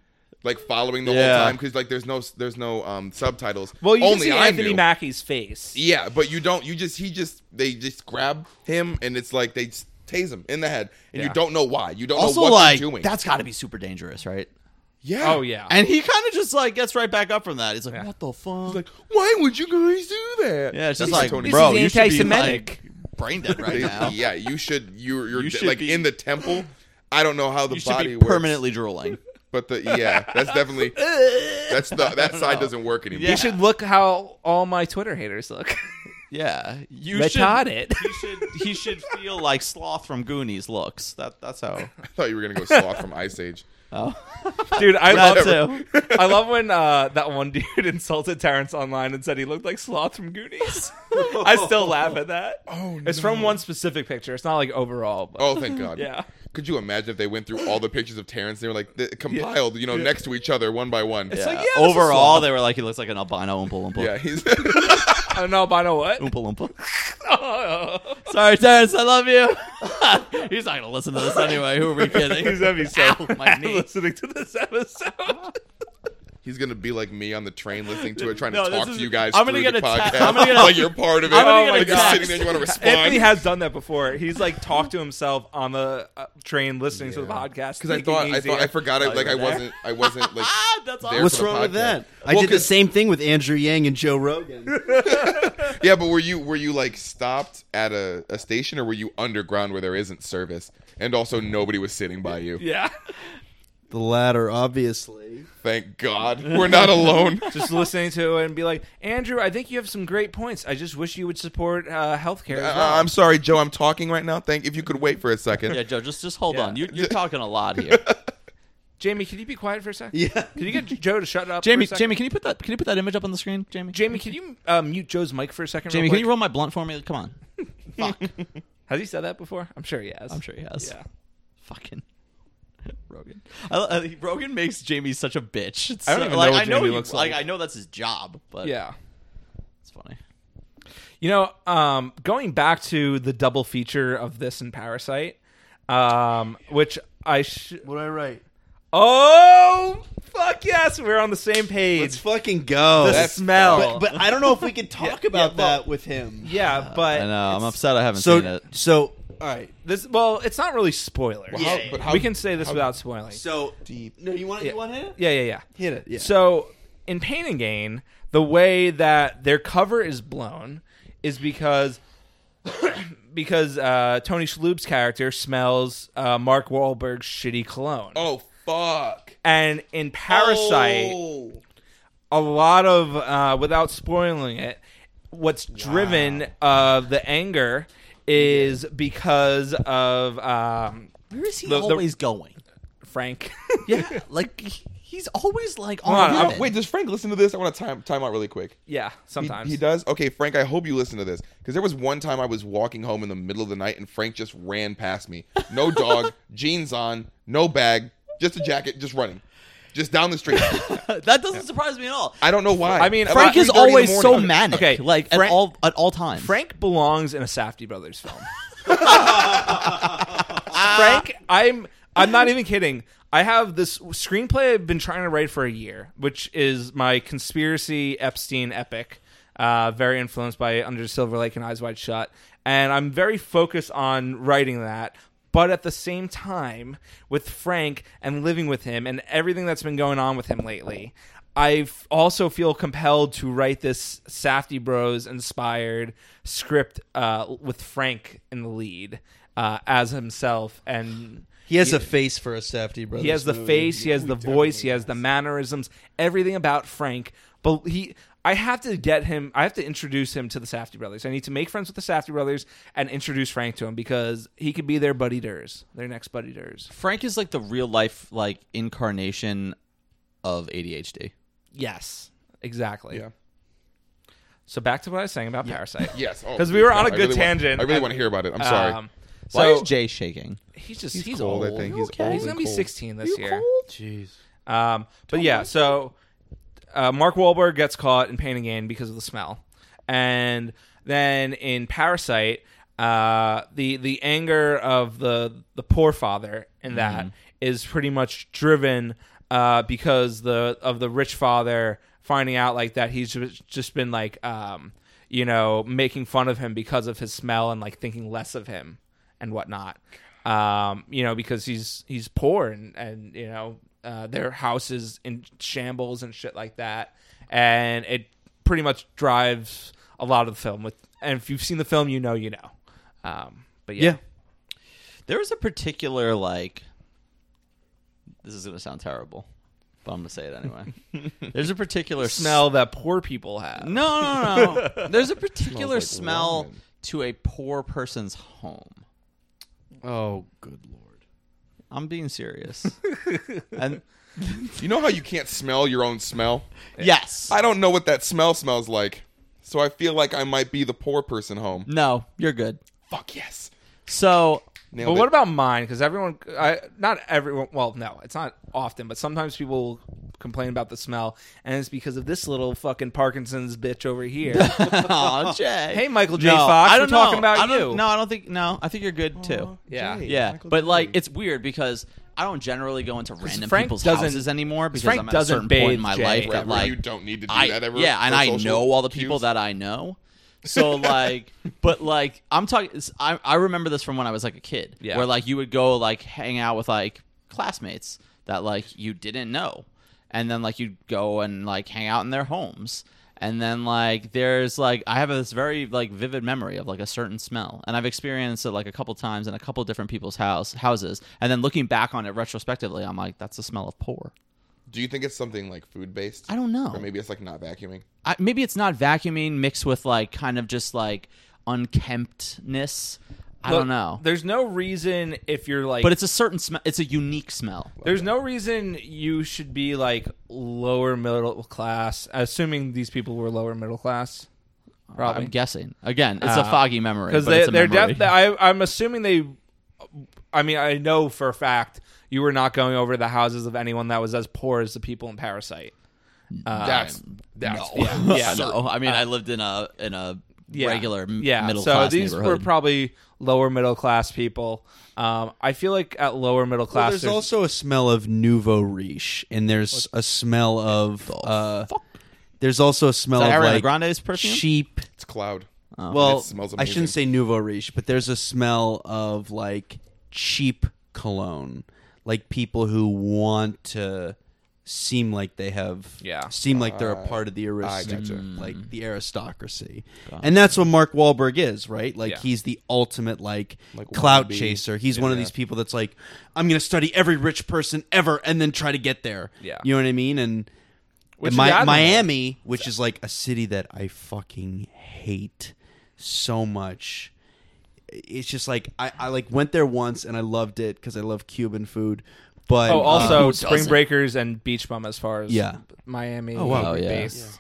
like following the Yeah. whole time because like there's no there's no um subtitles well, you only can see I Anthony knew. Mackie's face. yeah but you don't you just he just they just grab him and it's like they just tase him in the head and Yeah. you don't know why you don't Also, know what like you're doing that's got to be super dangerous, right? yeah Oh, yeah. And he kind of just like gets right back up from that. He's like, "What the fuck?" like why would you guys do that yeah, it's just That's like, Tony bro, This you is should be anti-Semitic. like brain dead right now. yeah you should you're, you're You should like be- in the temple I don't know how the You should body be works. permanently drooling. But the yeah, that's definitely that's the that side doesn't work anymore. You should look how all my Twitter haters look. Yeah, you should. Retarded. He should. He should feel like Sloth from Goonies looks. That. That's how. I thought you were gonna go sloth from Ice Age. Dude, I love That it. too. I love when uh, that one dude insulted Terrence online and said he looked like Sloth from Goonies. I still laugh at that. Oh, it's from one specific picture. It's not like overall, but Oh, thank God. Yeah. Could you imagine if they went through all the pictures of Terrence? They were like th- compiled, you know, next to each other, one by one. it's like Yeah. yeah. this is Overall, Sloth. they were like, he looks like an albino Oompa Loompa. yeah, he's I don't know, Oh, but I know what. Oompa Loompa. Sorry, Terrence, I love you. He's not gonna listen to this anyway. Who are we kidding? He's gonna be so Ow, my mad knee. listening to this Oh episode. he's gonna be like me on the train listening to it, trying No, to this talk is- to you guys. I'm gonna through get the a ta- podcast. I'm gonna get a- like you're part of it. I'm gonna get a like you're text. sitting there, you want to Anthony respond. has done that before. He's like talked to himself on the uh, train listening to the podcast Because I thought I thought I forgot I, like I wasn't I wasn't like That's there awesome. for the podcast. I Well, did the 'cause- same thing with Andrew Yang and Joe Rogan. Yeah, but were you were you like stopped at a, a station or were you underground where there isn't service and also nobody was sitting by you? Yeah, the latter, obviously. Thank God. We're not alone. just listening to it and be like, Andrew, I think you have some great points. I just wish you would support uh, healthcare. as well." Uh, I'm sorry, Joe, I'm talking right now. Thank if you could wait for a second. Yeah, Joe, just just hold Yeah. on. You're, you're talking a lot here. Jamie, can you be quiet for a second? Yeah. Can you get Joe to shut up? Jamie, for a sec? Jamie, can you put that can you put that image up on the screen, Jamie? Jamie, can you uh, mute Joe's mic for a second? Jamie, real can quick? you roll my blunt for me? Come on. Fuck. Has he said that before? I'm sure he has. I'm sure he has. Yeah. Fucking Rogan. I, lo- uh, Rogan makes Jamie such a bitch. It's I don't so- even like, know what I know Jamie he- looks like. I know that's his job, but yeah, Yeah. it's funny. You know, um, going back to the double feature of this and Parasite, um, which I sh- What I write? oh fuck yes, we're on the same page. Let's fucking go. the smell, but, but I don't know if we can talk about that with him. yeah, but I know. uh, I'm it's- upset I haven't seen So, it. so all right. This well, it's not really spoilers. Well, how- Yeah. but how- we can say this how- without spoiling. So deep. No, you want to Yeah. you want to hit it? yeah, yeah, yeah. Hit it. Yeah. So in Pain and Gain, the way that their cover is blown is because because uh, Tony Shalhoub's character smells uh, Mark Wahlberg's shitty cologne. Oh fuck. And in Parasite, Oh. a lot of uh, without spoiling it, what's driven of the anger is because of um, Where is he The- the- always going? Frank. Yeah, like he- he's always like on. Hold on, a I'm- limit. Wait, does Frank listen to this? I want to time time out really quick. yeah, He- sometimes He, does. Okay, Frank. I hope you listen to this because there was one time I was walking home in the middle of the night and Frank just ran past me. No dog, jeans on, no bag, just a jacket, just running, just down the street. that doesn't surprise me at all. I don't know why. I mean, Frank about is 3:30 in the always so morning. manic, Okay, like at Frank- all at all times. Frank belongs in a Safety Brothers film. Frank, I'm I'm not even kidding. I have this screenplay I've been trying to write for a year, which is my conspiracy Epstein epic. Uh, very influenced by Under the Silver Lake and Eyes Wide Shut, and I'm very focused on writing that. But at the same time, with Frank and living with him and everything that's been going on with him lately, I also feel compelled to write this Safety Bros inspired script uh, with Frank in the lead uh, as himself, and He has a face for a Safety brother. he has the face, he has the voice, he has the mannerisms, everything about Frank. But he, I have to get him. I have to introduce him to the Safety Brothers. I need to make friends with the Safety Brothers and introduce Frank to him because he could be their buddy durs, their next buddy durs. Frank is like the real life like incarnation of ADHD. Yes, exactly. Yeah. So back to what I was saying about Parasite. Yes, oh, 'Cause we were please, on a God, I good really want- tangent. I really And- want to hear about it. I'm sorry. Um, so Why is Jay shaking? he's just he's, cold, I old. think. You He's okay? old He's and gonna be cold. 16 this year. Jeez. Um, but yeah, so uh, Mark Wahlberg gets caught in pain again because of the smell, and then in Parasite, uh, the the anger of the the poor father in that is pretty much driven uh, because the of the rich father finding out like that he's ju- just been like um, you know making fun of him because of his smell and like thinking less of him and whatnot. Um, you know, because he's he's poor and and you know uh, their house is in shambles and shit like that, and it pretty much drives a lot of the film. With and if you've seen the film, you know you know. Um, but yeah, Yeah. There was a particular like. This is gonna sound terrible, but I'm gonna say it anyway. There's a particular smell that poor people have. No, no, no. There's a particular like smell ramen. to a poor person's home. Oh, good lord. I'm being serious. and you know how you can't smell your own smell? yes, I don't know what that smell smells like, so I feel like I might be the poor person home. no, you're good. Fuck yes. So Nailed But what it. about mine? Because everyone, I not everyone. Well, no, it's not often, but sometimes people complain about the smell, and it's because of this little fucking Parkinson's bitch over here. Aw, Jay. Hey, Michael J. Fox, I we're don't know. talking about I don't- you. No, I don't think. No, I think you're good too. yeah, Yeah, but like it's weird because I don't generally go into random Frank people's doesn't- houses anymore because Frank I'm at a doesn't certain point bathe, in my Jay. life Where that like you don't need to do I that ever. yeah, and for I social know all the people cues. that I know. So like, but like I'm talking. it's- I I remember this from when I was like a kid, Yeah. where like you would go like hang out with like classmates that like you didn't know, and then like you'd go and like hang out in their homes. And then like there's like I have this very like vivid memory of like a certain smell, and I've experienced it like a couple times in a couple different people's house houses. And then looking back on it retrospectively, I'm like, that's the smell of poor. Do you think it's something like food based? I don't know. Or maybe it's like not vacuuming. I, maybe it's not vacuuming mixed with like kind of just like unkemptness. I Look, don't know. There's no reason if you're like, But it's a certain smell. It's a unique smell. there's no reason you should be like lower middle class. Assuming these people were lower middle class, I'm guessing. Again, it's a Uh, foggy memory. because but they it's a they're memory. def- I, I'm assuming they. I mean, I know for a fact you were not going over the houses of anyone that was as poor as the people in Parasite. That's that's yeah, yeah, no. I mean, I lived in a in a Yeah. regular m- yeah. middle so class these neighborhood. were probably lower middle class people. Um, I feel like at lower middle class, Well, there's also a smell of nouveau riche, and there's a smell of. Uh, there's also a smell Is that of Ariana like Grande's perfume? sheep. it's cloud. well, It smells I shouldn't say nouveau riche, but there's a smell of like cheap cologne, like people who want to seem like they have Yeah. Mm. seem like they're a part of the Uh, I aristocracy, gotcha. like the aristocracy. And that's what Mark Wahlberg is, right? Like Yeah. he's the ultimate like, Like clout wannabe. chaser. He's one of these people that's like I'm going to study every rich person ever and then try to get there. Yeah. You know what I mean? And Which and Mi- is admirable. Miami, which is like a city that I fucking hate so much. It's just like I, I like went there once and I loved it because I love Cuban food. But Oh, also uh, Spring Breakers and Beach Bum as far as Yeah. Miami. Oh, wow. Oh, yeah. based.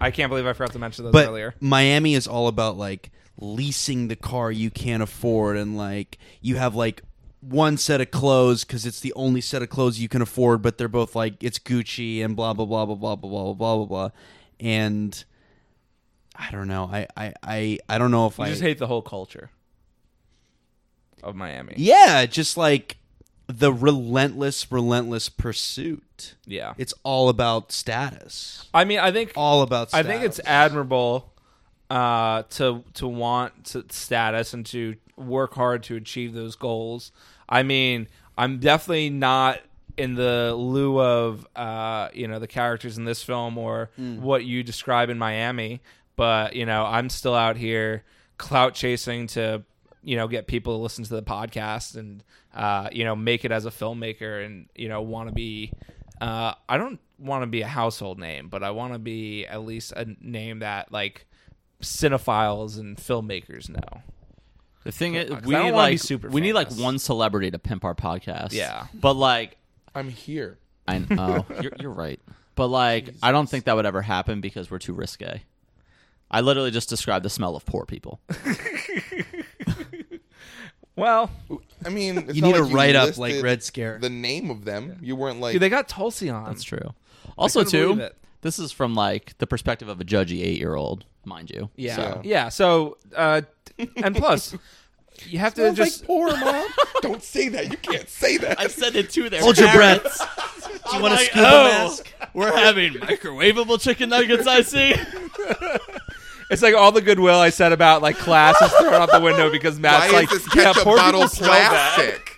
I can't believe I forgot to mention those but earlier. Miami is all about like leasing the car you can't afford and like you have like one set of clothes because it's the only set of clothes you can afford, but they're both like it's Gucci and blah blah blah blah blah blah blah blah blah blah, and I don't know. I I I, I don't know if You I just hate the whole culture of Miami. yeah, just like the relentless relentless pursuit. Yeah. It's all about status. I mean, I think All about. I Status. think it's admirable uh, to to want to status and to work hard to achieve those goals. I mean, I'm definitely not in the lieu of uh, you know the characters in this film or what you describe in Miami, but you know I'm still out here clout chasing to you know get people to listen to the podcast and uh, you know make it as a filmmaker and you know want to be uh, I don't want to be a household name, but I want to be at least a name that like cinephiles and filmmakers know. The thing is, Because we I don't need wanna be like super we need like famous. one celebrity to pimp our podcast. Yeah. but like I'm here. I know you're, you're right, but like I don't think that would ever happen because we're too risque. I literally just described the smell of poor people. Well, I mean, it's You not need a like write up listed like Red Scare. The name of them. You weren't like dude, they got Tulsi on. That's true. Also, couldn't believe too, it. this is from like the perspective of a judgy eight year old, mind you. Yeah, So- yeah. So, uh, and plus, you have to Sounds just like poor mom. Don't say that. You can't say that. I said it too. There. Hold your breath. Do you want a scuba mask? We're having microwavable chicken nuggets. I see. it's like all the goodwill I said about like class is thrown out the window because Why Matt's like, is this yeah, ketchup poor bottle people smell bad. plastic?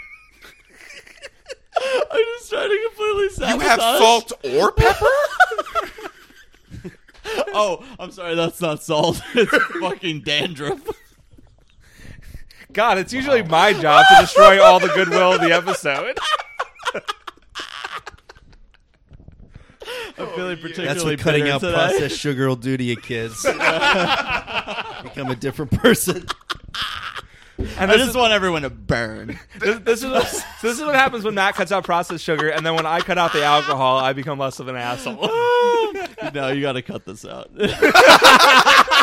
I'm just trying to completely You sabotage. have salt or pepper? Oh, I'm sorry. That's not salt. It's fucking dandruff. God, it's usually my job to destroy all the goodwill of the episode. I'm feeling That's particularly what cutting bitter out today. processed sugar will do to you kids. Become a different person. And I this just is, want everyone to burn. this, this is what, so this is what happens when Matt cuts out processed sugar, and then when I cut out the alcohol, I become less of an asshole. no, you got to cut this out.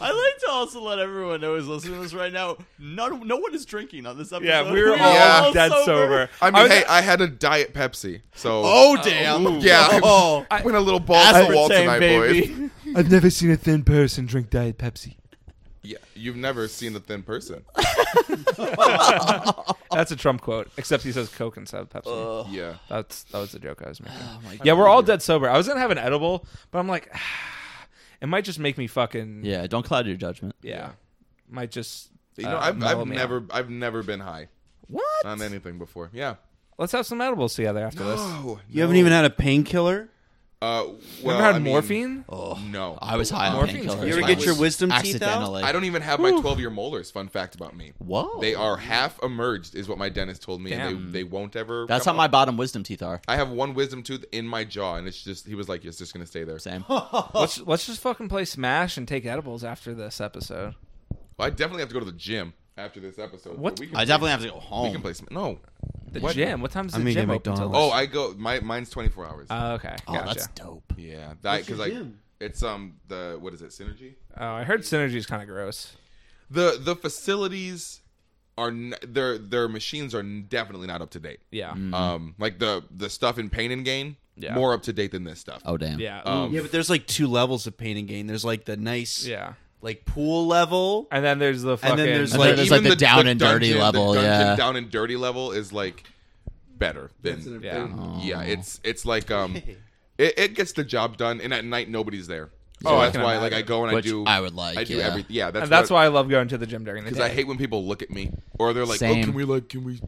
I like to also let everyone know who's listening to this right now. None, no one is drinking on this episode. Yeah, we were all Yeah. dead sober. I mean, was- hey, I had a diet Pepsi, so Oh damn! yeah, Oh, I went a little balls to the wall aspartame, tonight, baby. boys. I've never seen a thin person drink Diet Pepsi. Yeah, you've never seen a thin person. Oh. That's a Trump quote, except he says Coke instead of Pepsi. Yeah, That's that was the joke I was making. yeah, we're all dead sober. I was gonna have an edible, but I'm like, it might just make me fucking yeah. Yeah, don't cloud your judgment. Might just you know, uh, I've, mellow I've me never, out. I've never been high what? on anything before. Yeah. Let's have some edibles together after this. Oh, You haven't even had a painkiller? Uh, well, Never had I mean, morphine. No, Oh, I was high on Morphine's painkillers. good. You ever when get I your was wisdom teeth out? accidentally. I don't even have my 12 year molars. Fun fact about me. Whoa. They are half emerged, is what my dentist told me, and they, they won't ever. That's how come my off. bottom wisdom teeth are. I have one wisdom tooth in my jaw, and it's just he was like, "It's just gonna stay there." Same. Let's let's just fucking play Smash and take edibles after this episode. Well, I definitely have to go to the gym after this episode. but What? We can I play- definitely have to go We can home. play some. No. The What? gym. What time's the I'm eating gym at open till? McDonald's. Oh, I go. My mine's 24 hours. Oh, okay. Oh, gotcha. that's dope. yeah, that because your like gym? it's um the what is it synergy? Oh, I heard synergy's kind of gross. The the facilities are n- their their machines are definitely not up to date. Yeah. Mm. Mm-hmm. Um, like the the stuff in Pain and Gain, Yeah. more up to date than this stuff. Oh damn. Yeah. yeah, but there's like two levels of pain and gain. There's like the nice yeah. like pool level. And then there's the fucking. then there's, And Like, then there's like even the, down and dirty dungeon- the level. dungeon yeah. down and dirty level is like better than yeah. yeah. It's it's like um, it, it gets the job done, and at night nobody's there. oh, that's can why. Like I go and I Which do. I would like, I do yeah. every. Yeah, that's and that's what- why I love going to the gym during the Because day. I hate when people look at me or they're like, Same. "Oh, can we like can we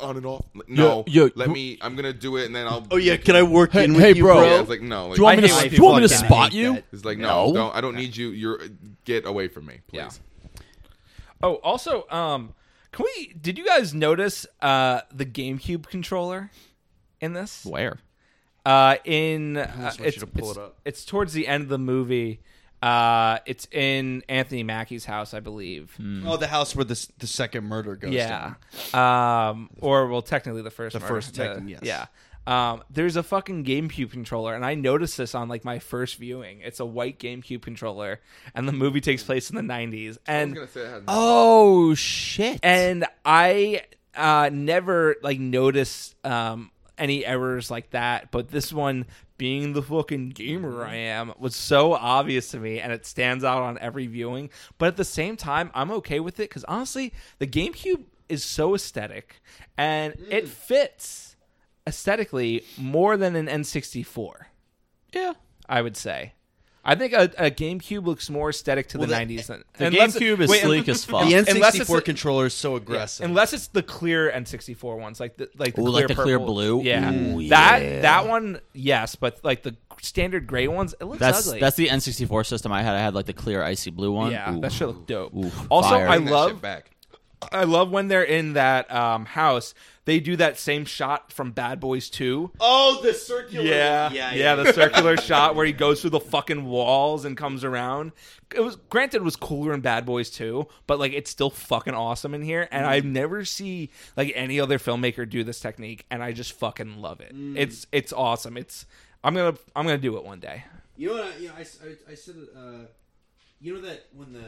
on and off?" Like, no, Yo, yo, let who- me. I'm gonna do it, and then I'll. Oh yeah, can I work Hey- in with hey, you, bro. bro? Yeah, it's like no. Like, Do you want me to? s- I hate when Do you want me to people spot hate you? that. it's like no, No. don't. I don't need you. You're get away from me, please. Yeah. oh, also, um, can we? Did you guys notice uh the GameCube controller in this? Where? Uh, in uh, want you it's, to pull it's- it up. it's towards the end of the movie. Uh, it's in Anthony Mackie's house, I believe. Oh, the house where the s- the second murder goes. Yeah. down. Um, or well, technically the first. The murder. first, technically, yes. Yeah. Um, there's a fucking GameCube controller, and I noticed this on like my first viewing. It's a white GameCube controller, and the movie takes place in the 90s. I was And gonna say it had- Oh shit! and I uh, never like noticed um, any errors like that, but this one, being the fucking gamer I am, was so obvious to me, and it stands out on every viewing. But at the same time, I'm okay with it because honestly, the GameCube is so aesthetic, and it fits aesthetically more than an N64. Yeah. I would say. I think a, a GameCube looks more aesthetic to the, the- 90s than The unless- GameCube is wait, sleek as fuck. The Oh. Unless it's N64 a- controller is so aggressive. Unless it's the clear N64 ones, like the like the, Ooh, clear, like the clear purple. blue? Yeah, Ooh, that yeah. that one, yes, but like the standard gray ones, it looks That's ugly. that's the N64 system I had. I had like the clear icy blue one. yeah, Ooh. that should look dope. Ooh, also, fire. I Bring that love shit back. I love when they're in that um, house. They do that same shot from Bad Boys Two. Oh, the circular. yeah, yeah, the circular shot where he goes through the fucking walls and comes around. It was granted it was cooler in Bad Boys too, but like it's still fucking awesome in here. And Mm. I never see like any other filmmaker do this technique, and I just fucking love it. Mm. It's it's awesome. It's I'm gonna I'm gonna do it one day. You know what? I, you know, I, s- I- I said, uh, you know that when the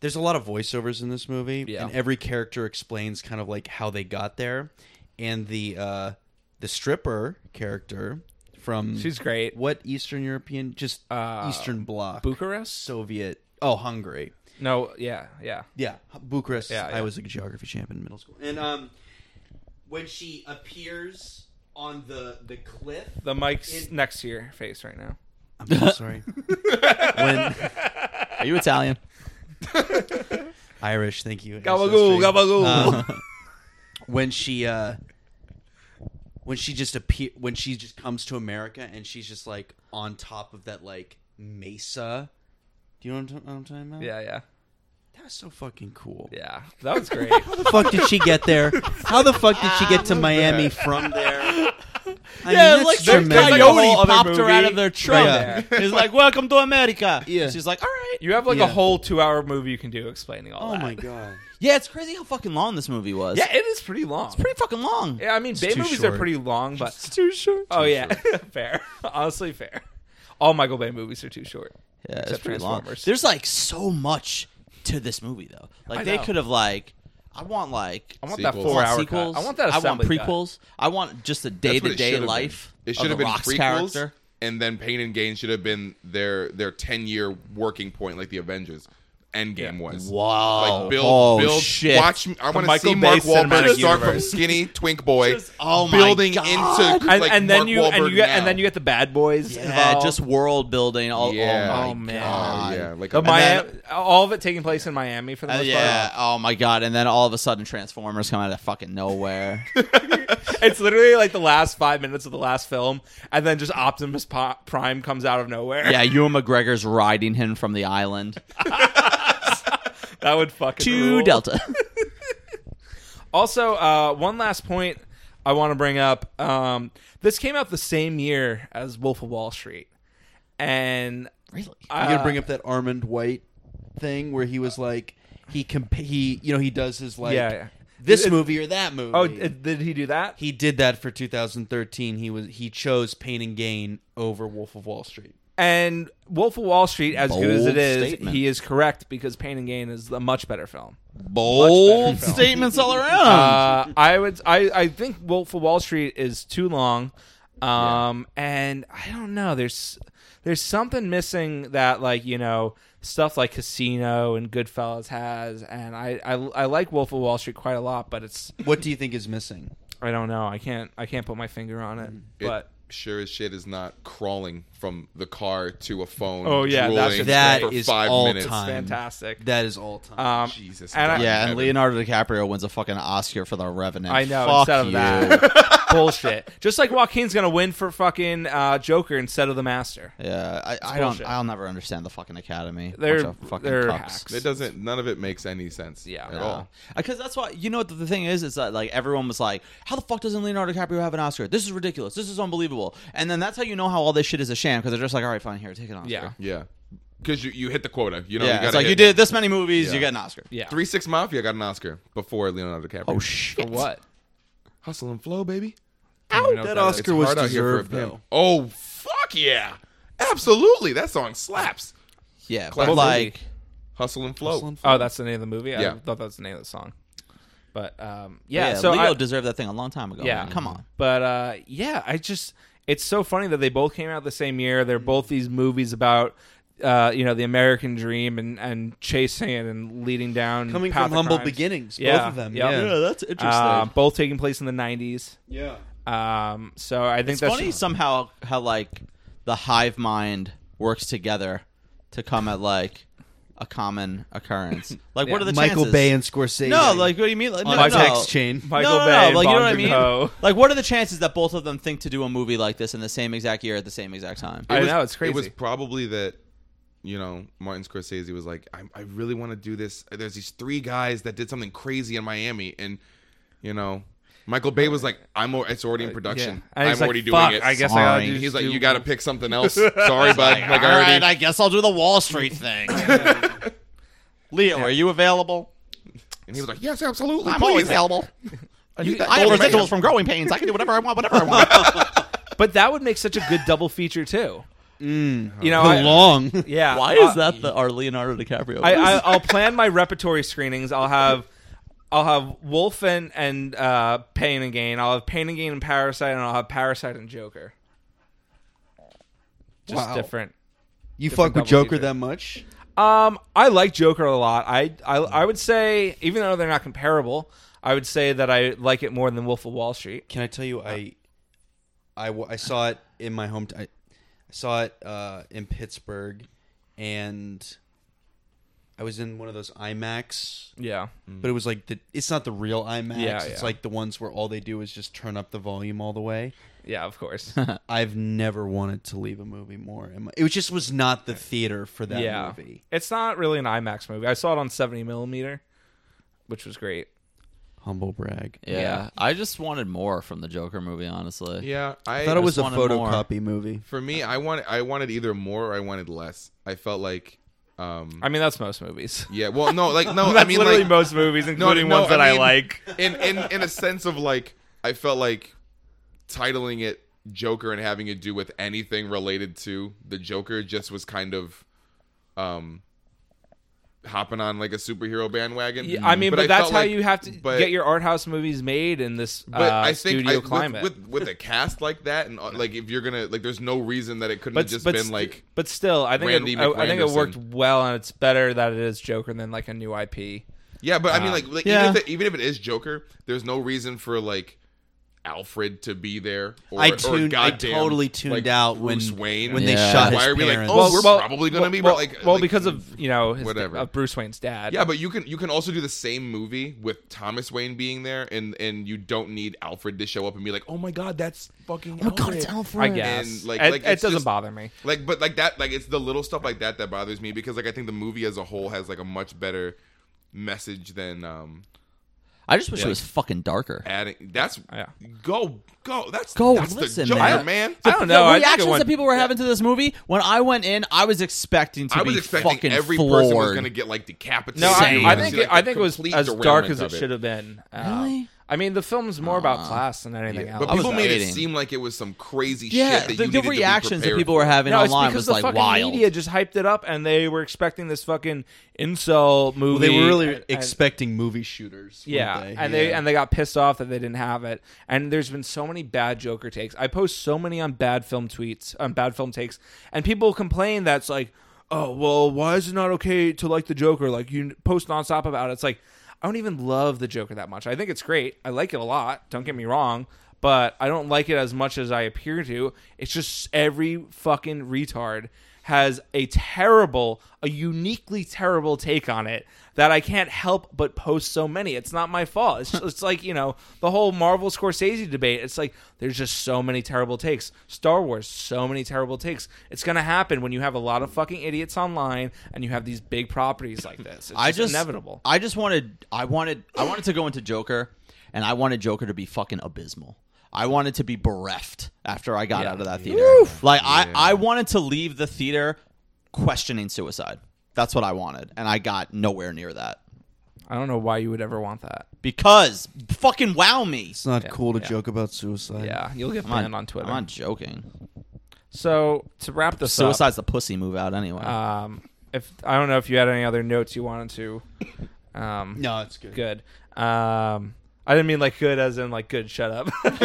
there's a lot of voiceovers in this movie, Yeah. and every character explains kind of like how they got there, and the uh, the stripper character from She's great. What Eastern European? Just Uh, Eastern Bloc, Bucharest? Soviet. Oh, Hungary. No, yeah, yeah. Yeah, Bucharest. Yeah, yeah. I was a geography champ in middle school, and um, when she appears on the the cliff, The mic's next to your face right now. I'm so sorry. when Are you Italian? Irish, thank you. Gabagool, ancestry. gabagool. Uh, when she uh when she just appear when she just comes to America and she's just like on top of that like mesa. Do you know what I'm, what I'm talking about? Yeah, yeah, That was so fucking cool. yeah. That was great. How the fuck did she get there? How the fuck did she get to Miami from there? I Yeah, mean, like that's some tremendous. coyote popped her movie out of their trunk. Right He's like, "Welcome to America." Yeah. she's like, "All right." You have like a Yeah. whole two-hour movie you can do explaining all Oh that. my god. Yeah, it's crazy how fucking long this movie was. Yeah, it is pretty long. pretty fucking long. Yeah, I mean, Bay too movies are short. pretty long, but too short. Oh yeah, fair. Honestly, fair. All Michael Bay movies are too short. Yeah, it's Except pretty long. Transformers. There's like so much to this movie though. Like I they know. could have like, I want like, I want that Sequels. I want four-hour sequels. cut. I want that. I want assembly cut. prequels. I want just the day That's what to it day should've been. life. It of should the have been Rock's prequels, character. and then Pain and Gain should have been their their ten year working point, like the Avengers Endgame was. Wow. Like build, oh build, shit. watch. me- I want to Michael see Bay Mark cinematic Wahlberg start from universe. skinny twink boy, Just- oh my building God. into And, like and then Mark you and Wahlberg you get, now. and then you get the bad boys Yeah, involved. Uh, just world building. All, Yeah. Oh, my Oh, man. God. Oh, yeah, like the and then- Miami, all of it taking place in Miami for the Uh, most yeah. Oh my god. And then all of a sudden, Transformers come out of fucking nowhere. part. It's literally like the last five minutes of the last film, and then just Optimus Po- Prime comes out of nowhere. yeah, Ewan McGregor's riding him from the island that would fucking to rule. Delta. Also, uh, one last point I want to bring up. Um, this came out the same year as Wolf of Wall Street, and really? You gonna bring up that Armand White thing where he was like he comp- he you know he does his like Yeah, yeah. this It- movie or that movie. Oh, d- did he do that? he did that for 2013. He was he chose Pain and Gain over Wolf of Wall Street. And Wolf of Wall Street, as good as Bold it is, statement. he is correct because Pain and Gain is a much better film. Bold film. statements all around. Uh, I would, I, I think Wolf of Wall Street is too long, um, and I don't know. There's, there's something missing that like you know stuff like Casino and Goodfellas has, and I, I, I like Wolf of Wall Street quite a lot, but it's, What do you think is missing? Mm. I don't know. I can't, I can't put my finger on it, but sure as shit is not crawling from the car to a phone. Oh, yeah, that's drooling just- That for is five all minutes. time. Fantastic. That is all time. Um, Jesus, And I- God, Yeah, and heaven. Leonardo DiCaprio wins a fucking Oscar for The Revenant. I know. Fuck instead of you. that, bullshit. Just like Joaquin's gonna win for fucking uh, Joker instead of the Master. Yeah, I, I don't. bullshit. I'll never understand the fucking Academy. They're- Bunch of fucking they're cucks. hacks. It doesn't. None of it makes any sense. Yeah. at No. all. Because Uh, that's why you know what the thing is is that like everyone was like, how the fuck doesn't Leonardo DiCaprio have an Oscar? This is ridiculous. This is unbelievable. And then that's how you know how all this shit is a sham because they're just like, all right, fine, here, take an Oscar. Yeah. Yeah, because you, you hit the quota. You know, yeah. you it's gotta like you hit- did this many movies, you Yeah. get an Oscar. Yeah. Three Six Mafia got an Oscar before Leonardo DiCaprio. Oh shit. For what? Hustle and flow, baby. that It's Oscar was hard out here for a deserved, though. pimp. Oh fuck yeah, absolutely. That song slaps. Yeah, but Classic. like Hustle and flow. Oh, that's the name of the movie. I Yeah. thought that was the name of the song. But um, yeah, yeah, so Leo I, deserved that thing a long time ago. Yeah. Yeah, come on. But uh, yeah, I just it's so funny that they both came out the same year. They're both these movies about uh, you know the American dream and and chasing it and leading down Coming path from of humble crimes. beginnings, Yeah. both of them. Yep. Yeah. that's Uh, Um, both taking place in the '90s. yeah. Um, so I think it's that's funny somehow how like the hive mind works together to come at like a common occurrence. Like, what Yeah. are the Michael chances? Bay and Scorsese. No, like what do you mean? Like, on no, a no. text chain. Michael no, no, Bay, no, like you know what I Bong mean? Joon-ho. Like, what are the chances that both of them think to do a movie like this in the same exact year at the same exact time? I It was- know it's crazy. It was probably that, you know, Martin Scorsese was like, I, I really want to do this. There's these three guys that did something crazy in Miami, and you know, Michael Bay was like, I'm al- it's already in production. Uh, And I'm he's like, already "Fuck, doing it. I guess I Sorry. gotta do. He's just like, do- you got to pick something else. Sorry, bud. Like, I already. I guess I'll do the Wall Street thing. Leo, are you available? and he was like, yes, absolutely. I'm please." always available. You- I have Goldman- residuals from growing pains. I can do whatever I want, whatever I want. But that would make such a good double feature too. You know, I- long. yeah. Why uh, is that the, our Leonardo DiCaprio? I, I, I'll plan my repertory screenings. I'll have, I'll have Wolf and and uh, Pain and Gain. I'll have Pain and Gain and Parasite, and I'll have Parasite and Joker. Just Wow. different. You fuck with double Joker feature. that much? Um, I like Joker a lot. I, I I would say, even though they're not comparable, I would say that I like it more than Wolf of Wall Street. Can I tell you, I, I, w- I saw it in my hometown. I, I saw it uh, in Pittsburgh, and I was in one of those IMAX, Yeah, Mm. but it was like the. It's not the real IMAX. Yeah, It's yeah. like the ones where all they do is just turn up the volume all the way. yeah, of course. I've never wanted to leave a movie more. in my- It was just was not the theater for that yeah, movie. it's not really an IMAX movie. I saw it on seventy millimeter, which was great. Humble brag. yeah. Yeah. I just wanted more from the Joker movie, honestly. Yeah, I, I thought it was a wanted more. photocopy movie. For me, I wanted I wanted either more or I wanted less. I felt like, um, I mean, that's most movies. yeah. Well, no, like no. That's I mean, literally like, most movies, including no, ones that I mean, like. in in in a sense of like I felt like titling it Joker and having it do with anything related to the Joker just was kind of um hopping on like a superhero bandwagon. Yeah, I mean, but, I that's felt how like- you have to but- get your art house movies made in this but uh, I think studio I, climate. With, with with a cast like that and uh, like if you're gonna like there's no reason that it couldn't have just been st- like but still, I think Randy it, I, I think it McRanderson. worked well, and it's better that it is Joker than like a new IP. Yeah, but I Um, mean, like, like yeah. even, if it, even if it is Joker, there's no reason for like Alfred to be there. Or, I or tuned- I goddamn, totally tuned like, out when- Bruce Wayne when they shot Why his are we parents. like, oh, Well, we're well, probably gonna well, be well, like, well like- because of you know his, whatever. of Bruce Wayne's dad. yeah, but you can you can also do the same movie with Thomas Wayne being there, and and you don't need Alfred to show up and be like, oh my god, that's fucking oh Alfred. I guess And, like- it, like, it it's doesn't just- bother me. Like, but like that, like it's the little stuff like that that bothers me because like I think the movie as a whole has like a much better message than um I just wish it was fucking darker. adding. That's Yeah. go go. That's Go, that's listen, the man. Joker, man. I don't know. The I think it reactions went- that people were having to this movie when I went in, I was expecting to I be was expecting fucking every floored. person was going to get like decapitated. No, Same. I, I You're gonna think see, it, like, I the think it was complete as dark as derailment it of should have been. Uh, Really? I mean, the film's more about class than anything else. But people was made it waiting. seem like it was some crazy yeah, shit. That the, you the needed to be reactions that prepared people were for. having No, it's online because was the like fucking wild. media just hyped it up, and they were expecting this fucking incel movie. Well, they were really and- and- expecting movie shooters. weren't yeah, they? and they and they got pissed off that they didn't have it. And there's been so many bad Joker takes. I post so many on bad film tweets, on bad film takes, and people complain that's like, oh well, why is it not okay to like the Joker? Like you post nonstop about it. It's like I don't even love the Joker that much. I think it's great. I like it a lot. Don't get me wrong, but I don't like it as much as I appear to. It's just every fucking retard has a terrible, a uniquely terrible take on it that I can't help but post so many. It's not my fault. It's, it's like, you know, the whole Marvel Scorsese debate. It's like there's just so many terrible takes. Star Wars, so many terrible takes. It's going to happen when you have a lot of fucking idiots online and you have these big properties like this. It's I just, just inevitable. I just wanted I wanted I wanted to go into Joker and I wanted Joker to be fucking abysmal. I wanted to be bereft after I got Yeah. out of that theater. Like I I wanted to leave the theater questioning suicide. That's what I wanted and I got nowhere near that. I don't know why you would ever want that. Because fucking wow me. It's not Yeah, cool to yeah. joke about suicide. Yeah, you'll get I'm not- banned on Twitter. I'm not joking. So to wrap this up, Suicide's the pussy move out anyway. um, if I don't know if you had any other notes you wanted to, um, No, it's good. good. Um, I didn't mean like good as in like good. Shut up. And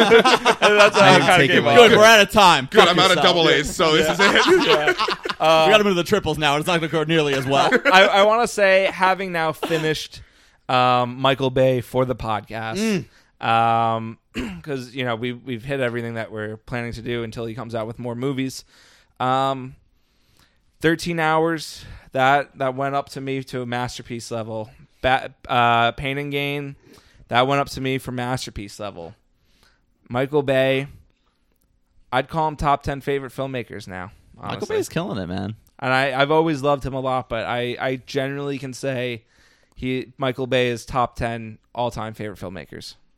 that's how I didn't kind of take it gave well. up. Good, we're out of time. Good, I'm out of double A's, so this is it. we got to move to the triples now. It's not going to go nearly as well. I, I want to say, having now finished um, Michael Bay for the podcast, Mm. um, because you know we we've hit everything that we're planning to do until he comes out with more movies. Um, Thirteen hours that that went up to me to a masterpiece level. Ba- uh, Pain and Gain that went up to me for masterpiece level. Michael Bay, I'd call him top ten favorite filmmakers now. Michael honestly Bay's killing it, man. and I, I've always loved him a lot, but I, I generally can say he Michael Bay is top ten all time favorite filmmakers.